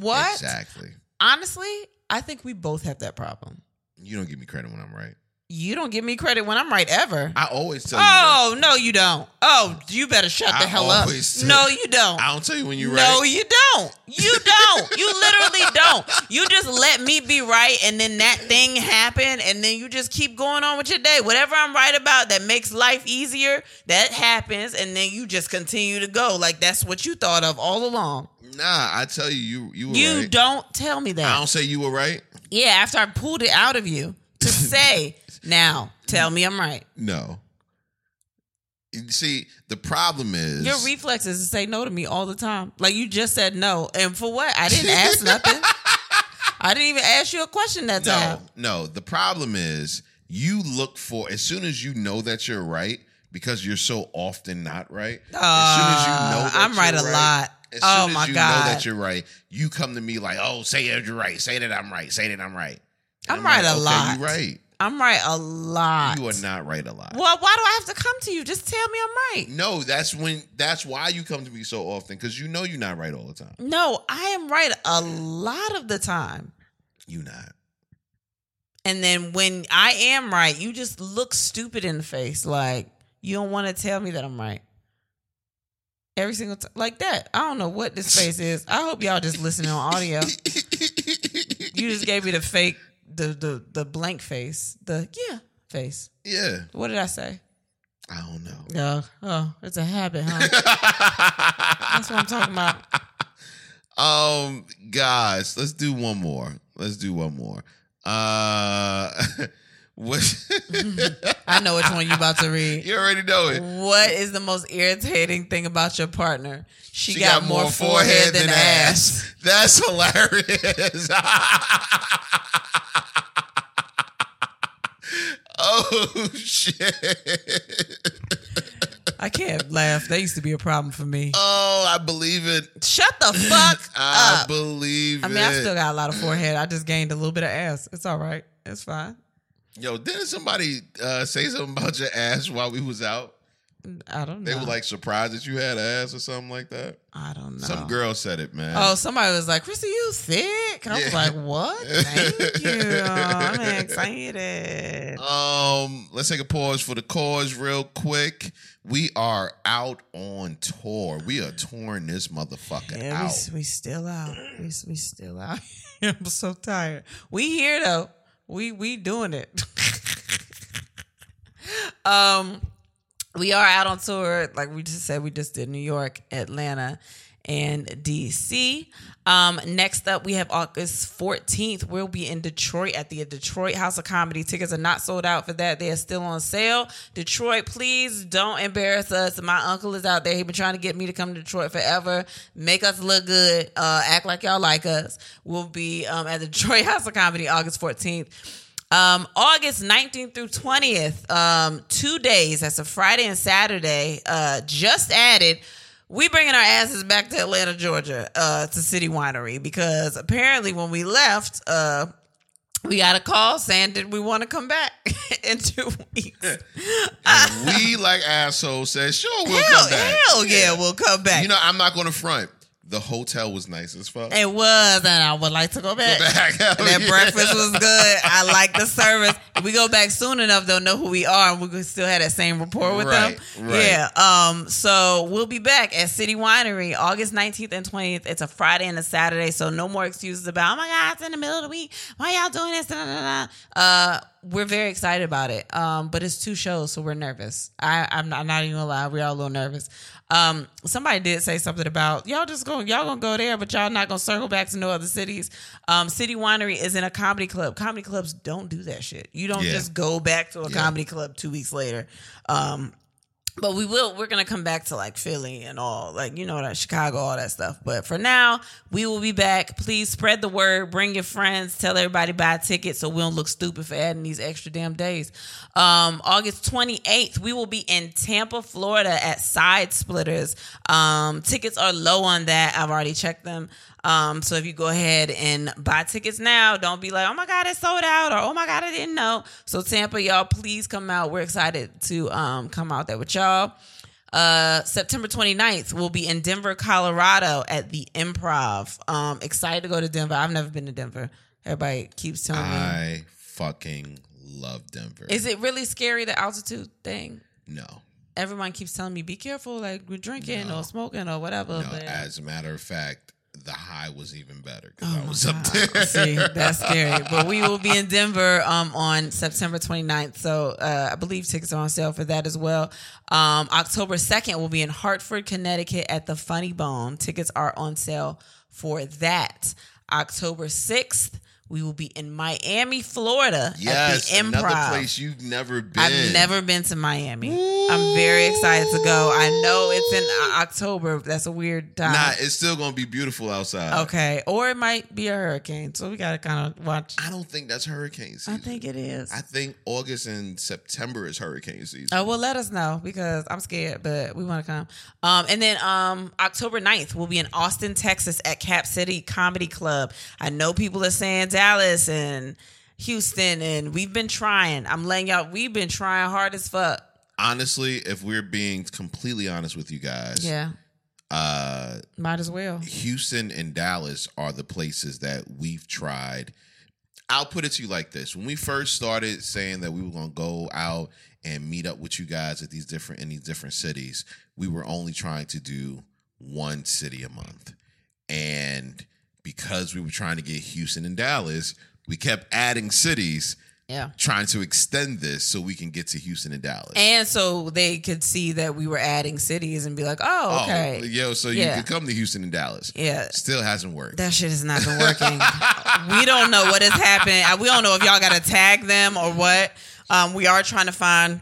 [SPEAKER 2] What?
[SPEAKER 1] Exactly.
[SPEAKER 2] Honestly, I think we both have that problem.
[SPEAKER 1] You don't give me credit when I'm right.
[SPEAKER 2] You don't give me credit when I'm right ever.
[SPEAKER 1] I always tell you that.
[SPEAKER 2] Oh no, you don't. Oh, you better shut
[SPEAKER 1] I
[SPEAKER 2] the hell up.
[SPEAKER 1] always say-
[SPEAKER 2] No, you don't.
[SPEAKER 1] I don't tell you when you're right.
[SPEAKER 2] No, you don't. You don't. you literally don't. You just let me be right, and then that thing happened, and then you just keep going on with your day. Whatever I'm right about that makes life easier, that happens, and then you just continue to go like that's what you thought of all along.
[SPEAKER 1] Nah, I tell you, you you were
[SPEAKER 2] You
[SPEAKER 1] right.
[SPEAKER 2] don't tell me
[SPEAKER 1] I
[SPEAKER 2] that.
[SPEAKER 1] don't say you were right.
[SPEAKER 2] Yeah, after I pulled it out of you
[SPEAKER 1] <laughs>
[SPEAKER 2] to say, now tell me I'm right.
[SPEAKER 1] No. You See, the problem is
[SPEAKER 2] Your reflexes to say no to me all the time. Like you just said no, and for what? I didn't
[SPEAKER 1] <laughs>
[SPEAKER 2] ask nothing. I didn't even ask you a question that
[SPEAKER 1] no,
[SPEAKER 2] time.
[SPEAKER 1] no. The problem is you look for as soon as you know that you're right because you're so often not right. as soon as you know,
[SPEAKER 2] Uh,
[SPEAKER 1] that
[SPEAKER 2] I'm
[SPEAKER 1] you're
[SPEAKER 2] right a lot.
[SPEAKER 1] As soon
[SPEAKER 2] Oh
[SPEAKER 1] as
[SPEAKER 2] my
[SPEAKER 1] you know
[SPEAKER 2] God.
[SPEAKER 1] that you're right, you come to me like, "Oh, say that you're right. Say that I'm right. Say that I'm right." And
[SPEAKER 2] I'm right a
[SPEAKER 1] okay,
[SPEAKER 2] lot.
[SPEAKER 1] You right.
[SPEAKER 2] I'm right a lot.
[SPEAKER 1] You are not right a lot.
[SPEAKER 2] Well, why do I have to come to you? Just tell me I'm right.
[SPEAKER 1] No, that's when. That's why you come to me so often because you know you're not right all the time.
[SPEAKER 2] No, I am right a lot of the time.
[SPEAKER 1] You not.
[SPEAKER 2] And then when I am right, you just look stupid in the face. Like, you don't want to tell me that I'm right. Every single time, like that. I don't know what
[SPEAKER 1] <laughs>
[SPEAKER 2] this face is. I hope y'all just listening on audio. Uh, You just gave me the fake, the the the blank face, the yeah face.
[SPEAKER 1] yeah.
[SPEAKER 2] What did I say?
[SPEAKER 1] I don't know.
[SPEAKER 2] No, oh, it's a habit, huh? <laughs> That's what I'm talking about.
[SPEAKER 1] Um, guys, let's do one more. Let's do one more. Uh, <laughs> what? <laughs>
[SPEAKER 2] I know which one you about to read.
[SPEAKER 1] you already know it.
[SPEAKER 2] What is the most irritating thing about your partner? She,
[SPEAKER 1] She
[SPEAKER 2] got, more forehead, than, ass.
[SPEAKER 1] <laughs> That's hilarious. <laughs> oh shit.
[SPEAKER 2] I can't laugh. That used to be a problem for me.
[SPEAKER 1] Oh, I believe it.
[SPEAKER 2] Uh, Shut the fuck
[SPEAKER 1] <laughs> I
[SPEAKER 2] up.
[SPEAKER 1] believe
[SPEAKER 2] I mean,
[SPEAKER 1] it.
[SPEAKER 2] I still got a lot of forehead. I just gained a little bit of ass. It's all right. It's fine.
[SPEAKER 1] Yo, didn't somebody uh, say something about your ass while we was out?
[SPEAKER 2] I don't know.
[SPEAKER 1] They were like surprised that you had an ass or something like that.
[SPEAKER 2] I don't know.
[SPEAKER 1] Some girl said it, man.
[SPEAKER 2] Oh, somebody was like, "Chrissy, you thick." I was
[SPEAKER 1] Yeah. <laughs>
[SPEAKER 2] like, "What? Thank you. I'm excited."
[SPEAKER 1] Um, let's take a pause for the cause real quick. We are out on tour. We are touring this motherfucker
[SPEAKER 2] Yeah,
[SPEAKER 1] out.
[SPEAKER 2] we, s- we still out. We, s- we still out. <laughs> I'm so tired. We here though. We we doing it. <laughs> um, we are out on tour. Like we just said, we just did New York, Atlanta, and DC. Um, next up, we have August 14th. We'll be in Detroit at the Detroit House of Comedy. Tickets are not sold out for that. They are still on sale. Detroit, please don't embarrass us. My uncle is out there. He's been trying to get me to come to Detroit forever. Make us look good. Uh, act like y'all like us. We'll be um, at the <laughs> Detroit House of Comedy August 14th. Um, August 19th through 20th, um, two days. That's a Friday and Saturday. Uh, just added. We bringing our asses back to Atlanta, Georgia, uh, to City Winery because apparently when we left, uh, we got a call saying that we want to come back <laughs> in two weeks.
[SPEAKER 1] And we like assholes said, sure, we'll
[SPEAKER 2] hell,
[SPEAKER 1] come back.
[SPEAKER 2] hell yeah, we'll come back.
[SPEAKER 1] You know, I'm not going to front. The hotel was nice as fuck.
[SPEAKER 2] it was, and I would like to go back.
[SPEAKER 1] Back, <laughs> hell
[SPEAKER 2] And that
[SPEAKER 1] <laughs> yeah.
[SPEAKER 2] breakfast was good. I like the service. If we go back soon enough, they'll know who we are, and we can still have that same rapport with
[SPEAKER 1] Right,
[SPEAKER 2] them.
[SPEAKER 1] right.
[SPEAKER 2] Yeah. Um. So we'll be back at City Winery August nineteenth and twentieth. It's a Friday and a Saturday, so no more excuses about oh my god, it's in the middle of the week. Why y'all doing this? Da, da, da, da." Uh, we're very excited about it. Um, but it's two shows, so we're nervous. I I'm not, I'm not even gonna lie, we're all a little nervous. Um, somebody did say something about y'all just going y'all gonna go there, but y'all not gonna circle back to no other cities. Um, City Winery is in a comedy club. Comedy clubs don't do that shit. You don't
[SPEAKER 1] Yeah.
[SPEAKER 2] just go back to a
[SPEAKER 1] Yeah.
[SPEAKER 2] comedy club two weeks later. Um, but we will we're gonna come back to like philly and all like you know that chicago all that stuff but for now we will be back please spread the word bring your friends tell everybody buy a ticket so we don't look stupid for adding these extra damn days um august 28th we will be in tampa florida at side splitters um tickets are low on that i've already checked them um, so if you go ahead and buy tickets now, don't be like, oh my God, it's sold out or oh my God, I didn't know. So Tampa, y'all, please come out. We're excited to um, come out there with y'all. Uh, September 29th, we'll be in Denver, Colorado at the Improv. Um, excited to go to Denver. I've never been to Denver. Everybody keeps telling me.
[SPEAKER 1] I fucking love Denver.
[SPEAKER 2] Mm-hmm. Is it really scary, the altitude thing?
[SPEAKER 1] no,
[SPEAKER 2] Everyone keeps telling me, be careful, like we're drinking
[SPEAKER 1] No.
[SPEAKER 2] or smoking or whatever.
[SPEAKER 1] no.
[SPEAKER 2] but-
[SPEAKER 1] As a matter of fact, the high was even better because
[SPEAKER 2] Oh
[SPEAKER 1] I
[SPEAKER 2] my
[SPEAKER 1] was up
[SPEAKER 2] God.
[SPEAKER 1] there. <laughs>
[SPEAKER 2] <laughs> See, that's scary. But we will be in Denver um, on September 29th. So uh, I believe tickets are on sale for that as well. Um, October 2nd, we'll be in Hartford, Connecticut at the Funny Bone. Tickets are on sale for that. October 6th, we will be in Miami, Florida
[SPEAKER 1] yes,
[SPEAKER 2] at the Improv.
[SPEAKER 1] another place you've never been.
[SPEAKER 2] I've never been to Miami. I'm very excited to go. I know it's in uh, October. That's a weird time.
[SPEAKER 1] Nah, it's still gonna be beautiful outside.
[SPEAKER 2] Okay, or it might be a hurricane, so we gotta kind of watch.
[SPEAKER 1] I don't think that's hurricane season.
[SPEAKER 2] I think it is.
[SPEAKER 1] I think August and September is hurricane season.
[SPEAKER 2] Oh well, let us know because I'm scared, but we want to come. Um, and then um, October 9th, we'll be in Austin, Texas, at Cap City Comedy Club. I know people are saying Dallas and Houston, and we've been trying. I'm letting y'all. We've been trying hard as fuck.
[SPEAKER 1] Honestly, if we're being completely honest with you guys,
[SPEAKER 2] Yeah,
[SPEAKER 1] uh,
[SPEAKER 2] might as well.
[SPEAKER 1] Houston and Dallas are the places that we've tried. I'll put it to you like this: when we first started saying that we were gonna go out and meet up with you guys at these different in these different cities, we were only trying to do one city a month, and because we were trying to get Houston and Dallas, we kept adding cities,
[SPEAKER 2] Yeah.
[SPEAKER 1] trying to extend this so we can get to Houston and Dallas.
[SPEAKER 2] And so they could see that we were adding cities and be like, oh,
[SPEAKER 1] Oh,
[SPEAKER 2] okay.
[SPEAKER 1] yo, so
[SPEAKER 2] Yeah.
[SPEAKER 1] you could come to Houston and Dallas.
[SPEAKER 2] Yeah.
[SPEAKER 1] Still hasn't worked.
[SPEAKER 2] That shit has not been working. we don't know what is happening. We don't know if y'all got to tag them or what. Um, we are trying to find,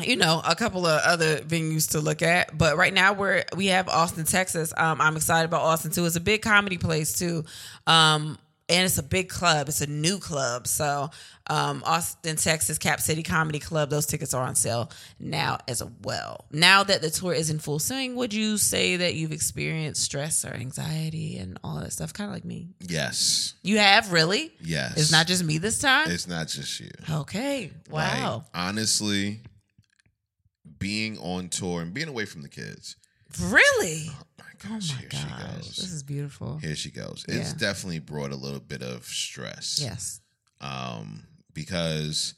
[SPEAKER 2] you know, a couple of other venues to look at. But right now we're we have Austin, Texas. Um, I'm excited about Austin too. It's a big comedy place too. Um, and it's a big club. It's a new club. So um, Austin, Texas, Cap City Comedy Club. Those tickets are on sale now as well. Now that the tour is in full swing, would you say that you've experienced stress or anxiety and all that stuff? Kind of like me.
[SPEAKER 1] yes.
[SPEAKER 2] You have really.
[SPEAKER 1] Yes.
[SPEAKER 2] It's not just me this
[SPEAKER 1] <laughs>
[SPEAKER 2] time.
[SPEAKER 1] It's not just you.
[SPEAKER 2] okay. Wow.
[SPEAKER 1] Like, honestly, being on tour and being away from the kids.
[SPEAKER 2] really?
[SPEAKER 1] Oh my
[SPEAKER 2] Oh my
[SPEAKER 1] gosh, here
[SPEAKER 2] gosh.
[SPEAKER 1] she
[SPEAKER 2] This
[SPEAKER 1] goes.
[SPEAKER 2] is beautiful.
[SPEAKER 1] Here she goes.
[SPEAKER 2] Yeah.
[SPEAKER 1] It's definitely brought a little bit of stress.
[SPEAKER 2] Yes.
[SPEAKER 1] Um, because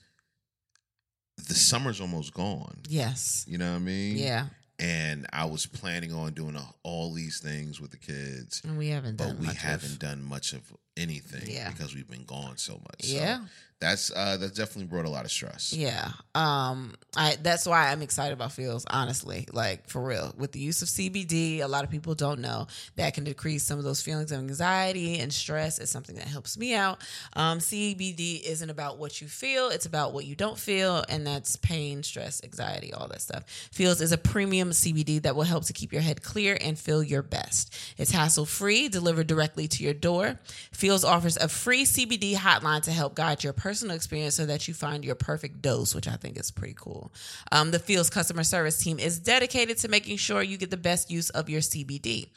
[SPEAKER 1] the summer's almost gone.
[SPEAKER 2] Yes.
[SPEAKER 1] You know what I mean?
[SPEAKER 2] Yeah.
[SPEAKER 1] And I was planning on doing a- all these things with the kids.
[SPEAKER 2] And we haven't done
[SPEAKER 1] but we
[SPEAKER 2] much of-
[SPEAKER 1] haven't done much of anything
[SPEAKER 2] Yeah.
[SPEAKER 1] because we've been gone so much. So
[SPEAKER 2] Yeah.
[SPEAKER 1] that's uh that's definitely brought a lot of stress.
[SPEAKER 2] Yeah. Um I that's why I'm excited about fields, honestly. Like for real. With the use of CBD, a lot of people don't know that can decrease some of those feelings of anxiety and stress. It's something that helps me out. Um CBD isn't about what you feel, it's about what you don't feel and that's pain, stress, anxiety, all that stuff. Fields is a premium CBD that will help to keep your head clear and feel your best. It's hassle-free, delivered directly to your door. Fields offers a free CBD hotline to help guide your personal experience so that you find your perfect dose, which I think is pretty cool. Um, the Fields customer service team is dedicated to making sure you get the best use of your CBD.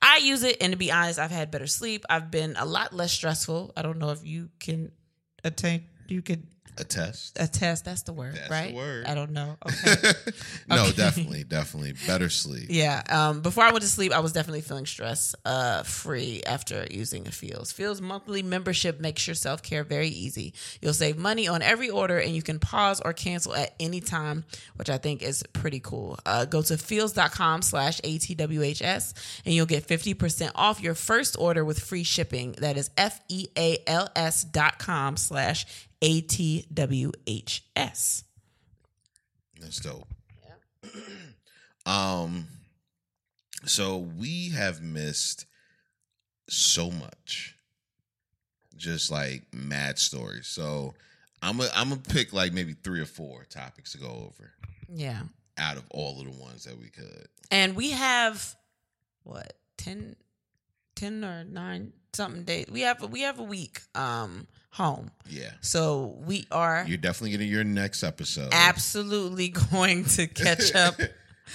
[SPEAKER 2] I use it, and to be honest, I've had better sleep. I've been a lot less stressful. I don't know if you can attain, you can
[SPEAKER 1] A test.
[SPEAKER 2] attest. That's the word,
[SPEAKER 1] That's the
[SPEAKER 2] right?
[SPEAKER 1] word.
[SPEAKER 2] I
[SPEAKER 1] <laughs>
[SPEAKER 2] don't know. Okay.
[SPEAKER 1] no,
[SPEAKER 2] Okay.
[SPEAKER 1] definitely, definitely better sleep.
[SPEAKER 2] Yeah. Um, before I went to sleep, I was definitely feeling stress uh, free after using a Fields. Fields monthly membership makes your self care very easy. You'll save money on every order and you can pause or cancel at any time, which I think is pretty cool. Uh, go to fields.com slash ATWHS and you'll get 50% off your first order with free shipping. That is F E A L S dot com slash ATWHS.
[SPEAKER 1] That's dope. <clears throat> um so we have missed so much. Just like mad stories. So I'm a, I'm gonna pick like maybe three or four topics to go over
[SPEAKER 2] Yeah.
[SPEAKER 1] out of all of the ones that we could.
[SPEAKER 2] And we have what 10, 10 or nine something days. We have we have a week um home,
[SPEAKER 1] Yeah.
[SPEAKER 2] so we are
[SPEAKER 1] You're definitely getting your next episode. <laughs>
[SPEAKER 2] absolutely <laughs> going to catch up.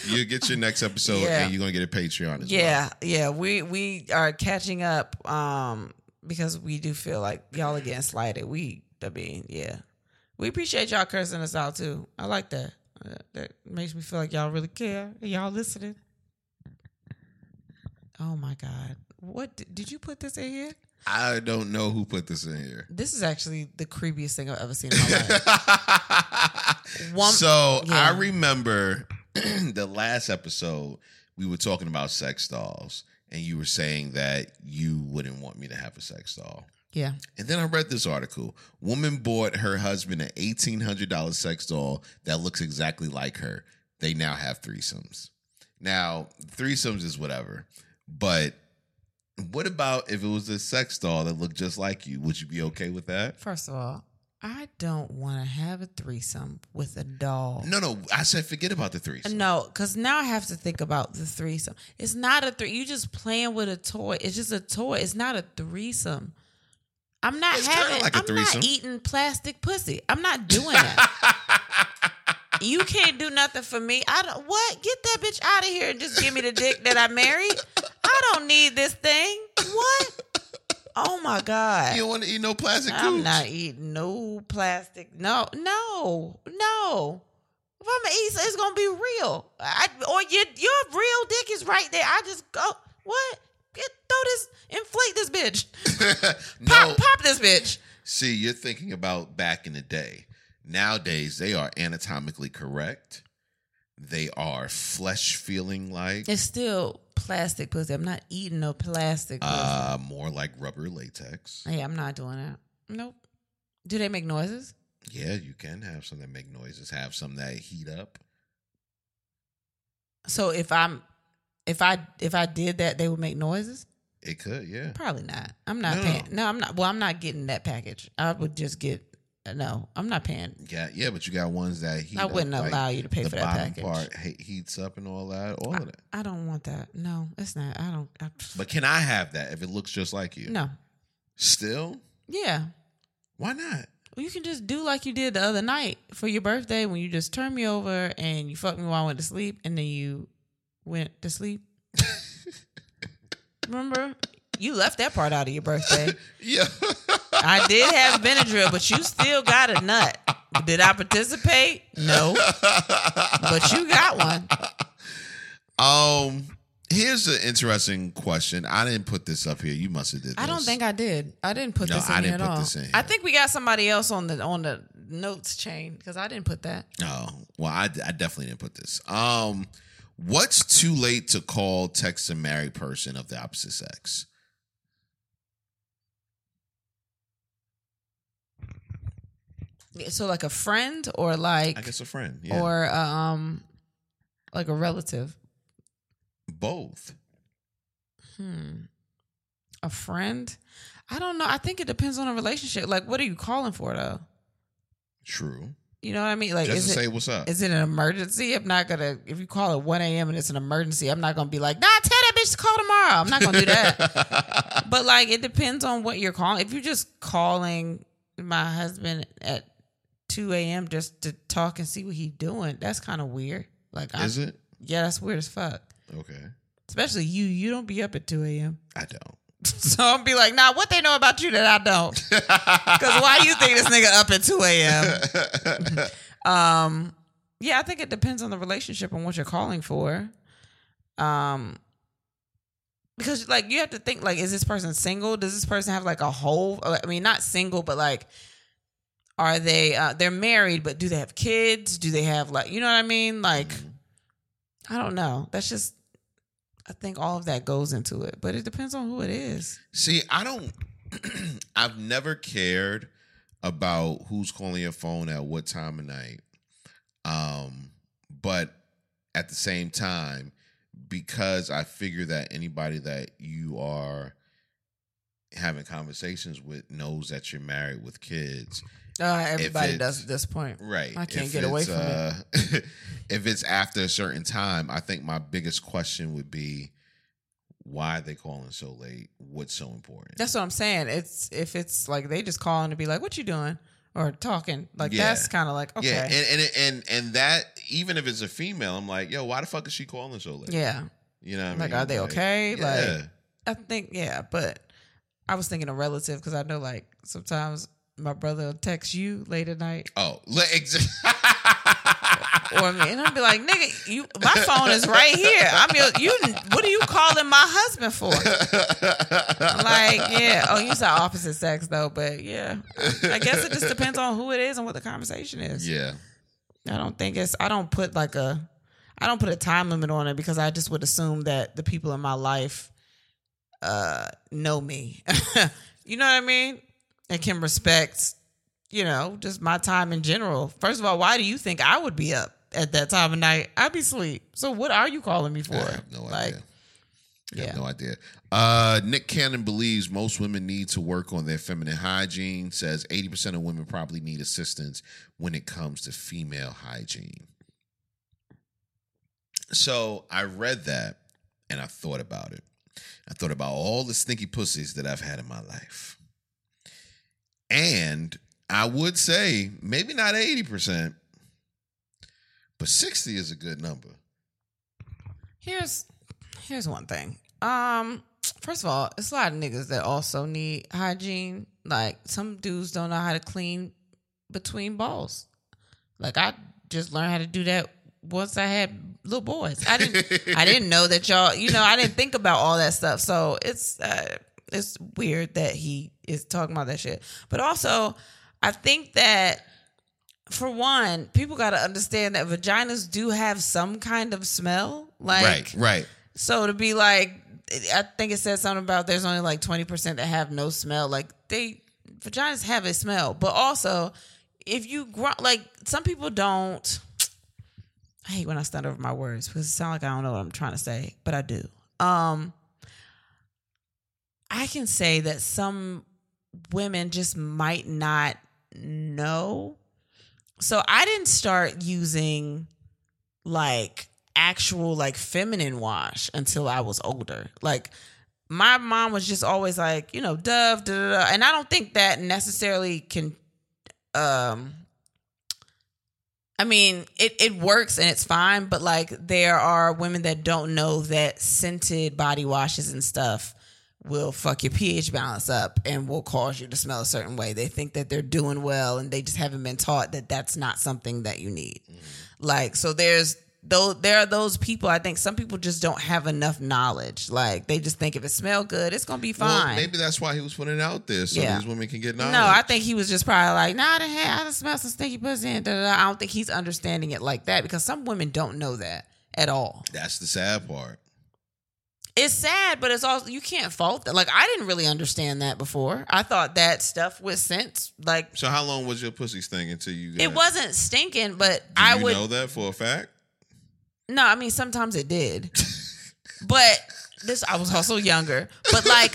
[SPEAKER 1] you get your next episode
[SPEAKER 2] Yeah.
[SPEAKER 1] and you're gonna get a Patreon as
[SPEAKER 2] yeah, yeah, we we are catching up um because we do feel like y'all are getting slighted. We I mean yeah, we appreciate y'all cursing us out too. I like that. Uh, That makes me feel like y'all really care. Y'all listening. Oh my God. What did, did you put this in here?
[SPEAKER 1] well. I don't know who put this in here.
[SPEAKER 2] This is actually the creepiest thing I've ever seen in my life.
[SPEAKER 1] <laughs>
[SPEAKER 2] One-
[SPEAKER 1] so
[SPEAKER 2] yeah.
[SPEAKER 1] I remember <clears throat> the last episode we were talking about sex dolls, and you were saying that you wouldn't want me to have a sex doll.
[SPEAKER 2] Yeah.
[SPEAKER 1] And then I read this article. Woman bought her husband an eighteen hundred dollar sex doll that looks exactly like her. They now have threesomes. Now threesomes is whatever, but what about if it was a sex doll that looked just like you? Would you be okay with that?
[SPEAKER 2] First of all, I don't want to have a threesome with a doll.
[SPEAKER 1] No, no. I said forget about the threesome.
[SPEAKER 2] No, because now I have to think about the threesome. It's not a three. You just playing with a toy. It's just a toy. It's not a threesome. I'm not
[SPEAKER 1] It's kinda
[SPEAKER 2] having.
[SPEAKER 1] like a
[SPEAKER 2] I'm
[SPEAKER 1] threesome.
[SPEAKER 2] not eating plastic pussy. I'm not doing that.
[SPEAKER 1] <laughs>
[SPEAKER 2] you can't do nothing for me. I don't. What? Get that bitch out of here and just give me the dick that I married. I don't need this thing. What? Oh my god.
[SPEAKER 1] You don't want to eat no plastic.
[SPEAKER 2] I'm
[SPEAKER 1] cooch. <laughs>
[SPEAKER 2] not eating no plastic. No, no, no. If I'm gonna eat, it's gonna be real. I, or your your real dick is right there. I just go what? Get throw this, inflate this bitch,
[SPEAKER 1] no,
[SPEAKER 2] pop pop this bitch.
[SPEAKER 1] See, you're thinking about back in the day. Nowadays, they are anatomically correct. They are flesh feeling like
[SPEAKER 2] It's still plastic pussy. I'm not eating no plastic pussy.
[SPEAKER 1] uh more like rubber latex.
[SPEAKER 2] hey, I'm not doing that. Nope. Do they make noises?
[SPEAKER 1] Yeah, you can have some that make noises, have some that heat up.
[SPEAKER 2] So if I'm if I if I did that, they would make noises?
[SPEAKER 1] It could, yeah.
[SPEAKER 2] Probably not. I'm not
[SPEAKER 1] No.
[SPEAKER 2] paying. No, I'm not. Well, I'm not getting that package. I would just get. No, I'm not paying.
[SPEAKER 1] Yeah, yeah, but you got ones that heat
[SPEAKER 2] I
[SPEAKER 1] up,
[SPEAKER 2] wouldn't
[SPEAKER 1] like
[SPEAKER 2] allow you to pay
[SPEAKER 1] the
[SPEAKER 2] for that
[SPEAKER 1] bottom
[SPEAKER 2] package. Uh,
[SPEAKER 1] part he- heats up and all that, all of that.
[SPEAKER 2] I don't want that. No, it's not. I don't. I,
[SPEAKER 1] But can I have that if it looks just like you?
[SPEAKER 2] no.
[SPEAKER 1] Still?
[SPEAKER 2] Yeah.
[SPEAKER 1] Why not?
[SPEAKER 2] Well, you can just do like you did the other night for your birthday when you just turned me over and you fucked me while I went to sleep and then you went
[SPEAKER 1] <laughs>
[SPEAKER 2] to sleep. Remember? You left that part out of your birthday.
[SPEAKER 1] Yeah. <laughs>
[SPEAKER 2] I did have Benadryl, but you still got a nut. Did I participate? No. But you got one.
[SPEAKER 1] um, here's an interesting question. I didn't put this up here. You must have did. This.
[SPEAKER 2] I don't think I did. I didn't put
[SPEAKER 1] No,
[SPEAKER 2] this in
[SPEAKER 1] I
[SPEAKER 2] here
[SPEAKER 1] didn't
[SPEAKER 2] at
[SPEAKER 1] put
[SPEAKER 2] all.
[SPEAKER 1] this in
[SPEAKER 2] I
[SPEAKER 1] here.
[SPEAKER 2] think we got somebody else on the on the notes chain because I didn't put that.
[SPEAKER 1] Oh well, I, I definitely didn't put this. Um, what's too late to call, text a married person of the opposite sex?
[SPEAKER 2] So like a friend or like
[SPEAKER 1] I guess a friend. Yeah.
[SPEAKER 2] or um like a relative.
[SPEAKER 1] both.
[SPEAKER 2] Hmm. A friend? I don't know. I think it depends on a relationship. Like what are you calling for though?
[SPEAKER 1] True.
[SPEAKER 2] You know what I mean? Like
[SPEAKER 1] Just
[SPEAKER 2] is
[SPEAKER 1] to
[SPEAKER 2] it
[SPEAKER 1] say what's up.
[SPEAKER 2] is it an emergency? I'm not gonna if you call at one AM and it's an emergency, I'm not gonna be like, nah, tell that bitch to call tomorrow. I'm not gonna
[SPEAKER 1] <laughs>
[SPEAKER 2] do that.
[SPEAKER 1] that.
[SPEAKER 2] But like it depends on what you're calling. If you're just calling my husband at two AM just to talk and see what he's doing, that's kind of weird. Like I'm,
[SPEAKER 1] Is it
[SPEAKER 2] yeah, that's weird as fuck.
[SPEAKER 1] okay?
[SPEAKER 2] Especially you. You don't be up at two AM.
[SPEAKER 1] I don't.
[SPEAKER 2] <laughs> So I'm be like, nah, what they know about you that I don't. Cause why you think this nigga up at two
[SPEAKER 1] <laughs>
[SPEAKER 2] AM? Um yeah, I think it depends on the relationship and what you're calling for. Um because like you have to think like is this person single? Does this person have like a whole uh, I mean not single but like are they uh they're married but do they have kids? Do they have like you know what I mean? Like
[SPEAKER 1] Mm-hmm.
[SPEAKER 2] I don't know. That's just I think all of that goes into it, but it depends on who it is.
[SPEAKER 1] See, I don't. <clears throat> I've never cared about who's calling your phone at what time of night. Um, but at the same time, because I figure that anybody that you are having conversations with knows that you're married with kids.
[SPEAKER 2] Uh, everybody
[SPEAKER 1] it-
[SPEAKER 2] does at this point.
[SPEAKER 1] Right.
[SPEAKER 2] I can't get away
[SPEAKER 1] it's,
[SPEAKER 2] from it.
[SPEAKER 1] it. <laughs> if it's after a certain time, I think my biggest question would be why are they calling so late? What's so important?
[SPEAKER 2] That's what I'm saying. It's if it's like they just calling to be like, "What you doing?" or talking. Like
[SPEAKER 1] Yeah.
[SPEAKER 2] that's kind of like okay,
[SPEAKER 1] Yeah, and, and and and that even if it's a female, I'm like, yo, why the fuck is she calling so late?
[SPEAKER 2] yeah.
[SPEAKER 1] You know, what I
[SPEAKER 2] Like,
[SPEAKER 1] mean?
[SPEAKER 2] are they okay?
[SPEAKER 1] yeah.
[SPEAKER 2] Like- I think yeah, but I was thinking a relative because I know like sometimes my brother will text you late at night
[SPEAKER 1] oh, <laughs> le- ex-
[SPEAKER 2] or me, and I'll be like, "Nigga, you my phone is right here. I'm your you. What are you calling my husband for?" Like yeah, oh you said opposite sex though, but yeah, I guess it
[SPEAKER 1] <laughs>
[SPEAKER 2] just depends on who it is and what the conversation is.
[SPEAKER 1] yeah,
[SPEAKER 2] I don't think it's. I don't put like a. I don't put a time limit on it because I just would assume that the people in my life uh know me. <laughs> you know what I mean? And can respect, you know, just my time in general. First of all, why do you think I would be up at that time of night? I'd be asleep. So what are you calling me for?
[SPEAKER 1] I have no
[SPEAKER 2] like,
[SPEAKER 1] idea. I
[SPEAKER 2] yeah.
[SPEAKER 1] have no idea. Uh, Nick Cannon believes most women need to work on their feminine hygiene. Says eighty percent of women probably need assistance when it comes to female hygiene. So I read that and I thought about it. I thought about all the stinky pussies that I've had in my life. And I would say maybe not 80%, but 60 is a good number.
[SPEAKER 2] Here's here's one thing. Um, first of all, it's a lot of niggas that also need hygiene. Like some dudes don't know how to clean between balls. Like I just learned how to do that once I had little boys. I didn't I didn't know that y'all. You know, I didn't think about all that stuff. So it's uh, it's weird that he is talking about that shit. But also, I think that for one, people got to understand that vaginas do have some kind of smell. Like,
[SPEAKER 1] right, right.
[SPEAKER 2] so to be like, I think it said something about there's only like 20% that have no smell. Like, they, vaginas have a smell. But also, if you grow, like, some people don't. I hate when I stutter over my words because it sounds like I don't know what I'm trying to say, but I do. Um, I can say that some women just might not know. So I didn't start using like actual like feminine wash until I was older. Like my mom was just always like, you know, Dove, da da da. And I don't think that necessarily can um I mean, it, it works and it's fine, but like there are women that don't know that scented body washes and stuff will fuck your pH balance up and will cause you to smell a certain way. They think that they're doing well and they just haven't been taught that that's not something that you need.
[SPEAKER 1] Mm-hmm.
[SPEAKER 2] Like, so there's though there are those people. I think some people just don't have enough knowledge. Like, they just think if it smell good, it's gonna be fine.
[SPEAKER 1] Well, maybe that's why he was putting it out there so
[SPEAKER 2] Yeah.
[SPEAKER 1] these women can get knowledge.
[SPEAKER 2] No, I think he was just probably like, nah, I done, had, I done smelled some stinky pussy. And da, da, da. I don't think he's understanding it like that because some women don't know that at all.
[SPEAKER 1] that's the sad part.
[SPEAKER 2] It's sad, but it's also, you can't fault that. Like, I didn't really understand that before. I thought that stuff was sense. Like,
[SPEAKER 1] So how long was your pussy sting until you? Got,
[SPEAKER 2] it wasn't stinking, but
[SPEAKER 1] Do
[SPEAKER 2] I
[SPEAKER 1] you
[SPEAKER 2] would.
[SPEAKER 1] know that for a fact.
[SPEAKER 2] No, I mean sometimes it did. but this I was also younger. But like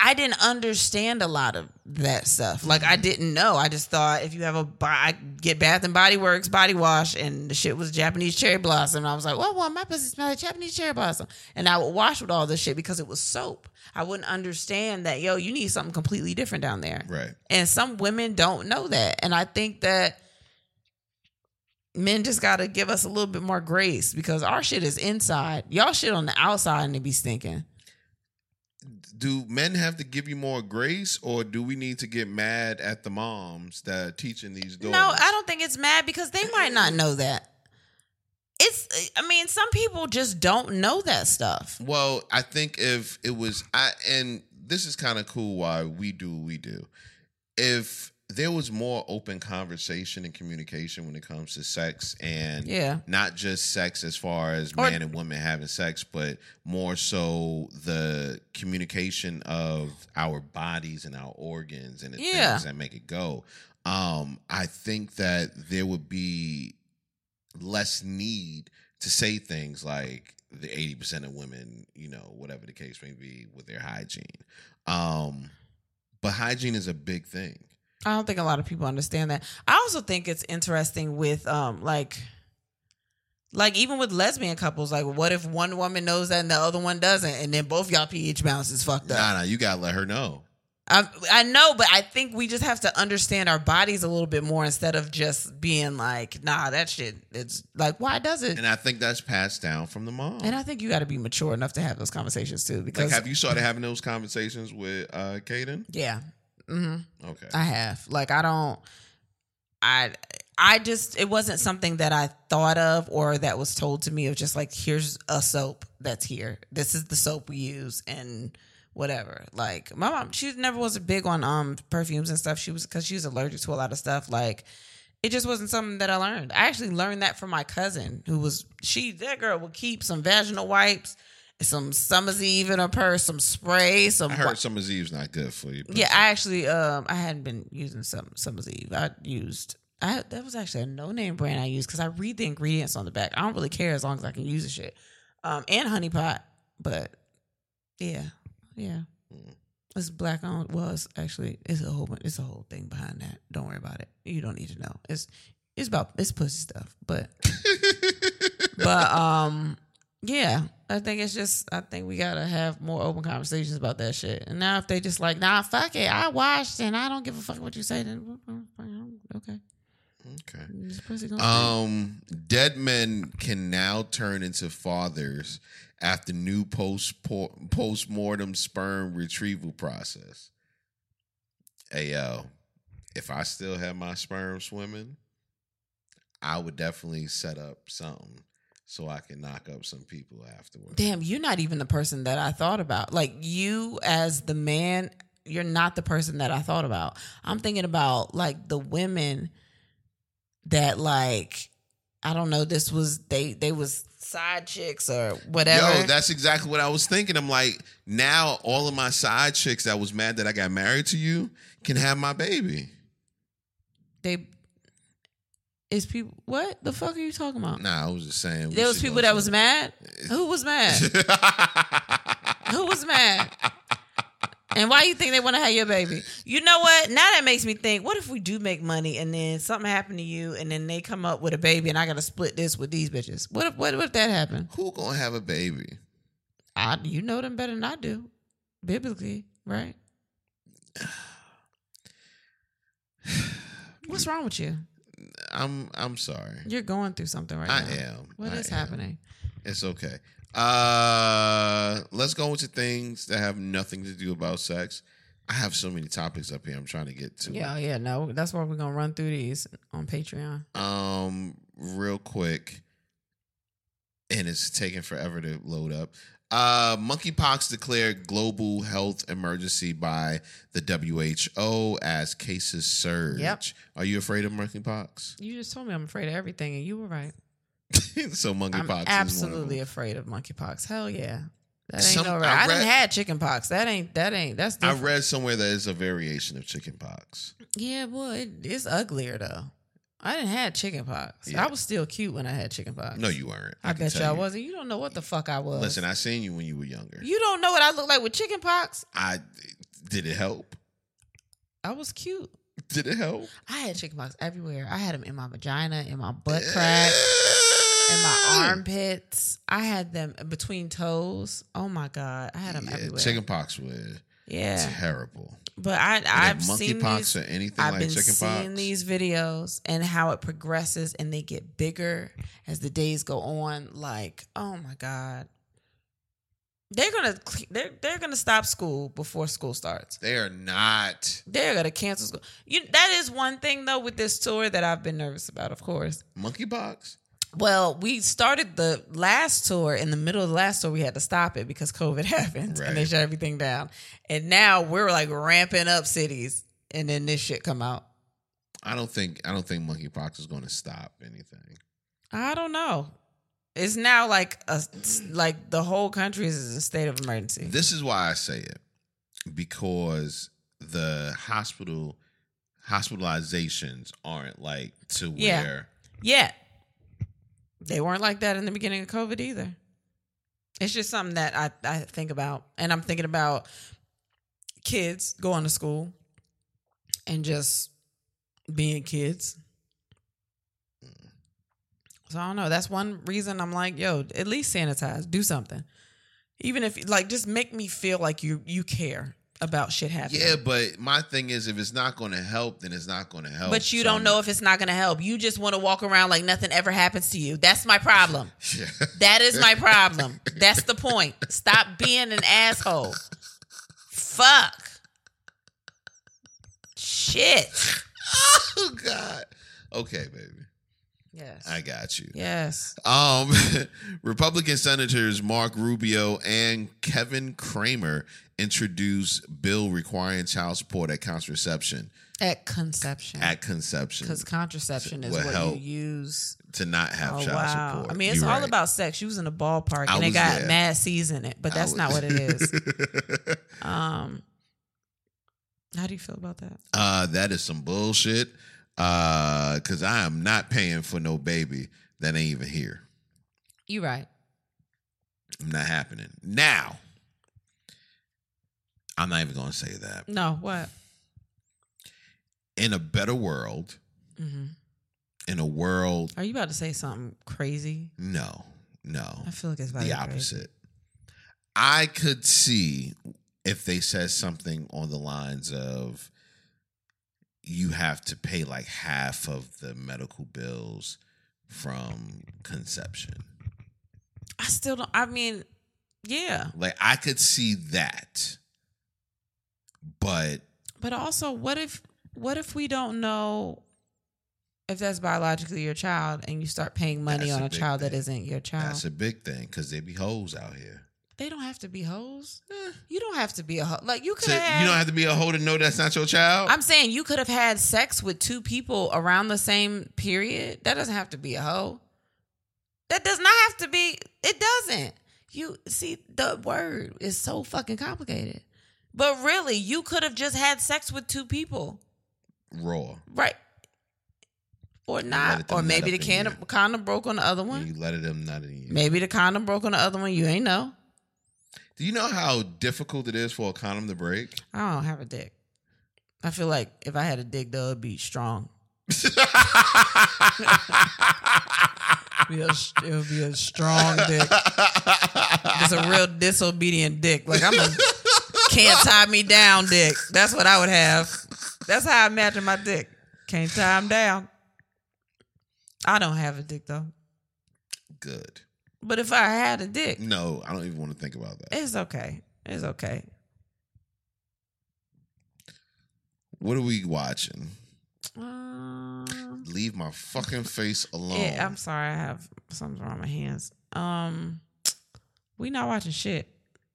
[SPEAKER 2] I didn't understand a lot of that stuff. Like I didn't know. I just thought if you have a bo- I get Bath and Body Works body wash and the shit was Japanese cherry blossom. And I was like, well, well, my pussy smell like Japanese cherry blossom. And I would wash with all this shit because it was soap. I wouldn't understand that, yo, you need something completely different down there.
[SPEAKER 1] Right.
[SPEAKER 2] And some women don't know that. And I think that men just got to give us a little bit more grace because our shit is inside. Y'all shit on the outside and it be stinking.
[SPEAKER 1] Do men have to give you more grace, or do we need to get mad at the moms that are teaching these daughters?
[SPEAKER 2] No, I don't think it's mad because they might not know that. It's, I mean, some people just don't know that stuff.
[SPEAKER 1] Well, I think if it was I and this is kind of cool why we do what we do. If there was more open conversation and communication when it comes to sex and
[SPEAKER 2] Yeah.
[SPEAKER 1] not just sex as far as
[SPEAKER 2] Or-
[SPEAKER 1] man and woman having sex, but more so the communication of our bodies and our organs and the
[SPEAKER 2] Yeah.
[SPEAKER 1] things that make it go. Um, I think that there would be less need to say things like the 80% of women, you know, whatever the case may be with their hygiene. Um, but hygiene is a big thing.
[SPEAKER 2] I don't think a lot of people understand that. I also think it's interesting with um like like even with lesbian couples, like what if one woman knows that and the other one doesn't, and then both y'all pH balance is fucked up.
[SPEAKER 1] Nah, nah, you gotta let her know.
[SPEAKER 2] I I know, but I think we just have to understand our bodies a little bit more instead of just being like, nah, that shit. It's like, why does it?
[SPEAKER 1] And I think that's passed down from the mom.
[SPEAKER 2] And I think you got to be mature enough to have those conversations too,
[SPEAKER 1] Like,
[SPEAKER 2] because
[SPEAKER 1] have you started having those conversations with uh Kaden?
[SPEAKER 2] yeah, hmm
[SPEAKER 1] Okay.
[SPEAKER 2] I have. Like, I don't. I I just it wasn't something that I thought of or that was told to me of just like here's a soap that's here. This is the soap we use and whatever. Like my mom, she never was big on um perfumes and stuff. She was because she was allergic to a lot of stuff. Like it just wasn't something that I learned. I actually learned that from my cousin who was she that girl would keep some vaginal wipes, some summers eve in her purse, some spray, some
[SPEAKER 1] I
[SPEAKER 2] wa-
[SPEAKER 1] heard Summer's Eve's not good for you. but-
[SPEAKER 2] yeah, I actually um I hadn't been using some Summer's Eve. I used I that was actually a no name brand I used because I read the ingredients on the back. I don't really care as long as I can use the shit. Um and honey pot, but yeah, yeah. It's black on was actually it's a whole bun- it's a whole thing behind that. Don't worry about it. You don't need to know. It's it's about it's pussy stuff, but but um yeah i think it's just i think we gotta have more open conversations about that shit and now if they just like nah fuck it i washed and i don't give a fuck what you say then <laughs> okay
[SPEAKER 1] Okay.
[SPEAKER 2] This pussy gonna
[SPEAKER 1] Um, dead men can now turn into fathers after new post post mortem sperm retrieval process. Hey yo, if I still had my sperm swimming, I would definitely set up something so I can knock up some people afterwards.
[SPEAKER 2] damn you're not even the person that i thought about like you as the man you're not the person that I thought about. I'm thinking about like the women that like I don't know. This was they they was side chicks or whatever.
[SPEAKER 1] Yo, that's exactly what I was thinking. I'm like, now all of my side chicks that was mad that I got married to you can have my baby.
[SPEAKER 2] they is people. What the fuck are you talking about?
[SPEAKER 1] Nah, I was just saying. we
[SPEAKER 2] Oh. there was
[SPEAKER 1] should go
[SPEAKER 2] people that was mad.
[SPEAKER 1] <laughs>
[SPEAKER 2] Who was mad? Who was mad?
[SPEAKER 1] <laughs>
[SPEAKER 2] And why you think they want to have your baby? You know what? Now that makes me think. What if we do make money and then something happened to you, and then they come up with a baby, and I got to split this with these bitches? What if what, if that happened?
[SPEAKER 1] Who gonna have a baby?
[SPEAKER 2] I you know them better than I do, biblically, right?
[SPEAKER 1] <sighs>
[SPEAKER 2] What's wrong with you?
[SPEAKER 1] I'm I'm sorry.
[SPEAKER 2] You're going through something right
[SPEAKER 1] I
[SPEAKER 2] now.
[SPEAKER 1] am.
[SPEAKER 2] What
[SPEAKER 1] I
[SPEAKER 2] is
[SPEAKER 1] am.
[SPEAKER 2] happening?
[SPEAKER 1] It's okay. Uh let's go into things that have nothing to do about sex. I have so many topics up here I'm trying to get to.
[SPEAKER 2] Yeah, yeah, no. That's why we're gonna run through these on Patreon.
[SPEAKER 1] Um real quick. And it's taking forever to load up. Uh monkeypox declared global health emergency by the WHO as cases surge.
[SPEAKER 2] Yep.
[SPEAKER 1] Are you afraid of monkeypox? <laughs>
[SPEAKER 2] You just told me I'm afraid of everything, and you were right.
[SPEAKER 1] so monkeypox
[SPEAKER 2] I'm
[SPEAKER 1] is one of them.
[SPEAKER 2] absolutely afraid of monkeypox. Hell yeah. That ain't
[SPEAKER 1] Some-
[SPEAKER 2] no
[SPEAKER 1] I
[SPEAKER 2] right. I, didn't
[SPEAKER 1] read-
[SPEAKER 2] had chickenpox. That ain't that ain't that's
[SPEAKER 1] I
[SPEAKER 2] different.
[SPEAKER 1] read somewhere that it's a variation of chickenpox.
[SPEAKER 2] yeah, boy, it, it's uglier though. I didn't had chickenpox.
[SPEAKER 1] Yeah.
[SPEAKER 2] I was still cute when I had chickenpox.
[SPEAKER 1] No, you weren't.
[SPEAKER 2] I,
[SPEAKER 1] can
[SPEAKER 2] bet
[SPEAKER 1] tell
[SPEAKER 2] y'all
[SPEAKER 1] you.
[SPEAKER 2] wasn't. You don't know what the fuck I was.
[SPEAKER 1] Listen, I seen you when you were younger.
[SPEAKER 2] you don't know what I look like with chickenpox.
[SPEAKER 1] I did it help? <laughs>
[SPEAKER 2] I was cute.
[SPEAKER 1] Did it help?
[SPEAKER 2] I had chickenpox everywhere. I had them in my vagina, in my butt crack. in
[SPEAKER 1] <laughs>
[SPEAKER 2] my armpits. I had them between toes. Oh my god, I had them
[SPEAKER 1] Yeah,
[SPEAKER 2] everywhere.
[SPEAKER 1] chickenpox was
[SPEAKER 2] yeah,
[SPEAKER 1] terrible.
[SPEAKER 2] but I I've
[SPEAKER 1] And
[SPEAKER 2] seen
[SPEAKER 1] monkeypox
[SPEAKER 2] these.
[SPEAKER 1] or anything
[SPEAKER 2] I've
[SPEAKER 1] like
[SPEAKER 2] been
[SPEAKER 1] chickenpox.
[SPEAKER 2] seeing these videos and how it progresses and they get bigger as the days go on. Like, oh my god, they're gonna cle- they're they're gonna stop school before school starts.
[SPEAKER 1] They are not
[SPEAKER 2] They're gonna cancel school. You that is one thing though with this tour that I've been nervous about. Of course,
[SPEAKER 1] monkeypox.
[SPEAKER 2] Well, we started the last tour in the middle of the last tour. We had to stop it because COVID <laughs> happened and they
[SPEAKER 1] Right.
[SPEAKER 2] shut everything down. And now we're like ramping up cities, and then this shit come out.
[SPEAKER 1] I don't think I don't think monkeypox is going to stop anything.
[SPEAKER 2] I don't know. It's now like a like the whole country is in a state of emergency.
[SPEAKER 1] This is why I say it because the hospital hospitalizations aren't like to where
[SPEAKER 2] Yeah. Yeah, they weren't like that in the beginning of COVID either. It's just something that I I think about, and I'm thinking about kids going to school and just being kids. So I don't know. That's one reason I'm like, yo, at least sanitize, do something, even if like just make me feel like you you care about shit happening.
[SPEAKER 1] Yeah, but my thing is, if it's not going to help, then it's not going to help.
[SPEAKER 2] But you
[SPEAKER 1] So
[SPEAKER 2] don't
[SPEAKER 1] I'm- <laughs>
[SPEAKER 2] know if it's not going to help. You just want to walk around like nothing ever happens to you. That's my problem. That is my problem. That's the point. Stop being an asshole. Fuck. Shit.
[SPEAKER 1] <laughs> oh God. Okay, baby,
[SPEAKER 2] Yes.
[SPEAKER 1] I got you.
[SPEAKER 2] yes.
[SPEAKER 1] Um, <laughs> Republican Senators Mark Rubio and Kevin Kramer introduced bill requiring child support at contraception
[SPEAKER 2] At conception.
[SPEAKER 1] at conception
[SPEAKER 2] Because contraception is
[SPEAKER 1] Will
[SPEAKER 2] what
[SPEAKER 1] help.
[SPEAKER 2] you use.
[SPEAKER 1] to not have
[SPEAKER 2] Oh
[SPEAKER 1] child
[SPEAKER 2] wow!
[SPEAKER 1] support.
[SPEAKER 2] I mean, it's
[SPEAKER 1] You
[SPEAKER 2] all
[SPEAKER 1] right.
[SPEAKER 2] about sex. You was in a ballpark
[SPEAKER 1] I
[SPEAKER 2] and they
[SPEAKER 1] was
[SPEAKER 2] got
[SPEAKER 1] there.
[SPEAKER 2] mad C's in it, but
[SPEAKER 1] I
[SPEAKER 2] that's
[SPEAKER 1] was-
[SPEAKER 2] not what
[SPEAKER 1] <laughs>
[SPEAKER 2] it is. um, how do you feel about that?
[SPEAKER 1] uh, that is some bullshit. Uh, cause I am not paying for no baby that ain't even here.
[SPEAKER 2] You right.
[SPEAKER 1] Not happening now. I'm not even gonna say that.
[SPEAKER 2] No, what?
[SPEAKER 1] in a better world,
[SPEAKER 2] hmm
[SPEAKER 1] in a world,
[SPEAKER 2] Are you about to say something crazy?
[SPEAKER 1] no, no,
[SPEAKER 2] I feel like it's about
[SPEAKER 1] the
[SPEAKER 2] to be crazy.
[SPEAKER 1] opposite. I could see if they said something on the lines of you have to pay like half of the medical bills from conception.
[SPEAKER 2] I still don't. I mean, yeah,
[SPEAKER 1] Like I could see that. But
[SPEAKER 2] but also, what if what if we don't know if that's biologically your child, and you start paying money
[SPEAKER 1] That's
[SPEAKER 2] on
[SPEAKER 1] a
[SPEAKER 2] a
[SPEAKER 1] big
[SPEAKER 2] child that
[SPEAKER 1] thing.
[SPEAKER 2] isn't your child?
[SPEAKER 1] that's a big thing because they be hoes out here.
[SPEAKER 2] They don't have to be hoes. You don't have to be a hoe. Like you could
[SPEAKER 1] So you
[SPEAKER 2] have.
[SPEAKER 1] don't have to be a hoe to know that's not your child.
[SPEAKER 2] I'm saying you could have had sex with two people around the same period. That doesn't have to be a hoe. That does not have to be. It doesn't. You see, the word is so fucking complicated. But really, you could have just had sex with two people,
[SPEAKER 1] Raw.
[SPEAKER 2] right? Or
[SPEAKER 1] let it
[SPEAKER 2] not. Or
[SPEAKER 1] nut
[SPEAKER 2] maybe the
[SPEAKER 1] up in
[SPEAKER 2] can-
[SPEAKER 1] you.
[SPEAKER 2] condom broke on the other
[SPEAKER 1] And
[SPEAKER 2] one.
[SPEAKER 1] you let them not in you.
[SPEAKER 2] Maybe the condom broke on the other one. You ain't know.
[SPEAKER 1] Do you know how difficult it is for a condom to break?
[SPEAKER 2] I don't have a dick. I feel like if I had a dick, though, it'd be strong. <laughs> Be a- it would be a strong dick. It's a real disobedient dick. Like I'm a can't tie me down dick. That's what I would have. That's how I imagine my dick. Can't tie him down. I don't have a dick though.
[SPEAKER 1] Good.
[SPEAKER 2] But if I had a dick,
[SPEAKER 1] No, I don't even want to think about that.
[SPEAKER 2] it's okay. It's okay.
[SPEAKER 1] What are we watching?
[SPEAKER 2] Um,
[SPEAKER 1] Leave my fucking face alone.
[SPEAKER 2] yeah, I'm sorry. I have something wrong with my hands. Um, we not watching shit.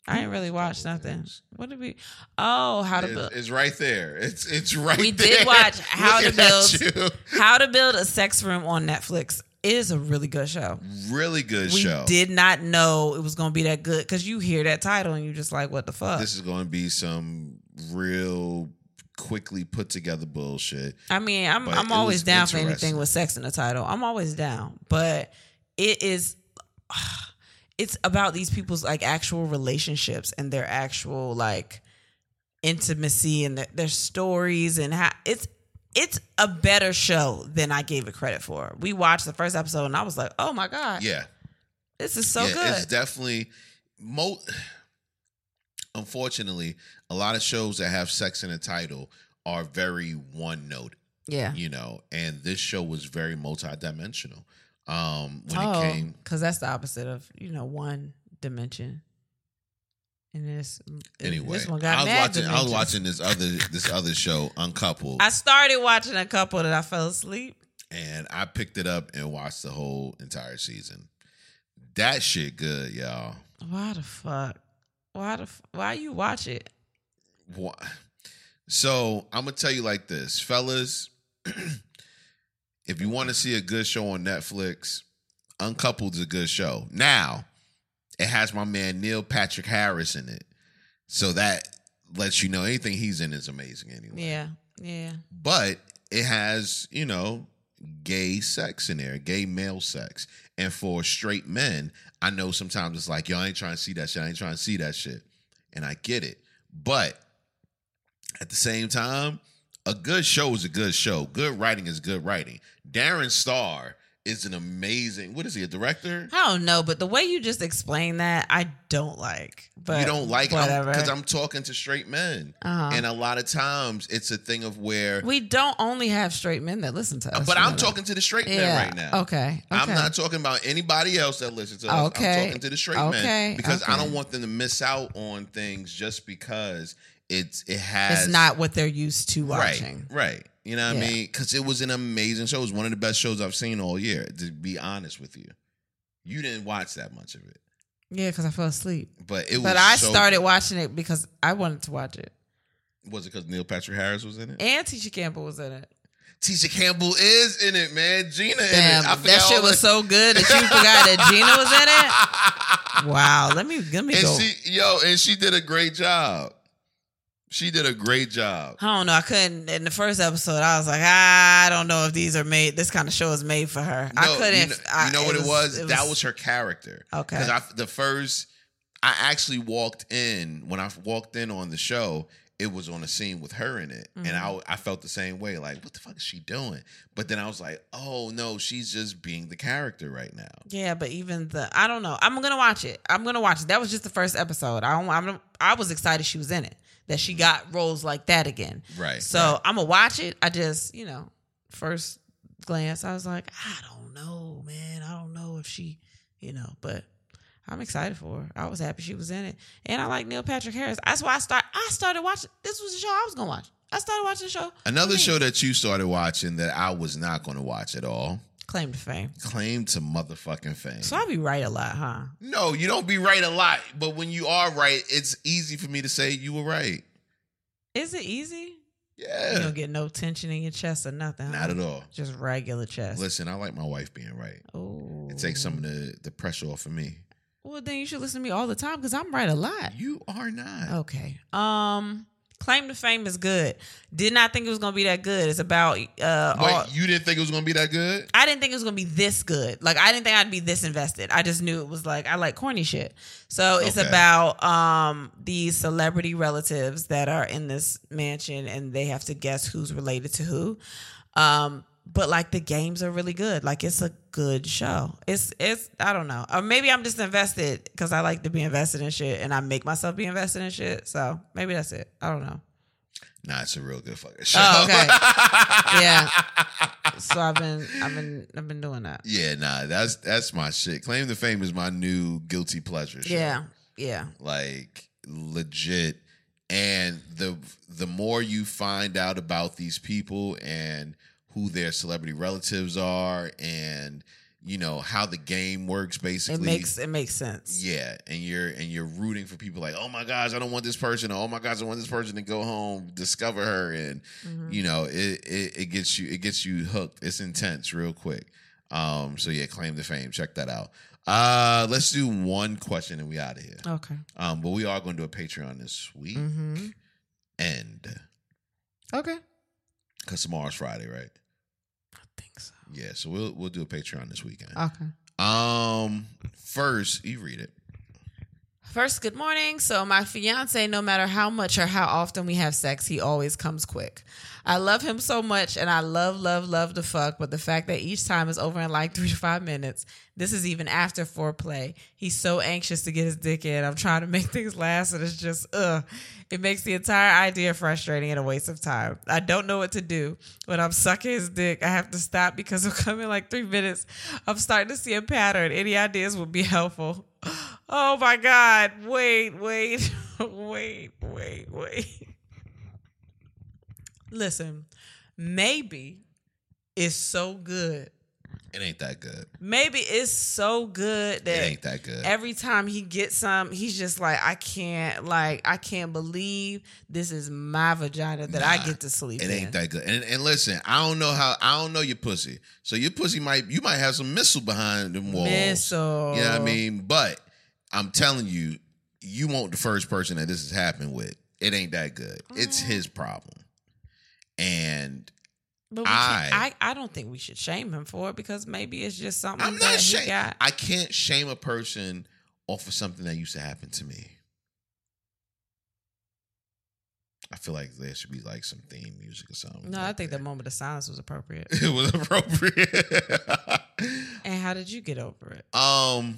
[SPEAKER 2] I ain't really watched nothing. What did we? Oh, how to
[SPEAKER 1] It-
[SPEAKER 2] build
[SPEAKER 1] it's right there. It's it's right
[SPEAKER 2] We
[SPEAKER 1] there. <laughs>
[SPEAKER 2] did watch How to
[SPEAKER 1] Looking at
[SPEAKER 2] how to build a sex room on Netflix is a really good show.
[SPEAKER 1] you. Really good
[SPEAKER 2] we
[SPEAKER 1] show.
[SPEAKER 2] did not know it was gonna be that good because you hear that title and you're just like, what the fuck?
[SPEAKER 1] This is going to be some real quickly put together bullshit.
[SPEAKER 2] I mean, I'm
[SPEAKER 1] but
[SPEAKER 2] I'm
[SPEAKER 1] it
[SPEAKER 2] always
[SPEAKER 1] was
[SPEAKER 2] down for anything
[SPEAKER 1] interesting.
[SPEAKER 2] with sex in the title. I'm always down, but it is. <sighs> It's about these people's like actual relationships and their actual like intimacy and their, their stories and how it's it's a better show than I gave it credit for. We watched the first episode and I was like, oh my god,
[SPEAKER 1] Yeah.
[SPEAKER 2] this is so
[SPEAKER 1] yeah, It's
[SPEAKER 2] good.
[SPEAKER 1] definitely mo <sighs> unfortunately, a lot of shows that have sex in a title are very one note,
[SPEAKER 2] yeah.
[SPEAKER 1] you know, and this show was very multidimensional. Um when
[SPEAKER 2] oh,
[SPEAKER 1] it came
[SPEAKER 2] because that's the opposite of you know one dimension. And this
[SPEAKER 1] anyway.
[SPEAKER 2] this one got
[SPEAKER 1] I was
[SPEAKER 2] mad
[SPEAKER 1] watching I was
[SPEAKER 2] dimensions.
[SPEAKER 1] watching this other this other show, Uncoupled,
[SPEAKER 2] I started watching a couple that I fell asleep.
[SPEAKER 1] and I picked it up and watched the whole entire season. That shit good, y'all.
[SPEAKER 2] Why the fuck? Why the f- why you watch it?
[SPEAKER 1] Wha- So I'm gonna tell you like this, fellas. <clears throat> if you want to see a good show on Netflix, Uncoupled's a good show. Now, it has my man Neil Patrick Harris in it, so that lets you know anything he's in is amazing anyway.
[SPEAKER 2] Yeah, yeah.
[SPEAKER 1] But it has you know gay sex in there, gay male sex, and for straight men, I know sometimes it's like, yo, I ain't trying to see that shit. I ain't trying to see that shit, and I get it. But at the same time, a good show is a good show. Good writing is good writing. Darren Starr is an amazing. What is he? A director?
[SPEAKER 2] I don't know, but the way you just explained that, I don't like. But
[SPEAKER 1] you don't like him
[SPEAKER 2] whatever.
[SPEAKER 1] because I'm talking to straight men,
[SPEAKER 2] Uh-huh.
[SPEAKER 1] and a lot of times it's a thing of where.
[SPEAKER 2] we don't only have straight men that listen to us.
[SPEAKER 1] but
[SPEAKER 2] you
[SPEAKER 1] I'm
[SPEAKER 2] know.
[SPEAKER 1] talking to the straight men
[SPEAKER 2] Yeah,
[SPEAKER 1] right now.
[SPEAKER 2] Okay, okay.
[SPEAKER 1] I'm not talking about anybody else that listens to us.
[SPEAKER 2] Okay.
[SPEAKER 1] I'm talking to the straight
[SPEAKER 2] Okay,
[SPEAKER 1] men because I
[SPEAKER 2] okay.
[SPEAKER 1] don't want them to miss out on things just because it's it has
[SPEAKER 2] It's not what they're used to watching.
[SPEAKER 1] Right, right. You know what
[SPEAKER 2] Yeah.
[SPEAKER 1] I mean? Because it was an amazing show. It was one of the best shows I've seen all year. To be honest with you, you didn't watch that much of it,
[SPEAKER 2] Yeah, because I fell asleep.
[SPEAKER 1] but it was.
[SPEAKER 2] But I
[SPEAKER 1] so-
[SPEAKER 2] started watching it because I wanted to watch it,
[SPEAKER 1] Was it because Neil Patrick Harris was in it?
[SPEAKER 2] and Tisha Campbell was in it.
[SPEAKER 1] Tisha Campbell is in it, man. Gina
[SPEAKER 2] Damn,
[SPEAKER 1] in it. I forgot
[SPEAKER 2] that shit
[SPEAKER 1] all
[SPEAKER 2] was so good that you forgot <laughs> that
[SPEAKER 1] <laughs>
[SPEAKER 2] Gina was in it. Wow, let me let me
[SPEAKER 1] And
[SPEAKER 2] go.
[SPEAKER 1] she, yo, and she did a great job. She did a great job.
[SPEAKER 2] I don't know. I couldn't in the first episode. I was like, "Ah, I don't know if these are made. This kind of show is made for her. I
[SPEAKER 1] No,
[SPEAKER 2] couldn't.
[SPEAKER 1] You know,
[SPEAKER 2] I-
[SPEAKER 1] you know what it was? That was her character.
[SPEAKER 2] Okay.
[SPEAKER 1] Because I the first I actually walked in when I walked in on the show. It was on a scene with her in it, and
[SPEAKER 2] Mm-hmm.
[SPEAKER 1] I I felt the same way. Like, what the fuck is she doing? But then I was like, oh no, she's just being the character right now.
[SPEAKER 2] Yeah, but even the I don't know. I'm gonna watch it. I'm gonna watch it. That was just the first episode. I don't, I'm I was excited she was in it. That she got roles like that again.
[SPEAKER 1] Right,
[SPEAKER 2] So
[SPEAKER 1] right.
[SPEAKER 2] I'm gonna watch it. I just you know first glance I was like I don't know man. I don't know if she you know but. I'm excited for her. I was happy she was in it, and I like Neil Patrick Harris. That's why I start. I started watching. This was the show I was gonna watch. I started watching the show.
[SPEAKER 1] Another
[SPEAKER 2] Okay.
[SPEAKER 1] show that you started watching that I was not going to watch at all.
[SPEAKER 2] Claim to fame.
[SPEAKER 1] Claim to motherfucking fame.
[SPEAKER 2] So I be right a lot, huh?
[SPEAKER 1] no, you don't be right a lot, but when you are right, it's easy for me to say you were right.
[SPEAKER 2] Is it easy? You
[SPEAKER 1] Yeah.
[SPEAKER 2] don't get no tension in your chest or nothing. huh?
[SPEAKER 1] Not at all.
[SPEAKER 2] Just regular chest.
[SPEAKER 1] Listen, I like my wife being right.
[SPEAKER 2] Oh.
[SPEAKER 1] It takes some of the, the pressure off of me.
[SPEAKER 2] Well, then you should listen to me all the time because I'm right a lot.
[SPEAKER 1] You are not.
[SPEAKER 2] Okay. Um, claim to fame is good. Did not think it was gonna be that good. It's about uh.
[SPEAKER 1] Wait,
[SPEAKER 2] all-
[SPEAKER 1] you didn't think it was gonna be that good?
[SPEAKER 2] I didn't think it was gonna be this good. Like I didn't think I'd be this invested. I just knew it was like I like corny shit. So it's
[SPEAKER 1] Okay.
[SPEAKER 2] about um these celebrity relatives that are in this mansion and they have to guess who's related to who. Um, but like the games are really good. Like it's a good show. It's it's I don't know. Or maybe I'm just invested because I like to be invested in shit and I make myself be invested in shit. So maybe that's it. I don't know.
[SPEAKER 1] Nah, it's a real good fucking show.
[SPEAKER 2] Oh, okay.
[SPEAKER 1] yeah.
[SPEAKER 2] So I've been I've been I've been doing that.
[SPEAKER 1] <laughs> Yeah, nah, that's that's my shit. Claim to fame is my new guilty pleasure. Shit.
[SPEAKER 2] Yeah. Yeah.
[SPEAKER 1] Like legit. And the the more you find out about these people and who their celebrity relatives are and you know how the game works
[SPEAKER 2] It
[SPEAKER 1] basically.
[SPEAKER 2] makes it makes sense.
[SPEAKER 1] Yeah, and you're and you're rooting for people like, oh my gosh, I don't want this person. Oh my gosh, I want this person to go home, discover her, and
[SPEAKER 2] Mhm.
[SPEAKER 1] you know it, it it gets you it gets you hooked. It's intense, real quick. Um, so yeah, claim the fame. Check that out. Uh, let's do one question and we out of here.
[SPEAKER 2] Okay.
[SPEAKER 1] Um, but we are going to do a Patreon this week,
[SPEAKER 2] Mm-hmm.
[SPEAKER 1] and
[SPEAKER 2] Okay.
[SPEAKER 1] because tomorrow's Friday, right?
[SPEAKER 2] I think so.
[SPEAKER 1] Yeah, so we'll we'll do a Patreon this weekend.
[SPEAKER 2] Okay.
[SPEAKER 1] Um, first you read it.
[SPEAKER 2] First, good morning. So, my fiance, no matter how much or how often we have sex, he always comes quick. I love him so much and I love, love, love to fuck, but the fact that each time is over in like <laughs> three to five minutes, this is even after foreplay. He's so anxious to get his dick in. I'm trying to make <laughs> things last and it's just, ugh. It makes the entire idea frustrating and a waste of time. I don't know what to do. When I'm sucking his dick, I have to stop because <laughs> it'll come in like three minutes. I'm starting to see a pattern. Any ideas would be helpful. Oh my God. Wait, wait, <laughs> wait, wait, wait. Listen, maybe it's so good.
[SPEAKER 1] It ain't that good.
[SPEAKER 2] Maybe it's so good
[SPEAKER 1] It
[SPEAKER 2] that
[SPEAKER 1] ain't that good.
[SPEAKER 2] every time he gets some, he's just like, I can't, like, I can't believe this is my vagina that I
[SPEAKER 1] Nah,
[SPEAKER 2] get to sleep
[SPEAKER 1] It
[SPEAKER 2] in.
[SPEAKER 1] ain't that good. And, and listen, I don't know how I don't know your pussy. So your pussy might you might have some missile behind them walls.
[SPEAKER 2] Missile.
[SPEAKER 1] You know what I mean? But I'm telling you, you won't the first person that this has happened with. It ain't that good. It's
[SPEAKER 2] Mm.
[SPEAKER 1] his problem. And
[SPEAKER 2] But we can't-
[SPEAKER 1] I-
[SPEAKER 2] I, I, don't think we should shame him for it because maybe it's just something
[SPEAKER 1] I'm
[SPEAKER 2] that
[SPEAKER 1] not
[SPEAKER 2] he
[SPEAKER 1] shame.
[SPEAKER 2] got.
[SPEAKER 1] I can't shame a person off of something that used to happen to me. I feel like there should be like some theme music or something.
[SPEAKER 2] No, I
[SPEAKER 1] like
[SPEAKER 2] think
[SPEAKER 1] that <laughs>
[SPEAKER 2] the moment of silence was appropriate.
[SPEAKER 1] it was <laughs> appropriate.
[SPEAKER 2] And how did you get over it?
[SPEAKER 1] Um,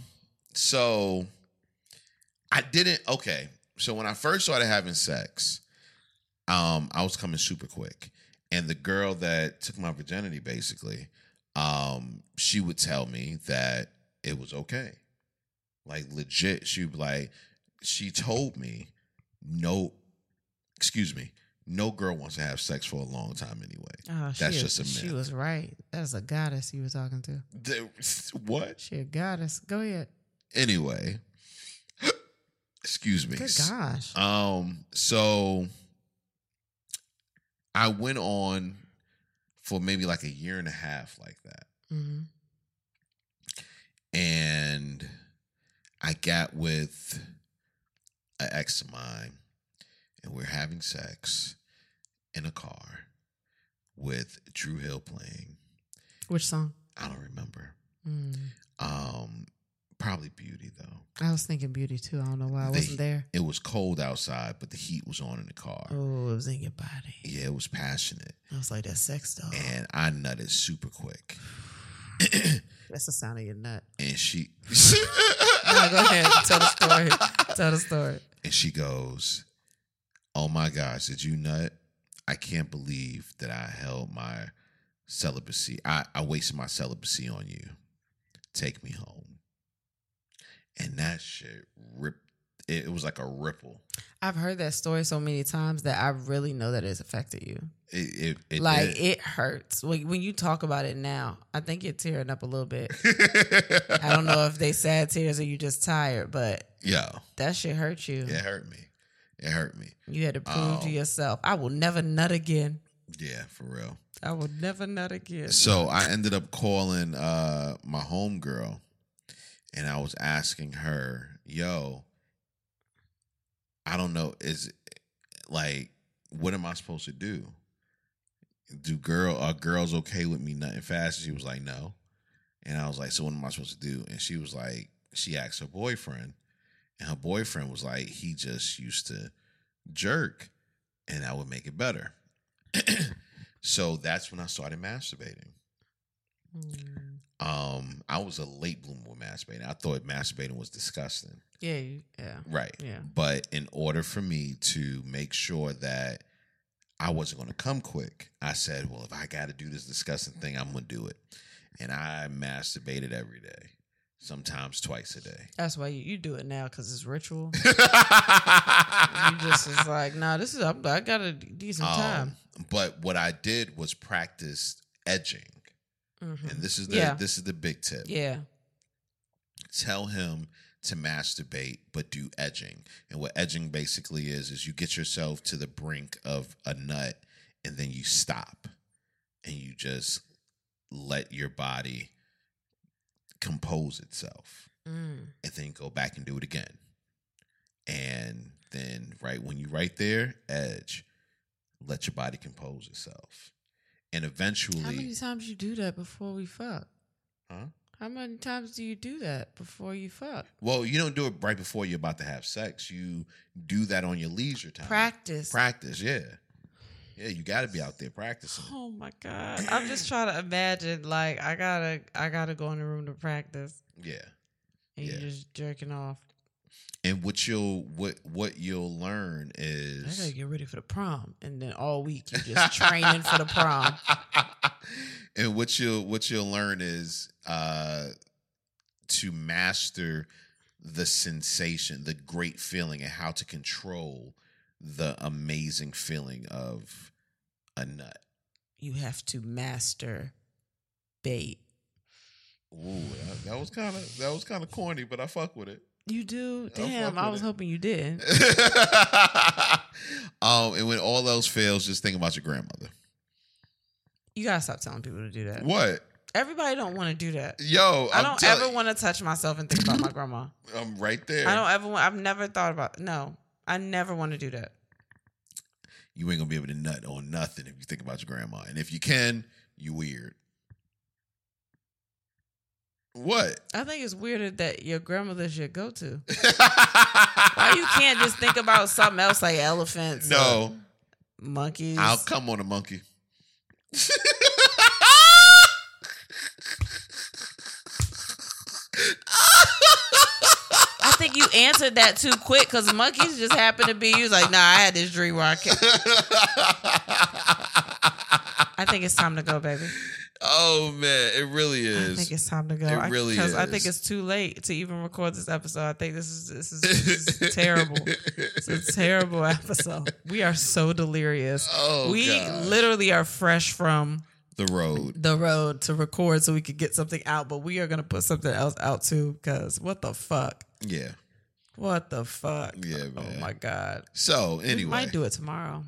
[SPEAKER 1] so I didn't. Okay, so when I first started having sex, um, I was coming super quick, and the girl that took my virginity, basically, um, she would tell me that it was okay, like legit. She would be like, she told me, no, excuse me, no girl wants to have sex for a long time anyway.
[SPEAKER 2] Oh, she
[SPEAKER 1] That's
[SPEAKER 2] is-
[SPEAKER 1] just a
[SPEAKER 2] She
[SPEAKER 1] myth.
[SPEAKER 2] was right. That's a goddess you were talking to.
[SPEAKER 1] The, what?
[SPEAKER 2] She a goddess. Go ahead.
[SPEAKER 1] Anyway, <gasps> excuse me.
[SPEAKER 2] Good gosh.
[SPEAKER 1] Um, so I went on for maybe like a year and a half like that.
[SPEAKER 2] hmm
[SPEAKER 1] And I got with an ex of mine, and we're having sex in a car with Drew Hill playing.
[SPEAKER 2] Which song?
[SPEAKER 1] I don't remember.
[SPEAKER 2] Mm.
[SPEAKER 1] Um, probably Beauty though.
[SPEAKER 2] I was thinking beauty too. I don't know why I
[SPEAKER 1] The-
[SPEAKER 2] wasn't there.
[SPEAKER 1] It was cold outside, but the heat was on in the car.
[SPEAKER 2] Oh, it was in your body.
[SPEAKER 1] Yeah, it was passionate.
[SPEAKER 2] I was like, that's sex doll.
[SPEAKER 1] And I nutted super quick. <clears throat>
[SPEAKER 2] That's the sound of your nut.
[SPEAKER 1] and she
[SPEAKER 2] <laughs> No, go ahead. Tell the story. Tell the story.
[SPEAKER 1] <laughs> and she goes, "Oh my gosh, did you nut? I can't believe that I held my celibacy. I, I wasted my celibacy on you. Take me home." And that shit ripped. It, it was like a ripple.
[SPEAKER 2] I've heard that story so many times that I really know that it's affected you.
[SPEAKER 1] It, it, it
[SPEAKER 2] like
[SPEAKER 1] did.
[SPEAKER 2] it hurts when, when you talk about it now. I think you're tearing up a little bit. I don't know if they sad tears or you just tired, but
[SPEAKER 1] <laughs> Yo,
[SPEAKER 2] that shit
[SPEAKER 1] <laughs>
[SPEAKER 2] hurt you.
[SPEAKER 1] it hurt me. It hurt me.
[SPEAKER 2] You had to prove
[SPEAKER 1] Oh.
[SPEAKER 2] to yourself, I will never nut again.
[SPEAKER 1] Yeah, for real.
[SPEAKER 2] I will never nut again.
[SPEAKER 1] So I ended up calling uh my homegirl and I was asking her, yo, I don't know, is like what am I supposed to do? Do girl are girls okay with me nothing fast? She was like, No. And I was like, So what am I supposed to do? And she was like, she asked her boyfriend, and her boyfriend was like, he just used to jerk, and I would make it better. <clears throat> so that's when I started masturbating.
[SPEAKER 2] Mm.
[SPEAKER 1] Um, I was a late bloomer with masturbating. I thought masturbating was disgusting.
[SPEAKER 2] Yeah, you- yeah,
[SPEAKER 1] Right.
[SPEAKER 2] yeah.
[SPEAKER 1] But in order for me to make sure that I wasn't going to come quick, I said, well, if I got to do this disgusting thing, I'm going to do it. And I masturbated every day, sometimes twice a day.
[SPEAKER 2] That's why you, you do it now because it's ritual. you
[SPEAKER 1] you <laughs>
[SPEAKER 2] just is like, nah, this is I, I got a decent
[SPEAKER 1] Oh.
[SPEAKER 2] time.
[SPEAKER 1] Um, But what I did was practice edging.
[SPEAKER 2] Mhm.
[SPEAKER 1] And this is the
[SPEAKER 2] Yeah.
[SPEAKER 1] this is the big tip.
[SPEAKER 2] yeah,
[SPEAKER 1] tell him to masturbate but do edging and what edging basically is is you get yourself to the brink of a nut and then you stop and you just let your body compose itself
[SPEAKER 2] mm.
[SPEAKER 1] and then go back and do it again and then right when you right there edge let your body compose itself and eventually
[SPEAKER 2] How many times you do that before we fuck?
[SPEAKER 1] Huh?
[SPEAKER 2] How many times do you do that before you fuck?
[SPEAKER 1] Well, you don't do it right before you're about to have sex. You do that on your leisure time.
[SPEAKER 2] Practice.
[SPEAKER 1] Practice, yeah. Yeah, you got to be out there practicing.
[SPEAKER 2] Oh my god! I'm just trying to imagine. Like I gotta, I gotta go in the room to practice,
[SPEAKER 1] Yeah.
[SPEAKER 2] and
[SPEAKER 1] Yeah.
[SPEAKER 2] you're just jerking off.
[SPEAKER 1] And what you'll what what you'll learn
[SPEAKER 2] I gotta
[SPEAKER 1] is
[SPEAKER 2] get ready for the prom, and then all week you just training for the <laughs> prom.
[SPEAKER 1] <laughs> and what you'll what you'll learn is uh to master the sensation, the great feeling and how to control the amazing feeling of a nut.
[SPEAKER 2] You have to master bait.
[SPEAKER 1] Ooh, that, that was kind of that was kind of corny, but I fuck with it.
[SPEAKER 2] You do?
[SPEAKER 1] I'll
[SPEAKER 2] Damn,
[SPEAKER 1] fuck
[SPEAKER 2] I
[SPEAKER 1] with
[SPEAKER 2] was
[SPEAKER 1] it.
[SPEAKER 2] hoping you didn't.
[SPEAKER 1] <laughs> um, and when all else fails, just think about your grandmother.
[SPEAKER 2] You gotta stop telling people to do that.
[SPEAKER 1] What,
[SPEAKER 2] Everybody don't want to do that.
[SPEAKER 1] yo?
[SPEAKER 2] I
[SPEAKER 1] I'm
[SPEAKER 2] don't
[SPEAKER 1] tell-
[SPEAKER 2] ever want to touch myself and think about my <laughs> grandma.
[SPEAKER 1] I'm right there.
[SPEAKER 2] I don't ever want. I've never thought about. No, I never want to do that.
[SPEAKER 1] you ain't gonna be able to nut on nothing if you think about your grandma, and if you can, you weird. What?
[SPEAKER 2] I think it's weirder that your grandmother's your
[SPEAKER 1] Why
[SPEAKER 2] go-to. <laughs> Why you can't just think about something else like elephants?
[SPEAKER 1] <laughs>
[SPEAKER 2] or <laughs>
[SPEAKER 1] No,
[SPEAKER 2] monkeys.
[SPEAKER 1] I'll come on a monkey.
[SPEAKER 2] I think you answered that too quick because monkeys just happened to be. You was like, nah, I had this dream where
[SPEAKER 1] <laughs>
[SPEAKER 2] I. Kept. I think it's time to go, baby.
[SPEAKER 1] oh man, it really
[SPEAKER 2] I
[SPEAKER 1] is.
[SPEAKER 2] think it's time to go.
[SPEAKER 1] It
[SPEAKER 2] I-
[SPEAKER 1] really
[SPEAKER 2] 'cause I think
[SPEAKER 1] is.
[SPEAKER 2] it's too late to even record this episode. I think this is this is,
[SPEAKER 1] <laughs>
[SPEAKER 2] this is terrible. It's a terrible episode. We are so delirious.
[SPEAKER 1] Oh,
[SPEAKER 2] we
[SPEAKER 1] gosh.
[SPEAKER 2] literally are fresh from
[SPEAKER 1] the road.
[SPEAKER 2] the road to record so we could get something out, but we are gonna put something else out too. Cause what the fuck?
[SPEAKER 1] Yeah,
[SPEAKER 2] What the fuck?
[SPEAKER 1] yeah, man.
[SPEAKER 2] Oh my god.
[SPEAKER 1] So
[SPEAKER 2] we
[SPEAKER 1] anyway,
[SPEAKER 2] might do it tomorrow.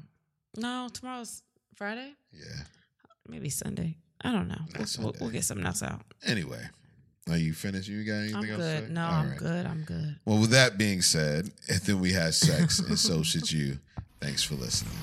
[SPEAKER 2] No, tomorrow's Friday.
[SPEAKER 1] yeah.
[SPEAKER 2] Maybe Sunday. I don't know. We'll,
[SPEAKER 1] That's
[SPEAKER 2] we'll, we'll
[SPEAKER 1] Sunday.
[SPEAKER 2] get something else out.
[SPEAKER 1] Anyway, are you finished? You got anything
[SPEAKER 2] I'm
[SPEAKER 1] else? To
[SPEAKER 2] good.
[SPEAKER 1] say?
[SPEAKER 2] No,
[SPEAKER 1] All
[SPEAKER 2] I'm
[SPEAKER 1] right.
[SPEAKER 2] good. I'm good. <laughs>
[SPEAKER 1] Well, with that being said, and then we had sex, and so should you. Thanks for listening.